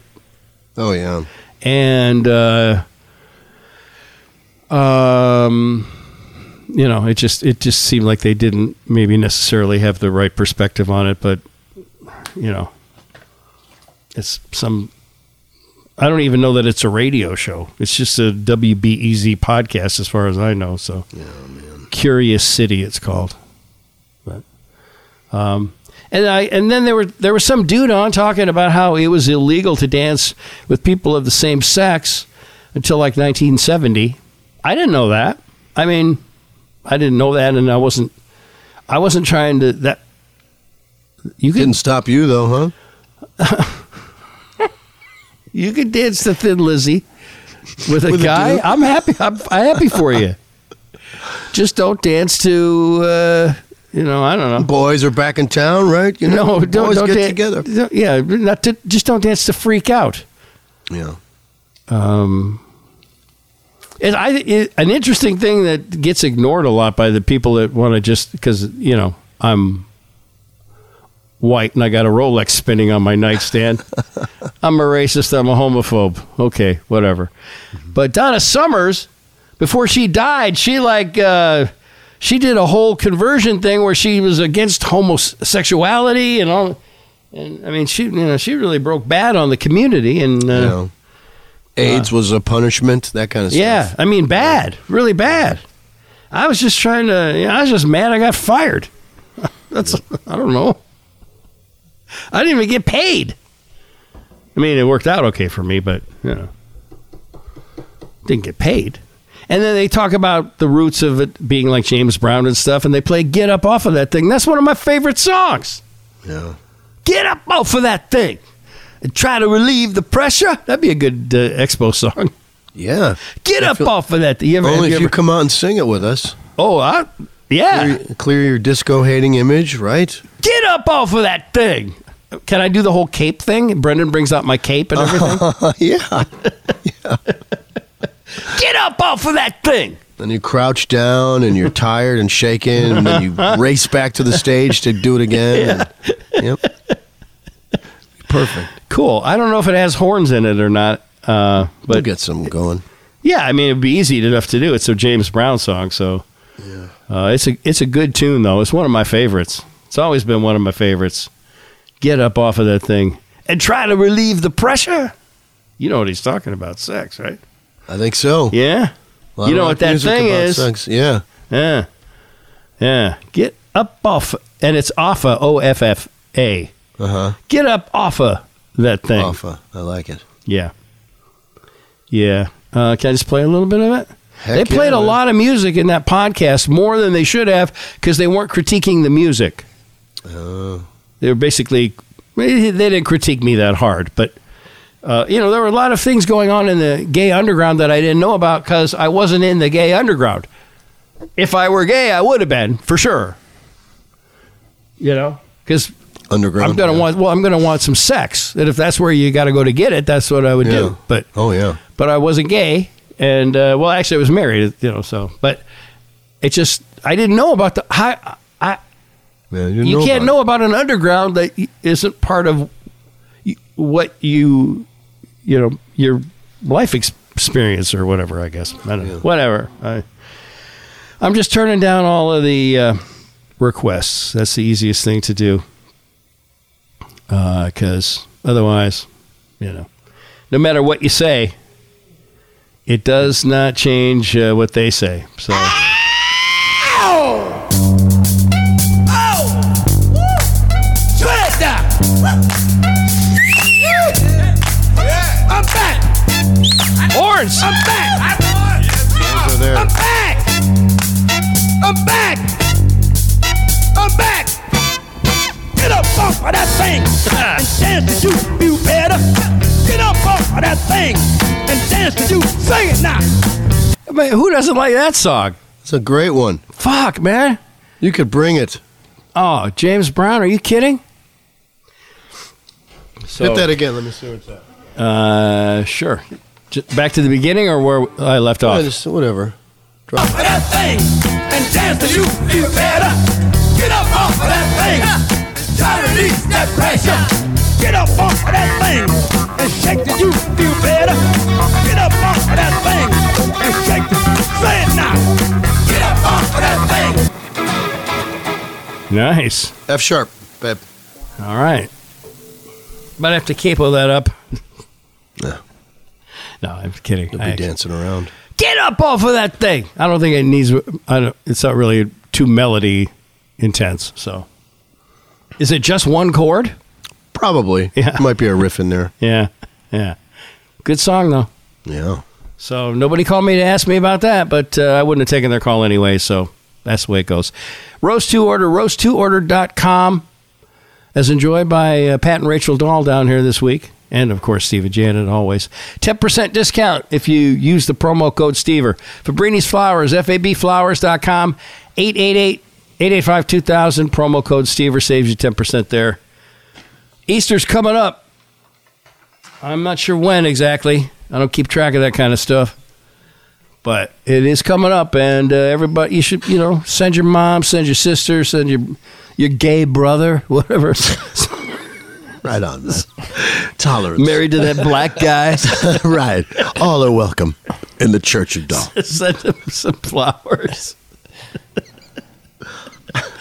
Speaker 2: oh yeah.
Speaker 1: and uh, um, you know, it just it just seemed like they didn't maybe necessarily have the right perspective on it, but you know, it's some. I don't even know that it's a radio show. It's just a WBEZ podcast, as far as I know. So, Curious City, it's called. But, um, and I and then there were there was some dude on talking about how it was illegal to dance with people of the same sex until like 1970. I didn't know that. I mean, I didn't know that, and I wasn't I wasn't trying to that. You can
Speaker 2: Didn't stop you though, huh?
Speaker 1: you can dance to Thin Lizzy with a
Speaker 2: With a
Speaker 1: guy.
Speaker 2: dude?
Speaker 1: I'm happy. I'm, I'm happy for you. Just don't dance to uh, you know I don't know.
Speaker 2: Boys are back in town, right? You
Speaker 1: No,
Speaker 2: know,
Speaker 1: don't,
Speaker 2: boys
Speaker 1: don't
Speaker 2: get
Speaker 1: dan-
Speaker 2: together.
Speaker 1: don't- yeah, not to, just don't dance to freak out.
Speaker 2: Yeah.
Speaker 1: Um, it, I, it, an interesting thing that gets ignored a lot by the people that want to just because you know I'm white and I got a Rolex spinning on my nightstand. I'm a racist. I'm a homophobe. Okay, whatever. But Donna Summers, before she died, she like uh, she did a whole conversion thing where she was against homosexuality and all. And I mean, she you know she really broke bad on the community and. Uh,
Speaker 2: You know. AIDS was a punishment, that kind of stuff.
Speaker 1: yeah, I mean, bad, really bad. I was just trying to. You know, I was just mad. I got fired. [laughs] That's. I don't know. I didn't even get paid. I mean, it worked out okay for me, but you know, didn't get paid. And then they talk about the roots of it being like James Brown and stuff, and they play "Get Up" off of that thing. That's one of my favorite songs.
Speaker 2: Yeah.
Speaker 1: Get up off of that thing and try to relieve the pressure. That'd be a good uh, expo song. [laughs]
Speaker 2: Yeah.
Speaker 1: Get
Speaker 2: I
Speaker 1: up
Speaker 2: feel-
Speaker 1: off of that. You ever, have
Speaker 2: Only
Speaker 1: you
Speaker 2: if you
Speaker 1: ever-
Speaker 2: come out and sing it with us.
Speaker 1: oh, I, yeah.
Speaker 2: Clear, clear your disco hating image,
Speaker 1: [laughs]
Speaker 2: right?
Speaker 1: Get up off of that thing. Can I do the whole cape thing? Brendan brings out my cape [laughs] and everything.
Speaker 2: yeah.
Speaker 1: Get up off of that thing.
Speaker 2: Then you crouch down and you're tired and shaking, and
Speaker 1: [laughs]
Speaker 2: then you race back to the stage to do it again. And- yep. Perfect.
Speaker 1: Cool. I don't know if it has horns in it or not, uh,
Speaker 2: We'll
Speaker 1: but
Speaker 2: get some going.
Speaker 1: yeah, I mean it'd be easy enough to do. It's a James Brown song, so uh, it's a it's a good tune though. It's one of my favorites. It's always been one of my favorites. Get up off of that thing and try to relieve the pressure. You know what he's talking about? Sex, right?
Speaker 2: I think so.
Speaker 1: Yeah.
Speaker 2: A lot
Speaker 1: you
Speaker 2: of
Speaker 1: know
Speaker 2: rock
Speaker 1: what that
Speaker 2: music
Speaker 1: thing
Speaker 2: about
Speaker 1: is.
Speaker 2: sex. Yeah.
Speaker 1: Yeah. Yeah. Get up off. And it's offa, O F F A.
Speaker 2: Uh huh.
Speaker 1: Get up offa that thing.
Speaker 2: Alpha. I like it.
Speaker 1: Yeah. Yeah. Uh, can I just play a little bit of it?
Speaker 2: Heck
Speaker 1: they played
Speaker 2: yeah,
Speaker 1: a
Speaker 2: man.
Speaker 1: lot of music in that podcast, more than they should have, because they weren't critiquing the music.
Speaker 2: Uh,
Speaker 1: They were basically, they didn't critique me that hard, but Uh, you know, there were a lot of things going on in the gay underground that I didn't know about because I wasn't in the gay underground. If I were gay, I would have been for sure. You know, because
Speaker 2: Underground.
Speaker 1: I'm gonna
Speaker 2: yeah.
Speaker 1: want well, I'm gonna want some sex, and if that's where you got to go to get it, that's what I would
Speaker 2: Yeah.
Speaker 1: do. But
Speaker 2: Oh yeah.
Speaker 1: but I wasn't gay, and uh, well, actually, I was married, you know. So, but it just I didn't know about the I I
Speaker 2: Yeah,
Speaker 1: you can't
Speaker 2: about it.
Speaker 1: know about an underground that y- isn't part of y- what you you know your life ex- experience or whatever i guess i don't know whatever I, i'm just turning down all of the uh, requests that's the easiest thing to do because otherwise you know no matter what you say it does not change uh, what they say so
Speaker 6: I'm back.
Speaker 1: horns
Speaker 6: I'm back. I'm back. I'm back. I'm back. Get up off of that thing [laughs] and dance to you, you better. Get up off of that thing and dance to you. Sing it now.
Speaker 1: I mean, who doesn't like that song
Speaker 2: It's a great one.
Speaker 1: fuck man
Speaker 2: You could bring it.
Speaker 1: Oh, James Brown, are you kidding? So,
Speaker 2: Hit that again. Let me see what's up.
Speaker 1: Uh, sure. J- back to the beginning or where I left
Speaker 2: Yeah,
Speaker 1: off?
Speaker 2: just whatever.
Speaker 6: Off of that thing and dance to you, you better. Get up off of that thing. Try to release that pressure. Get up off of that thing and shake the you, you better. Get up off of that thing and shake the say it now. Get up off of that thing.
Speaker 1: Nice.
Speaker 2: F sharp, babe.
Speaker 1: All right. Might have to capo that up.
Speaker 2: No,
Speaker 1: No, I'm kidding.
Speaker 2: you'll
Speaker 1: I
Speaker 2: be
Speaker 1: actually-
Speaker 2: dancing around.
Speaker 1: Get up off of that thing. I don't think it needs. I don't, it's not really too melody intense. So, is it just one chord?
Speaker 2: Probably.
Speaker 1: Yeah.
Speaker 2: Might be a riff in there.
Speaker 1: Yeah, yeah. Good song though.
Speaker 2: Yeah.
Speaker 1: So nobody called me to ask me about that, but uh, I wouldn't have taken their call anyway. So that's the way it goes. Roast to order, roast2order.com, as enjoyed by uh, Pat and Rachel Dahl down here this week. And of course, Steve and Janet always. 10% discount if you use the promo code Stever. Fabrini's Flowers, FABflowers.com, 888 885 2000. Promo code Stever saves you 10% there. Easter's coming up. I'm not sure when exactly. I don't keep track of that kind of stuff. But it is coming up, and uh, everybody, you should, you know, send your mom, send your sister, send your your gay brother, [laughs] whatever,
Speaker 2: Right on. man. Tolerance.
Speaker 1: married to that black guy, [laughs]
Speaker 2: [laughs] right. All are welcome in the Church of Doll.
Speaker 1: send him some flowers. [laughs]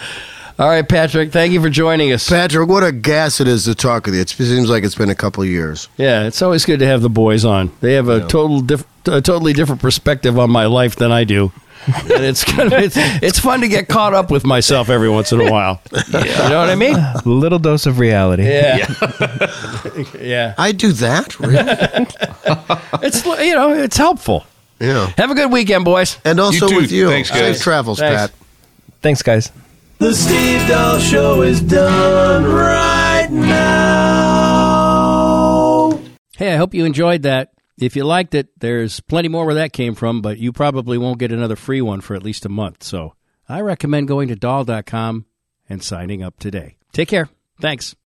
Speaker 1: All right, Patrick, thank you for joining us.
Speaker 2: Patrick, what a gas it is to talk with you. It seems like it's been a couple years.
Speaker 1: yeah, it's always good to have the boys on. They have a total, diff- a totally different perspective on my life than I do. and it's kind of it's, it's fun to get caught up with myself every once in a while. You know what I mean?
Speaker 3: Little dose of reality.
Speaker 1: Yeah. [laughs] yeah.
Speaker 2: I do that? Really?
Speaker 1: It's you know, it's helpful.
Speaker 2: [laughs] yeah.
Speaker 1: Have a good weekend, boys.
Speaker 2: And also
Speaker 4: too.
Speaker 2: with you.
Speaker 4: Thanks, guys.
Speaker 2: Safe travels,
Speaker 1: Thanks.
Speaker 2: Pat.
Speaker 3: Thanks, guys.
Speaker 6: The Steve Dahl Show is done right now.
Speaker 1: Hey, I hope you enjoyed that. If you liked it, there's plenty more where that came from, but you probably won't get another free one for at least a month. So I recommend going to doll.com and signing up today. Take care. Thanks.